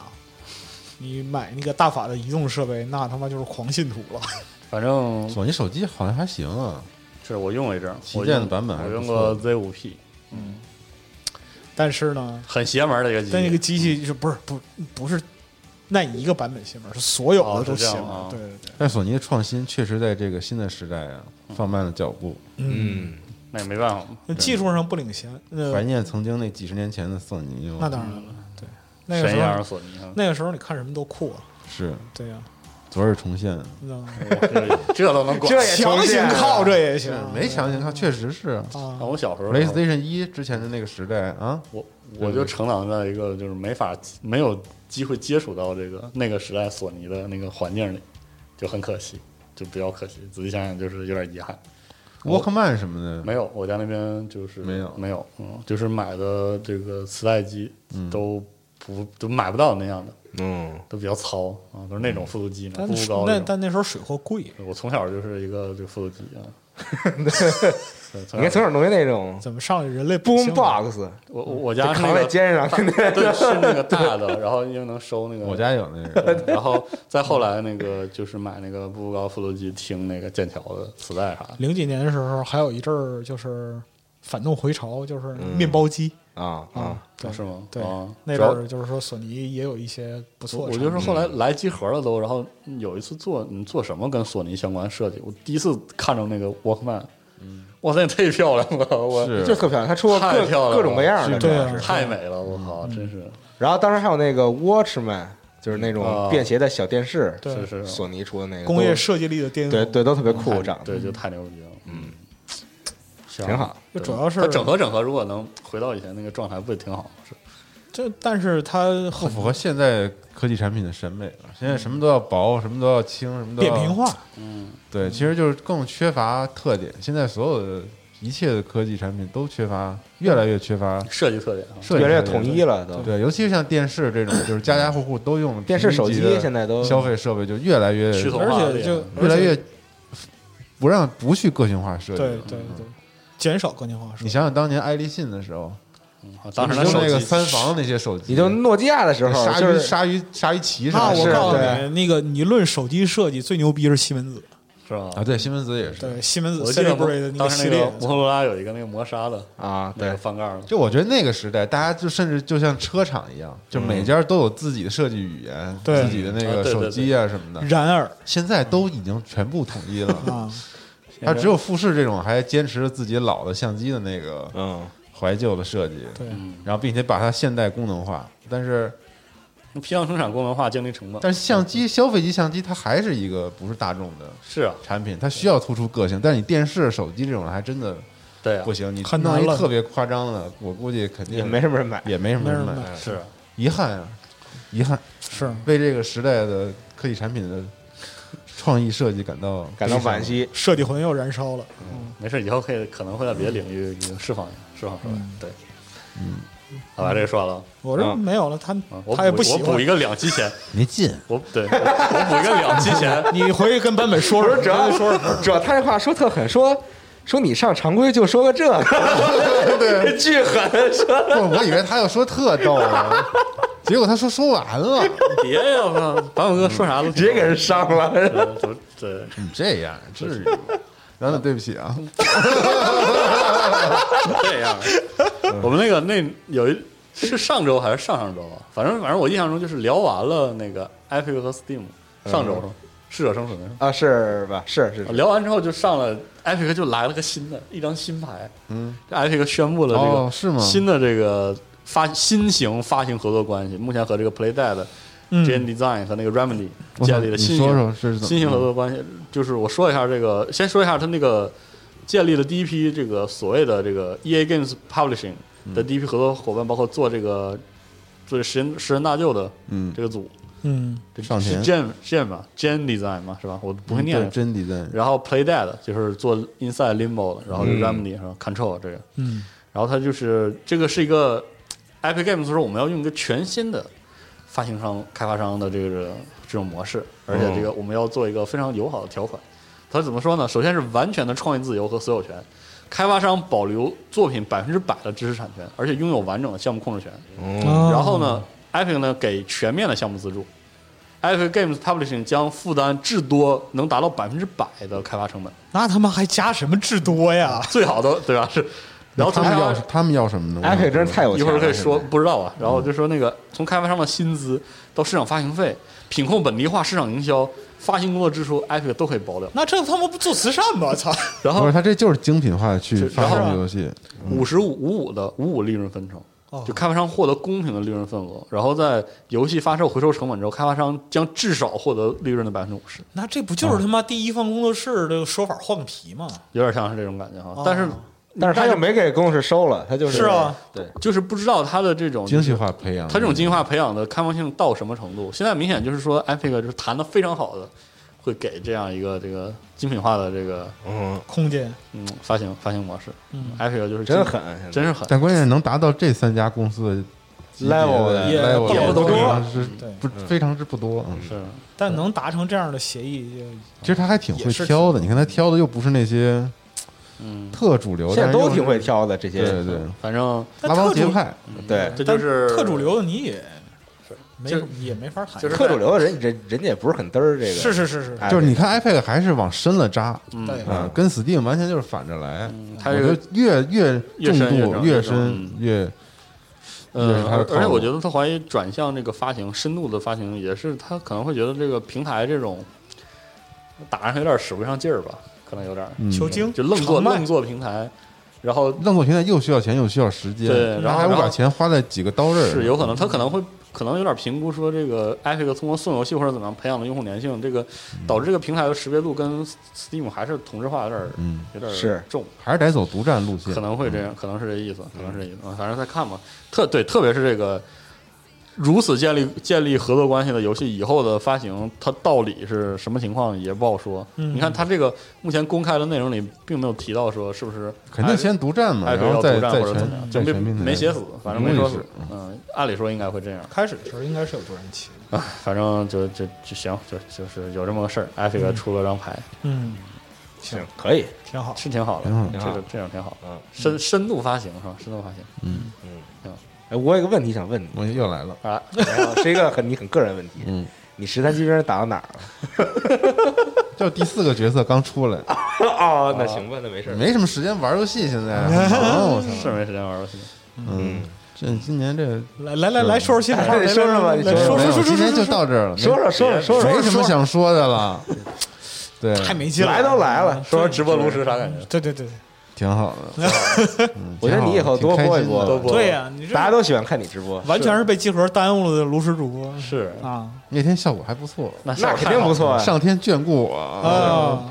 [SPEAKER 7] 你买那个大法的移动设备，那他妈就是狂信徒了。 [LAUGHS]
[SPEAKER 4] 反正
[SPEAKER 6] 索尼手机好像还行啊，
[SPEAKER 4] 是我用了一阵儿，
[SPEAKER 6] 旗
[SPEAKER 4] 我
[SPEAKER 6] 舰的
[SPEAKER 4] 用
[SPEAKER 6] 版本还
[SPEAKER 4] 我
[SPEAKER 6] 是
[SPEAKER 4] 用
[SPEAKER 6] 不错
[SPEAKER 4] 过 Z 五 P，
[SPEAKER 7] 但是呢，
[SPEAKER 4] 很邪门的一个机器，嗯
[SPEAKER 7] 但那个机器就是不是不不是那一个版本邪门，是所有的都
[SPEAKER 4] 哦是这
[SPEAKER 7] 邪
[SPEAKER 4] 样
[SPEAKER 7] 门。
[SPEAKER 4] 啊
[SPEAKER 7] 对对对，
[SPEAKER 6] 但索尼的创新确实在这个新的时代啊放慢了脚步，
[SPEAKER 5] 嗯，
[SPEAKER 4] 那也没办法嘛，
[SPEAKER 7] 那技术上不领先，
[SPEAKER 6] 怀
[SPEAKER 7] 呃，
[SPEAKER 6] 念曾经那几十年前的索尼嘛。
[SPEAKER 7] 那当然了，
[SPEAKER 4] 嗯
[SPEAKER 7] 对，那个
[SPEAKER 4] 神
[SPEAKER 7] 时
[SPEAKER 4] 样
[SPEAKER 7] 候
[SPEAKER 4] 索尼哈，
[SPEAKER 7] 那个时候你看什么都酷啊，
[SPEAKER 6] 是
[SPEAKER 7] 对呀、
[SPEAKER 6] 昨日重现，
[SPEAKER 7] 那 [LAUGHS]
[SPEAKER 4] 这这都能管
[SPEAKER 5] 这。也
[SPEAKER 7] 强
[SPEAKER 5] 重
[SPEAKER 7] 行
[SPEAKER 4] 啊
[SPEAKER 5] 现
[SPEAKER 7] 靠这也行，
[SPEAKER 6] 没强行看，确实是啊。
[SPEAKER 7] 啊
[SPEAKER 4] 那，我小时候
[SPEAKER 6] PlayStation 一之前的那个时代啊，
[SPEAKER 4] 我我就成长在一个就是没法没有机会接触到这个那个时代索尼的那个环境里，就很可惜，就比较可惜。仔细想想，就是有点遗憾。
[SPEAKER 6] Walkman 什么的，
[SPEAKER 4] 没有，我家那边就是
[SPEAKER 6] 没有
[SPEAKER 4] 没有，嗯，就是买的这个磁带机都不都买不到那样的，
[SPEAKER 5] 嗯，
[SPEAKER 4] 都比较糙啊，都是那种复读机呢，
[SPEAKER 7] 但
[SPEAKER 4] 步
[SPEAKER 7] 是
[SPEAKER 4] 步高
[SPEAKER 7] 那
[SPEAKER 4] 种
[SPEAKER 7] 但那时候水货贵，
[SPEAKER 4] 我从小就是一个这个复读机啊。对
[SPEAKER 5] [LAUGHS] 你看从小农业那种
[SPEAKER 7] 怎么上来人类不啊
[SPEAKER 5] boom
[SPEAKER 7] 行
[SPEAKER 5] box
[SPEAKER 4] 我我我家是那
[SPEAKER 5] 扛在
[SPEAKER 4] 个
[SPEAKER 5] 肩上，跟 [LAUGHS] 那
[SPEAKER 4] 对是那个大的，然后因为能收那个
[SPEAKER 6] 我家有那 [LAUGHS] 个，
[SPEAKER 4] 然后再后来那个就是买那个步步高复读机听那个剑桥的磁带啥的，
[SPEAKER 7] 零几年的时候还有一阵儿就是反动回潮，就是面包机
[SPEAKER 5] 啊啊，
[SPEAKER 7] 对
[SPEAKER 4] 是吗？
[SPEAKER 7] 对
[SPEAKER 4] 啊，
[SPEAKER 7] 那
[SPEAKER 4] 嗯主
[SPEAKER 7] 阵
[SPEAKER 4] 要
[SPEAKER 7] 儿就是说索尼也有一些不错
[SPEAKER 4] 我
[SPEAKER 7] 的
[SPEAKER 4] 就
[SPEAKER 7] 产品，
[SPEAKER 4] 是后来来集合了都，然后有一次做你做什么跟索尼相关设计，我第一次看着那个 Walkman，哇塞，那太漂亮了，我
[SPEAKER 6] 是
[SPEAKER 5] 这特漂亮，它出过
[SPEAKER 4] 太
[SPEAKER 5] 各
[SPEAKER 4] 漂亮了
[SPEAKER 5] 各种各样的，
[SPEAKER 7] 对
[SPEAKER 5] 主
[SPEAKER 7] 啊嗯
[SPEAKER 5] 要是。
[SPEAKER 4] 太美了，我靠，真是
[SPEAKER 5] 然后当时还有那个 Watchman，就是那
[SPEAKER 4] 啊
[SPEAKER 5] 种便携的小电视，
[SPEAKER 7] 对
[SPEAKER 4] 是是
[SPEAKER 5] 索尼出的那个
[SPEAKER 7] 工业
[SPEAKER 5] 都
[SPEAKER 7] 设计力的巅峰，
[SPEAKER 5] 对对，都特别酷，
[SPEAKER 4] 太
[SPEAKER 5] 长得
[SPEAKER 4] 对，就太牛逼了，嗯，
[SPEAKER 5] 挺好。
[SPEAKER 7] 就主要是
[SPEAKER 4] 它整合整合，如果能回到以前那个状态，不也挺好？是
[SPEAKER 7] 这，但是它
[SPEAKER 6] 不
[SPEAKER 7] 很
[SPEAKER 6] 符合现在科技产品的审美了。现在什么都要薄，什么都要轻，什么都
[SPEAKER 7] 扁
[SPEAKER 6] 要
[SPEAKER 7] 平。化，
[SPEAKER 6] 对，其实就是更缺乏特点。现在所有的一切的科技产品都缺乏，越来越缺乏
[SPEAKER 4] 设计特点啊，
[SPEAKER 6] 设计
[SPEAKER 5] 越来越
[SPEAKER 6] 特
[SPEAKER 5] 统
[SPEAKER 6] 点
[SPEAKER 5] 一了都。
[SPEAKER 6] 对，尤其是像电视这种，就是家家户户都用
[SPEAKER 5] 电视、手
[SPEAKER 6] 屏
[SPEAKER 5] 机
[SPEAKER 6] 级的
[SPEAKER 5] 现在都
[SPEAKER 6] 消费设备，就越来越
[SPEAKER 4] 趋同
[SPEAKER 6] 越
[SPEAKER 7] 而
[SPEAKER 4] 化
[SPEAKER 7] 且
[SPEAKER 4] 了
[SPEAKER 7] 就而且
[SPEAKER 6] 来越不让不去个性化设计
[SPEAKER 7] 对
[SPEAKER 6] 了。
[SPEAKER 7] 对对，减少个性化设
[SPEAKER 6] 你
[SPEAKER 7] 计。
[SPEAKER 6] 想想当年爱立信的时候，
[SPEAKER 4] 啊当时
[SPEAKER 6] 你就
[SPEAKER 4] 手
[SPEAKER 6] 那个
[SPEAKER 4] 机
[SPEAKER 6] 三防那些手机，
[SPEAKER 5] 你就诺基亚的时候，
[SPEAKER 6] 鲨
[SPEAKER 5] 就
[SPEAKER 6] 鱼、
[SPEAKER 5] 是
[SPEAKER 6] 鲨鱼、鲨鱼骑上
[SPEAKER 7] 那我
[SPEAKER 5] 是
[SPEAKER 7] 告诉
[SPEAKER 5] 对
[SPEAKER 7] 你，那个你论手机设计最牛逼是西门子，
[SPEAKER 4] 是吧？
[SPEAKER 6] 啊，对，西门子也是。
[SPEAKER 7] 对西门子
[SPEAKER 4] 我记得
[SPEAKER 7] Celebrate 的那
[SPEAKER 4] 当
[SPEAKER 7] 个
[SPEAKER 4] 时
[SPEAKER 7] 系
[SPEAKER 4] 那
[SPEAKER 7] 列
[SPEAKER 4] 个，摩托罗拉有一个那个磨砂的
[SPEAKER 5] 啊，
[SPEAKER 4] 那
[SPEAKER 5] 对
[SPEAKER 4] 个，翻盖儿的，
[SPEAKER 6] 就我觉得那个时代，大家就甚至就像车厂一样，就每家都有自己的设计语言，
[SPEAKER 7] 对
[SPEAKER 6] 自己的那
[SPEAKER 4] 嗯啊
[SPEAKER 6] 个
[SPEAKER 4] 对对
[SPEAKER 6] 手机啊什么的。
[SPEAKER 7] 然
[SPEAKER 4] [LAUGHS]
[SPEAKER 7] 而
[SPEAKER 6] 现在都已经全部统一了，
[SPEAKER 7] [LAUGHS] 啊，
[SPEAKER 6] 它只有富士这种还坚持自己老的相机的那个
[SPEAKER 5] 嗯，
[SPEAKER 6] 怀旧的设计，
[SPEAKER 7] 对，
[SPEAKER 4] 嗯
[SPEAKER 6] 然后并且把它现代功能化。但是，
[SPEAKER 4] 批量生产功能化降低成本。
[SPEAKER 6] 但是相机消费级相机它还是一个不是大众的
[SPEAKER 4] 是啊，
[SPEAKER 6] 产品，它需要突出个性。但是你电视、手机这种还真的
[SPEAKER 4] 对啊
[SPEAKER 6] 不，行，你
[SPEAKER 7] 很难
[SPEAKER 6] 弄一
[SPEAKER 7] 了
[SPEAKER 6] 特别夸张的，我估计肯定
[SPEAKER 5] 也没什么人买。
[SPEAKER 6] 也没什么人
[SPEAKER 7] 没人
[SPEAKER 6] 买
[SPEAKER 7] 买，
[SPEAKER 4] 是啊
[SPEAKER 6] 遗憾啊，遗憾。
[SPEAKER 7] 是
[SPEAKER 6] 为这个时代的科技产品的创意设计感到
[SPEAKER 5] 感到惋。 [LAUGHS] 惜，
[SPEAKER 7] 设计魂又燃烧了。
[SPEAKER 4] 没事，以后可以可能会在别的领域已经释放一下释放出来。对，嗯，好吧，这个说完了
[SPEAKER 7] 我这
[SPEAKER 5] 嗯
[SPEAKER 7] 没有了，他
[SPEAKER 4] 啊。我
[SPEAKER 7] 他也
[SPEAKER 4] 补
[SPEAKER 7] 不喜
[SPEAKER 4] 我补一
[SPEAKER 7] 欢。，
[SPEAKER 4] 个两期前，
[SPEAKER 6] 没劲，
[SPEAKER 4] 我对我我补一个两期前
[SPEAKER 7] 你回去跟版本
[SPEAKER 4] [LAUGHS]
[SPEAKER 7] 说说，
[SPEAKER 5] 主要说，主要他这话说特狠，说说你上常规就说个这个，对，巨狠，说
[SPEAKER 6] 不是，我以为他要说特
[SPEAKER 5] [LAUGHS]
[SPEAKER 6] 逗呢，结果他说说完了，
[SPEAKER 4] 别呀，我版本哥说啥都
[SPEAKER 5] 直接给人伤了。
[SPEAKER 4] 对对对，
[SPEAKER 6] 你这样至于吗？等等，对不起啊，
[SPEAKER 4] 这样。 [LAUGHS] 我们那个那有一是上周还是上上周啊？反正反正我印象中就是聊完了那个 Epic 和 Steam，上周是吗？适者生存是吧
[SPEAKER 5] 啊，是吧？是是，是
[SPEAKER 4] 啊聊完之后就上了 Epic 就来了个新的一张新牌，
[SPEAKER 6] 嗯，
[SPEAKER 4] 这 Epic 宣布了这个、
[SPEAKER 6] 哦是吗
[SPEAKER 4] 新的这个发新型发行合作关系，目前和这个 Playdead、
[SPEAKER 7] 嗯
[SPEAKER 4] Gen Design 和那个 Remedy
[SPEAKER 6] 我操
[SPEAKER 4] 建立了新
[SPEAKER 6] 你
[SPEAKER 4] 型
[SPEAKER 6] 说说这是怎么
[SPEAKER 4] 新型合作关系。就是我说一下这个，先说一下它那个建立的第一批这个所谓的这个 EA Games Publishing 的
[SPEAKER 6] 嗯
[SPEAKER 4] 第一批合作伙伴，包括做这个做这石人石人大舅的
[SPEAKER 6] 嗯
[SPEAKER 4] 这个组，
[SPEAKER 7] 嗯
[SPEAKER 4] 这
[SPEAKER 6] 上
[SPEAKER 4] 是
[SPEAKER 6] 田
[SPEAKER 4] Gen Gen 嘛，Gen Design 嘛，是吧？我不会念这
[SPEAKER 6] 嗯
[SPEAKER 4] 个
[SPEAKER 6] 对真 design，
[SPEAKER 4] 然后 Play Dead 就是做 Inside Limbo 的，然后就 Remedy 是吧？Control 这个，
[SPEAKER 7] 嗯
[SPEAKER 4] 然后它就是这个是一个 Epic Games 说我们要用一个全新的发行商、开发商的这个这种模式，而且这个我们要做一个非常友好的条款。它怎么说呢？首先是完全的创意自由和所有权，开发商保留作品百分之百的知识产权，而且拥有完整的项目控制权。
[SPEAKER 7] 哦
[SPEAKER 4] 嗯然后呢，Epic 呢给全面的项目资助，Epic Games Publishing 将负担至多能达到百分之百的开发成本，
[SPEAKER 7] 那他妈还加什么至多呀？
[SPEAKER 4] 最好的对吧？是，然后
[SPEAKER 6] 他
[SPEAKER 4] 从
[SPEAKER 6] 们
[SPEAKER 4] 开发
[SPEAKER 6] 要他们要什么呢？
[SPEAKER 5] Epic 真是太有
[SPEAKER 4] 一
[SPEAKER 5] 钱
[SPEAKER 4] 会
[SPEAKER 5] 了，
[SPEAKER 4] 儿可以说
[SPEAKER 5] 现在
[SPEAKER 4] 不知道啊，然后就说那个从开发商的薪资到市场发行费、品控本地化、市场营销、发行工作支出，Epic 都可以保了。
[SPEAKER 7] 那这他妈不做慈善吗？操！ [LAUGHS]
[SPEAKER 4] 然
[SPEAKER 6] 不
[SPEAKER 4] 后
[SPEAKER 6] 是，他这就是精品化去
[SPEAKER 4] 是
[SPEAKER 6] 发
[SPEAKER 4] 然后
[SPEAKER 6] 行
[SPEAKER 4] 啊
[SPEAKER 6] 这个游戏，
[SPEAKER 4] 五十五五五的五五利润分成
[SPEAKER 7] 哦，
[SPEAKER 4] 就开发商获得公平的利润份额，然后在游戏发售回收成本之后，开发商将至少获得利润的百分之五十。
[SPEAKER 7] 那这不就是他妈第一方工作室的说法换个皮吗？
[SPEAKER 4] 有点像是这种感觉哈。
[SPEAKER 7] 哦
[SPEAKER 4] 但是
[SPEAKER 5] 但是他就没给公式收了，他就是
[SPEAKER 7] 是啊，
[SPEAKER 5] 对，
[SPEAKER 4] 就是不知道他的这种
[SPEAKER 6] 精细，化培养。
[SPEAKER 4] 他这种精细化培养的开放性到什么程度？现在明显就是说，Epic 就是谈的非常好的，会给这样一个这个精品化的这个
[SPEAKER 5] 嗯，
[SPEAKER 7] 空间
[SPEAKER 4] 嗯发行发行模式。
[SPEAKER 7] 嗯
[SPEAKER 4] ，Epic 就是
[SPEAKER 5] 真
[SPEAKER 4] 精
[SPEAKER 5] 狠，啊现在
[SPEAKER 4] 真是狠。
[SPEAKER 6] 但关键能达到这三家公司的级别
[SPEAKER 5] Level 的
[SPEAKER 7] 也
[SPEAKER 6] level
[SPEAKER 7] 也
[SPEAKER 6] 的
[SPEAKER 7] 不多
[SPEAKER 6] 非常之
[SPEAKER 7] 对
[SPEAKER 6] 不非常之不多。嗯，
[SPEAKER 4] 是，
[SPEAKER 7] 但能达成这样的协议，就
[SPEAKER 6] 其实他还挺会
[SPEAKER 7] 也是
[SPEAKER 6] 挑的，你看他挑的又不是那些
[SPEAKER 4] 嗯，
[SPEAKER 6] 特主流，
[SPEAKER 5] 现在
[SPEAKER 6] 但是又
[SPEAKER 5] 都
[SPEAKER 6] 是
[SPEAKER 5] 挺会。挑的这些，
[SPEAKER 6] 对对，
[SPEAKER 4] 反正
[SPEAKER 6] 拉
[SPEAKER 7] 但
[SPEAKER 6] 帮
[SPEAKER 7] 特
[SPEAKER 6] 结
[SPEAKER 7] 主
[SPEAKER 6] 派，
[SPEAKER 5] 对
[SPEAKER 4] 这
[SPEAKER 7] 但
[SPEAKER 4] 就是
[SPEAKER 7] 特主，流的你也没
[SPEAKER 4] 就是
[SPEAKER 7] 也没法谈，
[SPEAKER 4] 就是
[SPEAKER 5] 特主流的人人人家也不是很嘚儿，这个
[SPEAKER 7] 是是是是，
[SPEAKER 5] 哎
[SPEAKER 6] 就是你看 iPad 还是往深了扎，
[SPEAKER 5] 嗯
[SPEAKER 7] 对，
[SPEAKER 6] 啊，跟 Steam 完全就是反着来。
[SPEAKER 4] 嗯他
[SPEAKER 6] 我
[SPEAKER 4] 这
[SPEAKER 6] 觉
[SPEAKER 4] 个
[SPEAKER 6] 得越越
[SPEAKER 4] 越
[SPEAKER 6] 重
[SPEAKER 4] 深越
[SPEAKER 6] 度
[SPEAKER 4] 整
[SPEAKER 6] 越
[SPEAKER 4] 越
[SPEAKER 6] 深
[SPEAKER 4] 整
[SPEAKER 6] 越
[SPEAKER 4] 嗯
[SPEAKER 6] 对，还
[SPEAKER 4] 而
[SPEAKER 6] 是靠
[SPEAKER 4] 而且我
[SPEAKER 6] 我
[SPEAKER 4] 觉得他怀疑转向这个发行深度的发行，也是他可能会觉得这个平台这种打上有点使不上劲儿吧，可能有点儿
[SPEAKER 6] 嗯
[SPEAKER 7] 求精
[SPEAKER 4] 就愣做
[SPEAKER 7] 长卖
[SPEAKER 4] 愣做平台，然后
[SPEAKER 6] 愣做平台又需要钱又需要时间，
[SPEAKER 4] 对然
[SPEAKER 6] 他
[SPEAKER 4] 后
[SPEAKER 6] 还不
[SPEAKER 4] 然
[SPEAKER 6] 把
[SPEAKER 4] 后
[SPEAKER 6] 钱花在几个刀刃
[SPEAKER 4] 是
[SPEAKER 6] 上。
[SPEAKER 4] 有可能他可能会可能有点评估说这个 Epic 通过送游戏或者怎么样培养的用户粘性，这个
[SPEAKER 6] 嗯
[SPEAKER 4] 导致这个平台的识别度跟 Steam 还是同质化有点儿
[SPEAKER 6] 嗯，
[SPEAKER 4] 有点儿
[SPEAKER 5] 是
[SPEAKER 4] 重，
[SPEAKER 6] 还是得嗯走独占路线
[SPEAKER 4] 可。能会这样，可能是这意思，可能是这
[SPEAKER 6] 嗯
[SPEAKER 4] 意思，啊反正再看吧。特对，特别是这个如此建立建立合作关系的游戏以后的发行，它到底是什么情况也不好说。
[SPEAKER 7] 嗯
[SPEAKER 4] 你看它这个目前公开的内容里，并没有提到说是不是
[SPEAKER 6] 肯定先独占嘛，
[SPEAKER 4] 爱
[SPEAKER 6] 然
[SPEAKER 4] 要
[SPEAKER 6] 后
[SPEAKER 4] 独
[SPEAKER 6] 再
[SPEAKER 4] 占
[SPEAKER 6] 再
[SPEAKER 4] 或者怎么样，
[SPEAKER 6] 全
[SPEAKER 4] 就
[SPEAKER 6] 再
[SPEAKER 4] 没
[SPEAKER 6] 全平台
[SPEAKER 4] 没写死，反正没说死
[SPEAKER 6] 嗯。
[SPEAKER 4] 嗯，按理说应该会这样。
[SPEAKER 7] 开始的时候应该是有多人期，
[SPEAKER 6] 啊
[SPEAKER 4] 反正就就就行，就就是有这么个事儿。艾菲克出了张牌，
[SPEAKER 7] 嗯，
[SPEAKER 5] 行，可以，
[SPEAKER 7] 挺好。
[SPEAKER 4] 是挺好的，
[SPEAKER 6] 挺好
[SPEAKER 4] 这
[SPEAKER 5] 挺好
[SPEAKER 4] 个这种挺好。
[SPEAKER 5] 嗯，
[SPEAKER 4] 深深度发行是吧？深度发行
[SPEAKER 6] 嗯
[SPEAKER 5] 哎，我有个问题想问你，
[SPEAKER 6] 我又来了，
[SPEAKER 4] 啊，
[SPEAKER 5] 是一个很你很个人问题，
[SPEAKER 6] 嗯，
[SPEAKER 5] 你十三级兵打到哪儿了？
[SPEAKER 6] 就第四个角色刚出来，
[SPEAKER 5] 哦，那行吧，那没事儿，
[SPEAKER 6] 没什么时间玩游戏，现
[SPEAKER 4] [LAUGHS]
[SPEAKER 6] 在很忙啊我操，
[SPEAKER 4] 是没时间玩游戏。
[SPEAKER 6] 嗯，这今年这
[SPEAKER 7] 来来来来，说说新闻，
[SPEAKER 5] 哎
[SPEAKER 7] 来来
[SPEAKER 5] 说说吧
[SPEAKER 7] 来
[SPEAKER 5] 你
[SPEAKER 7] 来
[SPEAKER 5] 说
[SPEAKER 7] 说
[SPEAKER 6] 没有
[SPEAKER 7] 说说
[SPEAKER 6] 今
[SPEAKER 7] 说
[SPEAKER 6] 天就
[SPEAKER 7] 说，
[SPEAKER 6] 到这儿了，没
[SPEAKER 5] 说说说说说
[SPEAKER 6] 没什么想说
[SPEAKER 4] [LAUGHS]
[SPEAKER 6] 的了，对，
[SPEAKER 7] 太没劲
[SPEAKER 5] 说，
[SPEAKER 7] 了，
[SPEAKER 5] 来都来
[SPEAKER 7] [LAUGHS]
[SPEAKER 5] 了，
[SPEAKER 4] 说说直播炉石啥感觉？
[SPEAKER 7] 对对对，
[SPEAKER 6] 挺好
[SPEAKER 4] [LAUGHS]
[SPEAKER 6] 的。嗯
[SPEAKER 5] 我觉得你以后多播一播
[SPEAKER 6] 挺开心的
[SPEAKER 4] 多播
[SPEAKER 7] 对呀，你这
[SPEAKER 5] 大家都喜欢看你直播，
[SPEAKER 7] 完全是被集合耽误了的炉石主播
[SPEAKER 4] 是，
[SPEAKER 7] 啊
[SPEAKER 6] 那天效果还不错，
[SPEAKER 4] 那
[SPEAKER 5] 那啊肯定不错呀。
[SPEAKER 6] 上天眷顾我，
[SPEAKER 7] 啊！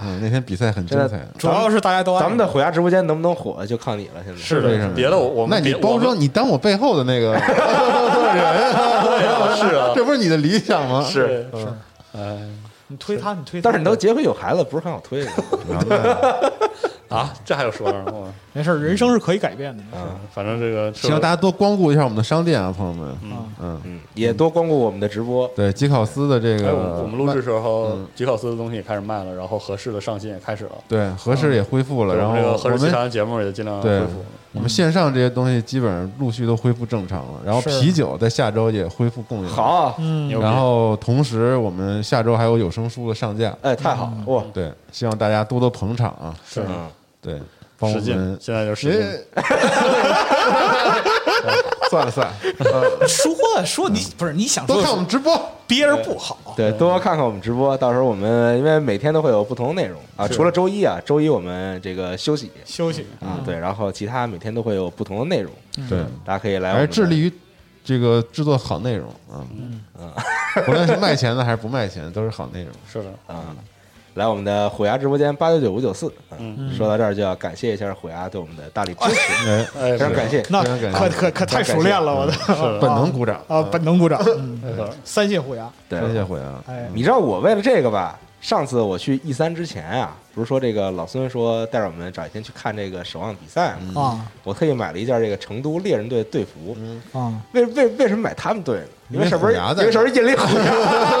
[SPEAKER 6] 嗯，那天比赛很精
[SPEAKER 5] 真
[SPEAKER 6] 彩。
[SPEAKER 7] 主要是大家都爱
[SPEAKER 5] 咱们的虎牙直播间能不能火，就靠你了。现在
[SPEAKER 4] 是
[SPEAKER 6] 为什
[SPEAKER 4] 的，
[SPEAKER 6] 么
[SPEAKER 4] 别的我我
[SPEAKER 6] 那
[SPEAKER 4] 们
[SPEAKER 6] 你
[SPEAKER 4] 别
[SPEAKER 6] 包
[SPEAKER 4] 我
[SPEAKER 6] 装，
[SPEAKER 4] 们
[SPEAKER 6] 你当我背后的
[SPEAKER 4] [LAUGHS]
[SPEAKER 6] 那个人啊，
[SPEAKER 4] 是啊
[SPEAKER 6] 这不 [LAUGHS] 是你的理想吗？
[SPEAKER 4] 是
[SPEAKER 6] 嗯，
[SPEAKER 4] 哎
[SPEAKER 7] 你推他，你推他，
[SPEAKER 5] 但是你都结婚有孩子，不是很好推的。
[SPEAKER 6] 然后呢
[SPEAKER 4] 啊，这还有说呢，我
[SPEAKER 7] 没事儿，人生是可以改变的。
[SPEAKER 5] 啊
[SPEAKER 4] 反正这个
[SPEAKER 6] 希望大家多光顾一下我们的商店啊，朋友们。
[SPEAKER 7] 嗯
[SPEAKER 6] 嗯，
[SPEAKER 5] 嗯，也多光顾我们的直播。
[SPEAKER 6] 对，吉考斯的这
[SPEAKER 4] 哎，
[SPEAKER 6] 个
[SPEAKER 4] 我我们录制时候
[SPEAKER 6] 嗯，
[SPEAKER 4] 吉考斯的东西也开始卖了，然后合适的上新也开始了，
[SPEAKER 6] 对合适也恢复了，然后
[SPEAKER 4] 这个合
[SPEAKER 6] 我
[SPEAKER 4] 适集
[SPEAKER 6] 们
[SPEAKER 4] 团节目也尽量
[SPEAKER 6] 对
[SPEAKER 4] 恢复。
[SPEAKER 6] 我们线上这些东西基本上陆续都恢复正常了，然后
[SPEAKER 7] 是
[SPEAKER 6] 啤酒在下周也恢复供应，，
[SPEAKER 5] 好，啊
[SPEAKER 7] 嗯
[SPEAKER 4] 牛逼
[SPEAKER 6] 然后同时我们下周还有有声书的上架，
[SPEAKER 5] 哎，太好了，哇，
[SPEAKER 6] 对，希望大家多多捧场啊，
[SPEAKER 4] 是
[SPEAKER 5] 嗯，
[SPEAKER 6] 对，帮我
[SPEAKER 4] 使劲
[SPEAKER 6] 们，哎
[SPEAKER 4] 现在就使劲。
[SPEAKER 6] 算了算了， [LAUGHS]
[SPEAKER 7] 说说你不是你想
[SPEAKER 6] 多
[SPEAKER 7] 说
[SPEAKER 6] 看我
[SPEAKER 7] 的
[SPEAKER 6] 们直播，
[SPEAKER 7] 憋着不好。
[SPEAKER 5] 对，多看看我们直播，到时候我们因为每天都会有不同的内容啊，除了周一啊，周一我们这个休息
[SPEAKER 7] 休息
[SPEAKER 6] 嗯
[SPEAKER 5] 啊，对，然后其他每天都会有不同的内容，
[SPEAKER 4] 嗯
[SPEAKER 6] 对，
[SPEAKER 5] 大家可以来我
[SPEAKER 6] 还是
[SPEAKER 5] 们的。
[SPEAKER 6] 致力于这个制作好内容啊，嗯，无论是卖钱的还是不卖钱，都是好内容。
[SPEAKER 4] 是的，
[SPEAKER 5] 啊，来我们的虎牙直播间八九九五九四。嗯，说到这儿就要感谢一下虎牙对我们的大力支
[SPEAKER 6] [LAUGHS]
[SPEAKER 5] 持，
[SPEAKER 6] 哎，
[SPEAKER 4] 哎
[SPEAKER 5] 非，常感谢。
[SPEAKER 7] 那
[SPEAKER 6] 非常感谢
[SPEAKER 7] 可可可太熟练了，我的
[SPEAKER 6] 本能鼓掌，
[SPEAKER 7] 啊，本能鼓掌，嗯
[SPEAKER 4] 没错
[SPEAKER 7] 三谢虎牙，
[SPEAKER 5] 对，
[SPEAKER 6] 真谢回啊！
[SPEAKER 7] 哎，
[SPEAKER 5] 你知道我为了这个吧，上次我去 E 三之前啊，不是说这个老孙说带着我们找一天去看这个守望比赛
[SPEAKER 6] 嗯
[SPEAKER 5] 吗？
[SPEAKER 7] 啊
[SPEAKER 5] 我特意买了一件这个成都猎人队队服。
[SPEAKER 7] 啊，
[SPEAKER 5] 为为为什么买他们队呢？因为
[SPEAKER 6] 嗯因为
[SPEAKER 5] 上边
[SPEAKER 6] 虎牙
[SPEAKER 5] 因
[SPEAKER 6] 在
[SPEAKER 5] 为上边印了一虎牙。
[SPEAKER 6] [LAUGHS]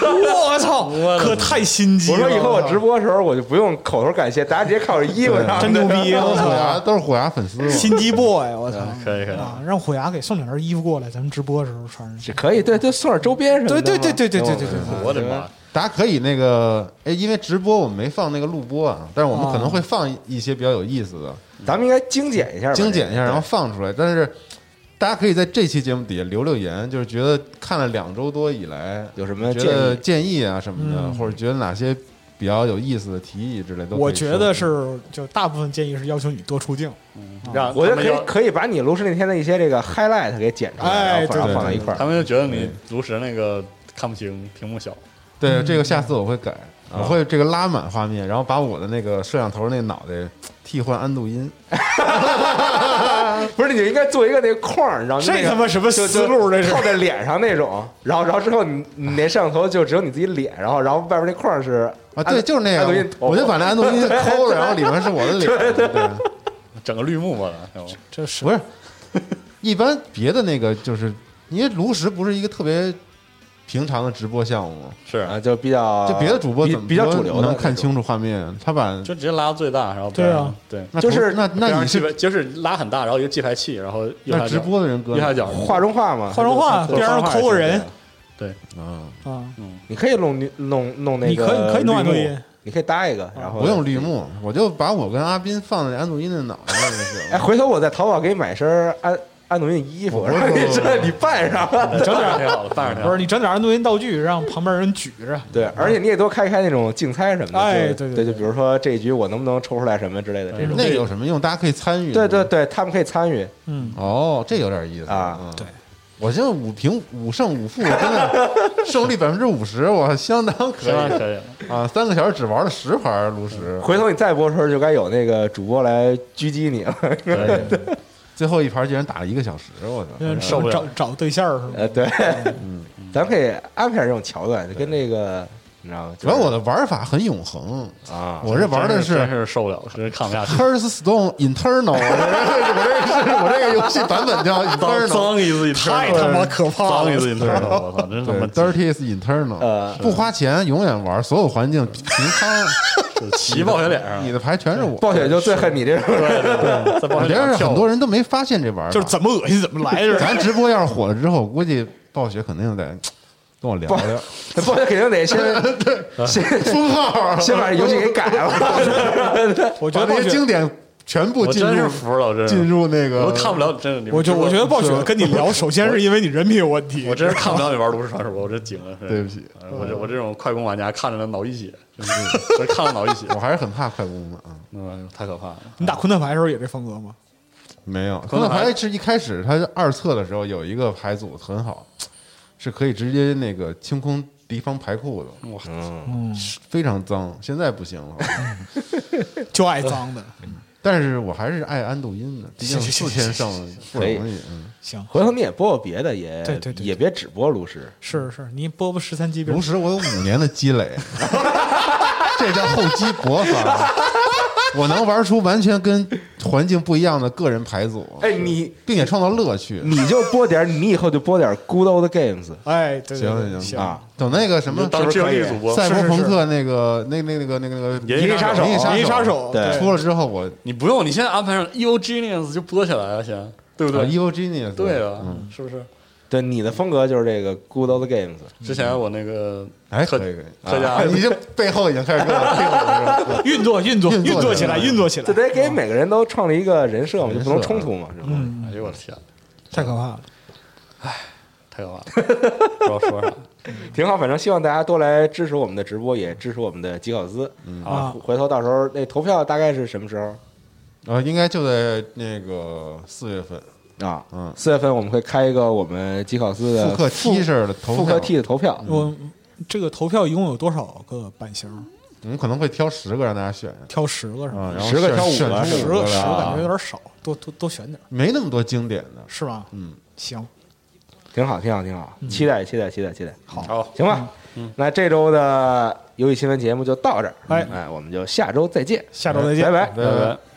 [SPEAKER 7] 我操，可太心机
[SPEAKER 5] 我
[SPEAKER 7] 了！
[SPEAKER 5] 说以后我直播的时候我就不用口头感谢，大家直接看我衣服上。
[SPEAKER 7] 真牛逼，
[SPEAKER 6] 都
[SPEAKER 7] 我
[SPEAKER 6] 是虎牙，
[SPEAKER 7] 操，
[SPEAKER 6] 都是虎牙粉丝啊嘛。
[SPEAKER 7] 心机 boy，我操，
[SPEAKER 4] 可以可以
[SPEAKER 7] 啊，让虎牙给送点儿衣服过来，咱们直播的时候穿上。
[SPEAKER 5] 这可以，对对，送点周边什么的嘛。
[SPEAKER 7] 对对对对对对对对，
[SPEAKER 4] 我的妈！
[SPEAKER 5] 啊
[SPEAKER 6] 大家可以那个，哎，因为直播我们没放那个录播啊，但是我们可能会放一些比较有意思的，
[SPEAKER 5] 咱们应该精简一下吧，
[SPEAKER 6] 精简一下，
[SPEAKER 5] 这个
[SPEAKER 6] 然后放出来。但是大家可以在这期节目底下留留言，就是觉得看了两周多以来
[SPEAKER 5] 有什么
[SPEAKER 6] 觉
[SPEAKER 5] 建
[SPEAKER 6] 得
[SPEAKER 5] 议？
[SPEAKER 6] 建议啊什么的，
[SPEAKER 7] 嗯
[SPEAKER 6] 或者觉得哪些比较有意思的提议之类都可以说。
[SPEAKER 7] 我觉得是，就大部分建议是要求你多出镜，
[SPEAKER 4] 让
[SPEAKER 5] 我觉
[SPEAKER 4] 他
[SPEAKER 5] 得
[SPEAKER 4] 们
[SPEAKER 5] 可
[SPEAKER 4] 要
[SPEAKER 5] 以，可以把你录制那天的一些这个 highlight 给剪出来，
[SPEAKER 7] 哎
[SPEAKER 5] 然后放
[SPEAKER 7] 对
[SPEAKER 5] 放到
[SPEAKER 6] 对
[SPEAKER 5] 一块
[SPEAKER 4] 他
[SPEAKER 5] 儿。
[SPEAKER 4] 们就觉得你炉石那个看不清，屏幕小，
[SPEAKER 5] 嗯
[SPEAKER 6] 对这个下次我会改，
[SPEAKER 5] 啊
[SPEAKER 6] 我会这个拉满画面，然后把我的那个摄像头那脑袋替换安度因。
[SPEAKER 5] 不是，你应该做一个那个框儿，然后就那
[SPEAKER 7] 这
[SPEAKER 5] 个
[SPEAKER 7] 他妈什么
[SPEAKER 5] 就
[SPEAKER 7] 思路？这
[SPEAKER 5] 就是套在脸上那种，然后然后之后你你那摄像头就只有你自己脸，然后然后外边那框儿是
[SPEAKER 6] 啊，对，就是那样
[SPEAKER 5] 安德因，头
[SPEAKER 6] 我就把那安
[SPEAKER 5] [LAUGHS]
[SPEAKER 6] 东尼抠了，然后里面是我的脸。对，
[SPEAKER 4] 整个绿幕吧，要不
[SPEAKER 7] 这是
[SPEAKER 6] 不是，一般别的那个就是，因为炉石不是一个特别平常的直播项目，
[SPEAKER 4] 是
[SPEAKER 5] 啊，就比较
[SPEAKER 6] 就别的主播
[SPEAKER 5] 比
[SPEAKER 6] 怎么
[SPEAKER 5] 比较主流的
[SPEAKER 6] 能看
[SPEAKER 5] 那种
[SPEAKER 6] 清楚画面？他把
[SPEAKER 4] 就直接拉最大，然后
[SPEAKER 7] 对啊，
[SPEAKER 4] 对，
[SPEAKER 6] 那
[SPEAKER 5] 就
[SPEAKER 6] 同
[SPEAKER 5] 是
[SPEAKER 6] 那那
[SPEAKER 4] 然后
[SPEAKER 6] 你
[SPEAKER 4] 记
[SPEAKER 6] 是
[SPEAKER 4] 牌就是拉很大，然后一个记牌器，然后右
[SPEAKER 6] 那
[SPEAKER 4] 下
[SPEAKER 6] 直
[SPEAKER 4] 角
[SPEAKER 6] 播的啊人哥
[SPEAKER 4] 右下角
[SPEAKER 5] 画中画嘛，
[SPEAKER 7] 画中画
[SPEAKER 4] 对
[SPEAKER 7] 边上
[SPEAKER 4] 画中画
[SPEAKER 7] 抠个
[SPEAKER 4] 是
[SPEAKER 7] 人
[SPEAKER 4] 这样
[SPEAKER 6] 啊，
[SPEAKER 7] 啊，
[SPEAKER 5] 你可以弄女弄弄那
[SPEAKER 7] 你
[SPEAKER 5] 个
[SPEAKER 7] 可以你可以弄
[SPEAKER 5] 绿
[SPEAKER 7] 安
[SPEAKER 5] 幕
[SPEAKER 7] 度因，
[SPEAKER 5] 你可以搭一个，然后
[SPEAKER 6] 不用绿。幕，我就把我跟阿斌放在安度因的脑袋上就行
[SPEAKER 5] 哎， [LAUGHS]
[SPEAKER 6] 了。
[SPEAKER 5] 回头我在淘宝给你买身儿安安东尼衣服，
[SPEAKER 6] 我
[SPEAKER 5] 然后你这你扮上。
[SPEAKER 4] 你整点 [LAUGHS] 挺好的，扮上挺
[SPEAKER 7] 不
[SPEAKER 4] 好的。
[SPEAKER 7] 是你整点儿安度因道具，让旁边人举着，
[SPEAKER 5] 对，而且你也多开开那种竞猜什么的，
[SPEAKER 7] 哎
[SPEAKER 5] 就
[SPEAKER 7] 对对
[SPEAKER 5] 对，
[SPEAKER 7] 对
[SPEAKER 5] 就比如说这一局我能不能抽出来什么之类的这种，
[SPEAKER 6] 那个有什么用？大家可以参与。
[SPEAKER 5] 对对对，他们可以参与，
[SPEAKER 7] 嗯，
[SPEAKER 6] 哦，这有点意思
[SPEAKER 5] 啊
[SPEAKER 6] 嗯
[SPEAKER 7] 对
[SPEAKER 6] 我现在五平五胜五负，真的 [LAUGHS] 胜率百分之五十，我相当可
[SPEAKER 4] 行了，
[SPEAKER 6] 以
[SPEAKER 4] 可以了，
[SPEAKER 6] 啊！三个小时只玩了十盘炉石，
[SPEAKER 5] 回头你再播的时候，就该有那个主播来狙击你了。 [LAUGHS]
[SPEAKER 6] 最后一盘竟然打了一个小时，我
[SPEAKER 7] 嗯
[SPEAKER 6] 操！
[SPEAKER 4] 受不了
[SPEAKER 7] 找找对象儿是吧？
[SPEAKER 5] 呃，对，咱们可以安排这种桥段，就跟那个你知道吗？
[SPEAKER 6] 主要我的玩法很永恒，
[SPEAKER 5] 啊，
[SPEAKER 6] 我这玩的
[SPEAKER 4] 真
[SPEAKER 6] 是
[SPEAKER 4] 真
[SPEAKER 6] 《
[SPEAKER 4] 是受不了，真是看不下
[SPEAKER 6] [LAUGHS]
[SPEAKER 4] 去。
[SPEAKER 6] Hearthstone Internal》，我这是我这个游戏版
[SPEAKER 4] [LAUGHS]
[SPEAKER 6] 本叫 Internal，
[SPEAKER 4] 一次一
[SPEAKER 7] 太他妈可怕
[SPEAKER 4] 脏一
[SPEAKER 7] 了！
[SPEAKER 4] 次一摊了，我操，真他
[SPEAKER 6] 对
[SPEAKER 4] 妈
[SPEAKER 6] ，Dirty is Internal，
[SPEAKER 5] 呃
[SPEAKER 6] 不花钱永远玩，所有环
[SPEAKER 4] [LAUGHS]
[SPEAKER 6] 境平仓，
[SPEAKER 4] 骑暴雪脸啊上
[SPEAKER 6] 你，的牌全是我，
[SPEAKER 5] 暴雪就最恨你这种人，
[SPEAKER 4] 对，在暴
[SPEAKER 6] 我
[SPEAKER 4] 雪
[SPEAKER 6] 觉
[SPEAKER 4] 脸
[SPEAKER 6] 得
[SPEAKER 4] 上
[SPEAKER 6] 是
[SPEAKER 4] 跳
[SPEAKER 6] 很多人都没发现这玩法，
[SPEAKER 7] 就是怎么恶心怎么
[SPEAKER 6] [LAUGHS]
[SPEAKER 7] 来着。
[SPEAKER 6] 咱直播要是火了之后，估计暴雪肯定得跟我聊聊，
[SPEAKER 5] 暴雪肯定得先先
[SPEAKER 6] 封号，
[SPEAKER 5] 先把游戏给改了。
[SPEAKER 7] 我觉
[SPEAKER 6] 把
[SPEAKER 7] 得
[SPEAKER 6] 那
[SPEAKER 7] 暴
[SPEAKER 6] 些
[SPEAKER 7] 雪
[SPEAKER 6] 经，典全部
[SPEAKER 4] 我
[SPEAKER 6] 进
[SPEAKER 4] 真是
[SPEAKER 6] 入
[SPEAKER 4] 服了，我真是
[SPEAKER 6] 进入那个，
[SPEAKER 4] 我都看不了，真的。你们
[SPEAKER 7] 我就
[SPEAKER 4] 直播
[SPEAKER 7] 我觉得暴雪跟你聊，首先是因为你人品有问题
[SPEAKER 4] [LAUGHS] 我。真是看不了你玩炉石传说，我真惊了。真是
[SPEAKER 6] 对不起，
[SPEAKER 4] 我这我这种快攻玩家看着脑溢血，真是真是看着脑溢血，
[SPEAKER 6] 我还是很怕快攻的啊。
[SPEAKER 4] 嗯，太可怕了。
[SPEAKER 7] 你打昆特牌的时候也这风格吗？
[SPEAKER 6] 没有，
[SPEAKER 4] 可
[SPEAKER 6] 可
[SPEAKER 4] 能
[SPEAKER 6] 能
[SPEAKER 4] 还
[SPEAKER 6] 还是一开始他二测的时候有一个牌组很好，是可以直接那个清空敌方牌库的，哇，非常脏。现在不行了， [LAUGHS]
[SPEAKER 7] 就爱
[SPEAKER 4] [LAUGHS]
[SPEAKER 7] 脏的。
[SPEAKER 6] 但是我还是爱安度因的，毕竟
[SPEAKER 7] 行行
[SPEAKER 6] 四
[SPEAKER 7] 行
[SPEAKER 6] 天上不容易。嗯
[SPEAKER 7] 行，
[SPEAKER 5] 回头你也播播别的，也
[SPEAKER 7] 对对对
[SPEAKER 5] 也别只播炉石，
[SPEAKER 7] 是是，你播播十三级别
[SPEAKER 6] 炉石我有五年的积累， [LAUGHS] 这叫厚积薄发。我能玩出完全跟环境不一样的个人牌组，
[SPEAKER 5] 哎，你
[SPEAKER 6] 并且创造乐趣。
[SPEAKER 4] 嗯
[SPEAKER 5] 你就播点儿，你以后就播点儿 Good Old Games
[SPEAKER 7] 哎，对对对
[SPEAKER 6] 行行
[SPEAKER 5] 啊
[SPEAKER 6] 等
[SPEAKER 7] 行，，
[SPEAKER 6] 那个什么
[SPEAKER 4] 当
[SPEAKER 5] 是
[SPEAKER 4] 智
[SPEAKER 5] 不是
[SPEAKER 4] 力
[SPEAKER 5] 可以
[SPEAKER 4] 主播，
[SPEAKER 6] 赛博
[SPEAKER 7] 是是
[SPEAKER 6] 朋
[SPEAKER 7] 是
[SPEAKER 6] 克那个那那那个那个那个
[SPEAKER 4] 银翼杀手
[SPEAKER 6] 银
[SPEAKER 7] 银
[SPEAKER 6] 翼
[SPEAKER 7] 翼
[SPEAKER 6] 杀
[SPEAKER 7] 杀
[SPEAKER 6] 手
[SPEAKER 7] 手
[SPEAKER 5] 对
[SPEAKER 6] 出了之后，我
[SPEAKER 4] 你不用，你先安排上 E O Genius 就播起来啊，先，对不
[SPEAKER 6] 啊
[SPEAKER 4] 对？
[SPEAKER 6] ，Evil Genius，
[SPEAKER 4] 对啊
[SPEAKER 6] 嗯，
[SPEAKER 4] 是不是？
[SPEAKER 5] 对，你的风格就是这个 Good Old Games。
[SPEAKER 4] 之前我那个
[SPEAKER 6] 哎，
[SPEAKER 4] 特
[SPEAKER 6] 可以可以，
[SPEAKER 4] 特价
[SPEAKER 6] 啊 [LAUGHS] 你这背后已经开始跟我定了是吧
[SPEAKER 7] 运作运作
[SPEAKER 6] 运作
[SPEAKER 7] 运作起来，
[SPEAKER 6] 起来
[SPEAKER 7] 运作起
[SPEAKER 5] 就
[SPEAKER 7] 来，
[SPEAKER 5] 得给每个人都创立一个人设嘛，
[SPEAKER 6] 人设
[SPEAKER 4] 哎
[SPEAKER 5] 就不能冲突嘛，是吧？
[SPEAKER 4] 哎呦我的天，
[SPEAKER 7] 太可怕了。
[SPEAKER 4] 太太可怕了，不知道说啥。
[SPEAKER 5] 挺好，反正希望大家多来支持我们的直播，也支持我们的吉考斯啊！回头到时候那投票大概是什么时候
[SPEAKER 6] 啊，应该就在那个四月份，
[SPEAKER 5] 啊？
[SPEAKER 6] 嗯
[SPEAKER 5] 四月份我们会开一个我们吉考斯的
[SPEAKER 6] 复刻 T 恤的投
[SPEAKER 5] 复
[SPEAKER 6] 票
[SPEAKER 5] 刻 T 的投票，
[SPEAKER 7] 我这个投票一共有多少个版型？
[SPEAKER 6] 我们可能会挑十个让大家选
[SPEAKER 7] 挑十个是
[SPEAKER 6] 啊，
[SPEAKER 7] 吗？
[SPEAKER 6] 然后
[SPEAKER 5] 10个
[SPEAKER 6] 选
[SPEAKER 5] 挑五个
[SPEAKER 6] 选出
[SPEAKER 7] 十
[SPEAKER 6] 五
[SPEAKER 7] 个
[SPEAKER 6] 个
[SPEAKER 7] 十
[SPEAKER 6] 来
[SPEAKER 7] 个
[SPEAKER 6] 啊
[SPEAKER 7] 感觉有点少，多多多选点儿，
[SPEAKER 6] 没那么多经典的，
[SPEAKER 7] 是吧？
[SPEAKER 6] 嗯，
[SPEAKER 7] 行，
[SPEAKER 5] 挺好，挺好，挺好！
[SPEAKER 7] 嗯
[SPEAKER 5] 期待，期待，期待，期待！好，
[SPEAKER 4] 好，
[SPEAKER 5] 行吧，那这周的游戏新闻节目就到这儿，
[SPEAKER 7] 哎
[SPEAKER 5] 哎，我们就下周再见，哎
[SPEAKER 7] 下周再见
[SPEAKER 5] 拜拜。
[SPEAKER 6] 拜拜。
[SPEAKER 7] 呃
[SPEAKER 4] 拜拜。